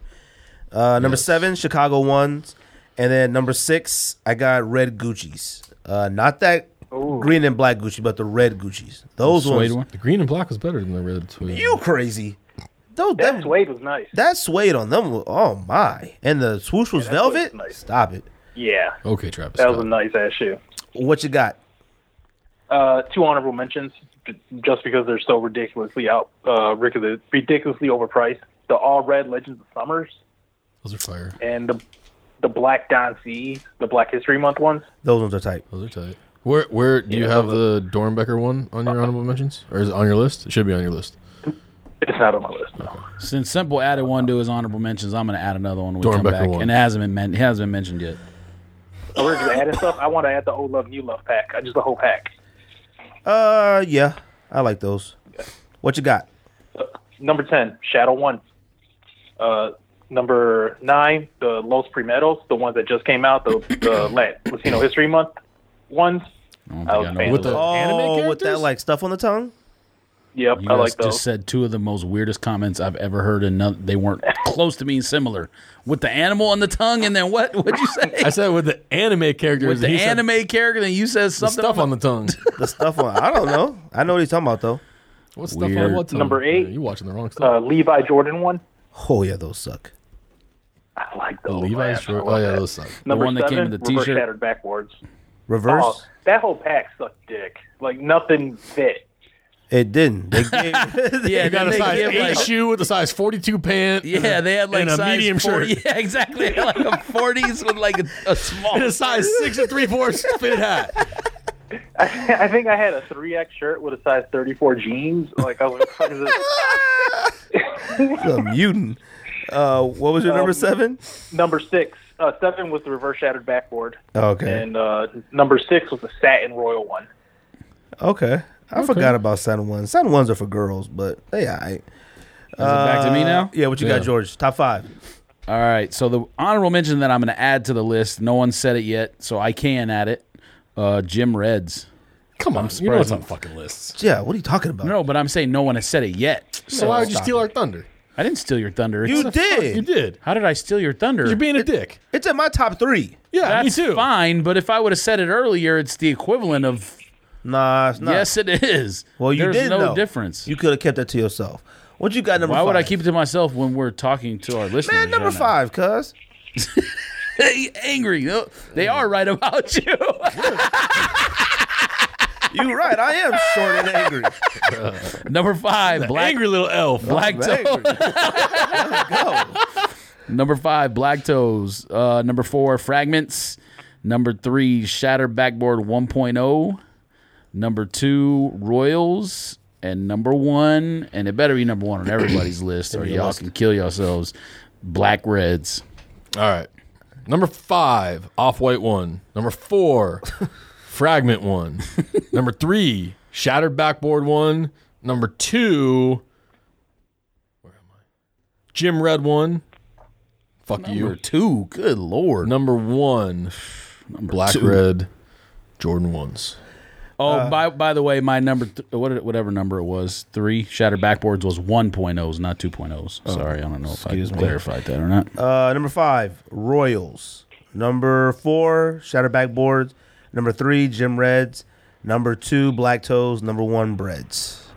Speaker 2: Uh, number seven, Chicago ones, and then number six, I got red Gucci's. Uh, not that
Speaker 3: Ooh.
Speaker 2: green and black Gucci, but the red Gucci's. Those
Speaker 4: Suede
Speaker 2: ones,
Speaker 4: one?
Speaker 1: The green and black was better than the red. Suede.
Speaker 2: you crazy? Those
Speaker 3: That
Speaker 2: that,
Speaker 3: suede was nice.
Speaker 2: that suede on them. wa- Oh my! And the swoosh was
Speaker 3: that
Speaker 2: velvet.
Speaker 3: suede's nice.
Speaker 2: Stop it.
Speaker 3: Yeah,
Speaker 1: okay, Travis.
Speaker 3: that was a
Speaker 1: Scott.
Speaker 3: nice ass shoe.
Speaker 2: What you got?
Speaker 3: Uh, two honorable mentions, j- just because they're so ridiculously out, uh, ridiculous- ridiculously overpriced. The all red Legends of Summers
Speaker 1: Those are fire.
Speaker 3: and the the black Don C, the Black History Month ones.
Speaker 2: Those ones are tight.
Speaker 1: Those are tight. Where where do you
Speaker 3: Yeah,
Speaker 1: have the Dornbecker one on your honorable mentions, or is it on your list? It should be on your list.
Speaker 3: It's not on my list.
Speaker 4: Since Simple added one to his honorable mentions, I'm going to add another one when we
Speaker 1: Doran
Speaker 4: come
Speaker 1: Becker
Speaker 4: back.
Speaker 1: one.
Speaker 4: And it hasn't been men- it hasn't been mentioned yet.
Speaker 3: We're just adding stuff. I want to add the old love, new love pack. I just the whole pack.
Speaker 2: Uh, yeah, I like those. What you got?
Speaker 3: Number ten, Shadow One. Uh, number nine, the Los Primeros, the ones that just came out, the the Lat- Latino History Month ones.
Speaker 4: I don't think
Speaker 3: I was a
Speaker 4: I know
Speaker 3: fan
Speaker 4: what
Speaker 3: of
Speaker 4: those-
Speaker 1: the-
Speaker 2: Oh,
Speaker 1: Anime
Speaker 2: with that
Speaker 1: characters?
Speaker 2: like stuff on the tongue.
Speaker 3: Yep,
Speaker 4: You
Speaker 3: I
Speaker 4: guys
Speaker 3: like
Speaker 4: just
Speaker 3: those.
Speaker 4: said two of the most weirdest comments I've ever heard, and none, they weren't close to being similar. With the animal on the tongue, and then what? What'd you say?
Speaker 1: I said with the anime characters.
Speaker 4: With the
Speaker 1: he said
Speaker 4: anime character, then you said
Speaker 1: the
Speaker 4: something.
Speaker 1: stuff on the tongue.
Speaker 2: The stuff on. I don't know. I know what he's talking about though.
Speaker 1: What stuff
Speaker 4: Weird.
Speaker 1: on what tongue?
Speaker 3: Number eight.
Speaker 1: Yeah, you watching the wrong
Speaker 3: uh,
Speaker 1: stuff.
Speaker 3: Levi Jordan one.
Speaker 2: Oh yeah, those suck.
Speaker 3: I like those.
Speaker 1: Levi's
Speaker 3: man.
Speaker 1: short.
Speaker 3: Uh, I
Speaker 1: Oh
Speaker 3: love
Speaker 1: yeah,
Speaker 3: that.
Speaker 1: those suck.
Speaker 3: Number
Speaker 4: one that came
Speaker 3: seven,
Speaker 4: in the
Speaker 3: reverse
Speaker 4: t-shirt.
Speaker 3: shattered backwards.
Speaker 2: Reverse.
Speaker 3: Oh, that whole pack sucked dick. Like nothing fit.
Speaker 2: It didn't. They gave,
Speaker 4: yeah,
Speaker 1: You got
Speaker 4: then
Speaker 1: a
Speaker 4: they
Speaker 1: size
Speaker 4: give,
Speaker 1: eight
Speaker 4: like-
Speaker 1: shoe with a size forty-two pant.
Speaker 4: Yeah, they had like
Speaker 1: and a
Speaker 4: size
Speaker 1: medium
Speaker 4: 40
Speaker 1: shirt
Speaker 4: Yeah, exactly. They had, Like a forties with like a, a small.
Speaker 1: and a size six and three-fourths fitted hat.
Speaker 3: I think I had a three X shirt with a size thirty four jeans. Like I was like, what the fuck is this?
Speaker 2: a mutant. Uh, what was your
Speaker 1: Um,
Speaker 2: number seven?
Speaker 3: number six. Uh, seven was the reverse shattered backboard,
Speaker 2: Okay.
Speaker 3: and uh, number six was the satin royal one.
Speaker 2: Okay. I forgot about Saturn ones. Saturn ones are for girls, but they all right. Uh,
Speaker 4: back to me now?
Speaker 2: Yeah, what you
Speaker 1: Uh, Yeah.
Speaker 2: got, George? Top five.
Speaker 4: All right. So the honorable mention that I'm going to add to the list, no one said it yet, so I can add it. Uh, Jim Reds.
Speaker 1: Come on, you know it's on fucking lists.
Speaker 2: Yeah, what are you talking about?
Speaker 4: No, but I'm saying no one has said it yet.
Speaker 1: So
Speaker 4: So
Speaker 1: why would you steal our thunder?
Speaker 4: I didn't steal your thunder.
Speaker 2: You
Speaker 4: It's-
Speaker 2: did.
Speaker 1: You did.
Speaker 4: How did I steal your thunder?
Speaker 1: You're being a dick.
Speaker 2: It's in my top three.
Speaker 1: Yeah,
Speaker 4: That's
Speaker 1: me too.
Speaker 4: fine, but if I would have said it earlier, it's the equivalent of
Speaker 2: Nah, it's not.
Speaker 4: yes, it is.
Speaker 2: Well, you
Speaker 4: There's
Speaker 2: did
Speaker 4: no
Speaker 2: know.
Speaker 4: difference.
Speaker 2: You could have kept that to yourself. What you got number
Speaker 4: why
Speaker 2: five?
Speaker 4: would I keep it to myself when we're talking to our listeners?
Speaker 2: Man, number
Speaker 4: right now?
Speaker 2: five, cuz.
Speaker 4: Hey, angry. Oh, They are right about you.
Speaker 2: You right. I am short and angry.
Speaker 4: number five, black
Speaker 1: Angry little elf.
Speaker 4: black toe.
Speaker 2: Angry. Go.
Speaker 4: Number five, black toes. Uh, number four, fragments. Number three, shatter backboard 1.0. Number two, royals. And number one, and it better be number one on everybody's list, or y'all can kill yourselves. Black reds.
Speaker 1: All right. Number five, off white one. Number four, fragment one. Number three, shattered backboard one. Number two, where am I? Jim Red one. Fuck
Speaker 4: Number
Speaker 1: you.
Speaker 4: two, good lord.
Speaker 1: Number one, black
Speaker 4: two.
Speaker 1: red Jordan ones.
Speaker 4: Oh, by by the way, my number, th- what did- whatever number it was, three shatter backboards was 1.0s, not 2.0s. Sorry, I don't know if I clarified that or not.
Speaker 2: Uh, number five, Royals. Number four, Shatterback Boards. Number three, Jim Reds. Number two, Black Toes. Number one, Breads.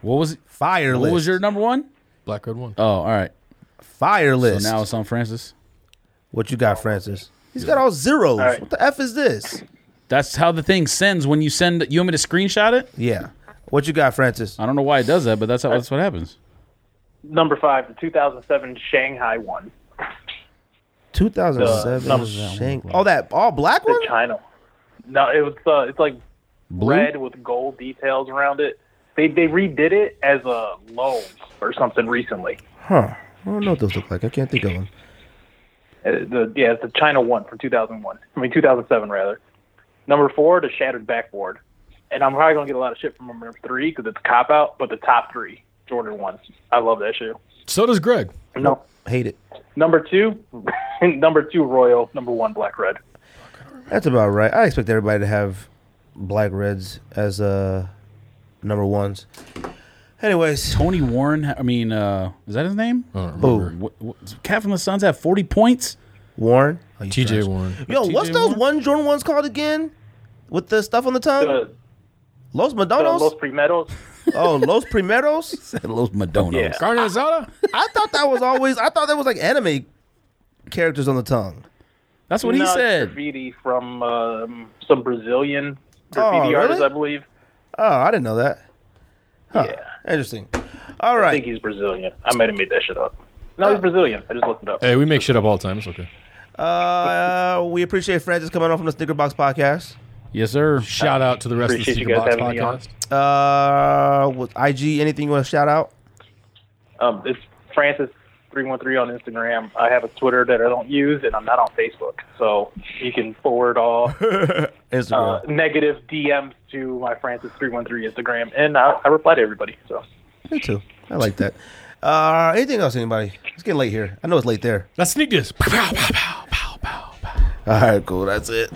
Speaker 4: what was it?
Speaker 2: Fire
Speaker 4: What
Speaker 2: list.
Speaker 4: was your number one?
Speaker 1: Black red one.
Speaker 4: Oh, all right.
Speaker 2: fire
Speaker 4: So
Speaker 2: list?
Speaker 4: now it's on Francis.
Speaker 2: what you got, Francis? He's got all zeros.
Speaker 3: right.
Speaker 2: What the f is this?
Speaker 4: That's how the thing sends when you send. You want me to screenshot it?
Speaker 2: Yeah. What you got, Francis?
Speaker 4: I don't know why it does that, but that's how, that's what happens.
Speaker 3: Number five, the 2007 Shanghai one,
Speaker 2: 2007.
Speaker 3: The number-
Speaker 2: Shank- oh, that all black one.
Speaker 3: the China. No, it was uh, it's like
Speaker 4: Blue.
Speaker 3: red with gold details around it. They they redid it as a loan or something recently.
Speaker 2: Huh. I don't know what those look like. I can't think of them.
Speaker 3: Uh, the yeah, it's the China one from 2001. I mean 2007 rather. Number four, the shattered backboard, and I'm probably gonna get a lot of shit from number three because it's a cop out. But the top three Jordan ones, I love that shoe.
Speaker 1: So does Greg.
Speaker 3: No,
Speaker 2: Hate it.
Speaker 3: number two, number two Royal, number one Black Red.
Speaker 2: That's about right. I expect everybody to have black reds as a uh, number ones. Anyways,
Speaker 4: Tony Warren. I mean, uh, is that his name?
Speaker 2: who?
Speaker 4: What, what, Cat from the Suns had forty points.
Speaker 2: Warren. Oh, you
Speaker 1: TJ
Speaker 2: trash.
Speaker 1: Warren.
Speaker 2: Yo,
Speaker 4: TJ
Speaker 2: what's those
Speaker 4: Warren?
Speaker 2: one Jordan ones called again? With the stuff on the tongue?
Speaker 3: The,
Speaker 2: Los
Speaker 3: the Los
Speaker 2: Madonos?
Speaker 3: Primeros.
Speaker 2: oh, Los Primeros?
Speaker 4: Los Madonos.
Speaker 3: Yeah.
Speaker 1: Carne asada?
Speaker 2: I thought that was always, I thought that was like anime characters on the tongue.
Speaker 4: That's what he
Speaker 3: No, it's
Speaker 4: said.
Speaker 3: Graffiti from um, some Brazilian
Speaker 2: Oh,
Speaker 3: graffiti artist,
Speaker 2: really?
Speaker 3: I believe.
Speaker 2: Oh, I didn't know that. Huh. Interesting. All
Speaker 3: I
Speaker 2: right.
Speaker 3: think he's Brazilian. I might have made that shit up. No, he's Brazilian. I just looked it up.
Speaker 1: Hey, we make shit up all the time. It's okay.
Speaker 2: Uh, we appreciate Francis coming on from the Snicker Box podcast.
Speaker 4: Yes, sir.
Speaker 1: Shout out to the rest of the
Speaker 3: Appreciate you
Speaker 1: Secret Box
Speaker 3: guys having me on.
Speaker 1: podcast.
Speaker 2: Uh, with IG, anything you want to shout out?
Speaker 3: Um, it's Francis three one three on Instagram. I have a Twitter that I don't use, and I'm not on Facebook, so you can forward all uh,
Speaker 2: Instagram.
Speaker 3: negative DMs to my Francis three one three Instagram, and I, I reply to everybody. So
Speaker 2: Me too. I like that. Uh, anything else, anybody? It's getting late here. I know it's late there.
Speaker 1: Let's sneak this. Pow, pow, pow, pow, pow, pow.
Speaker 2: All right, cool. That's it.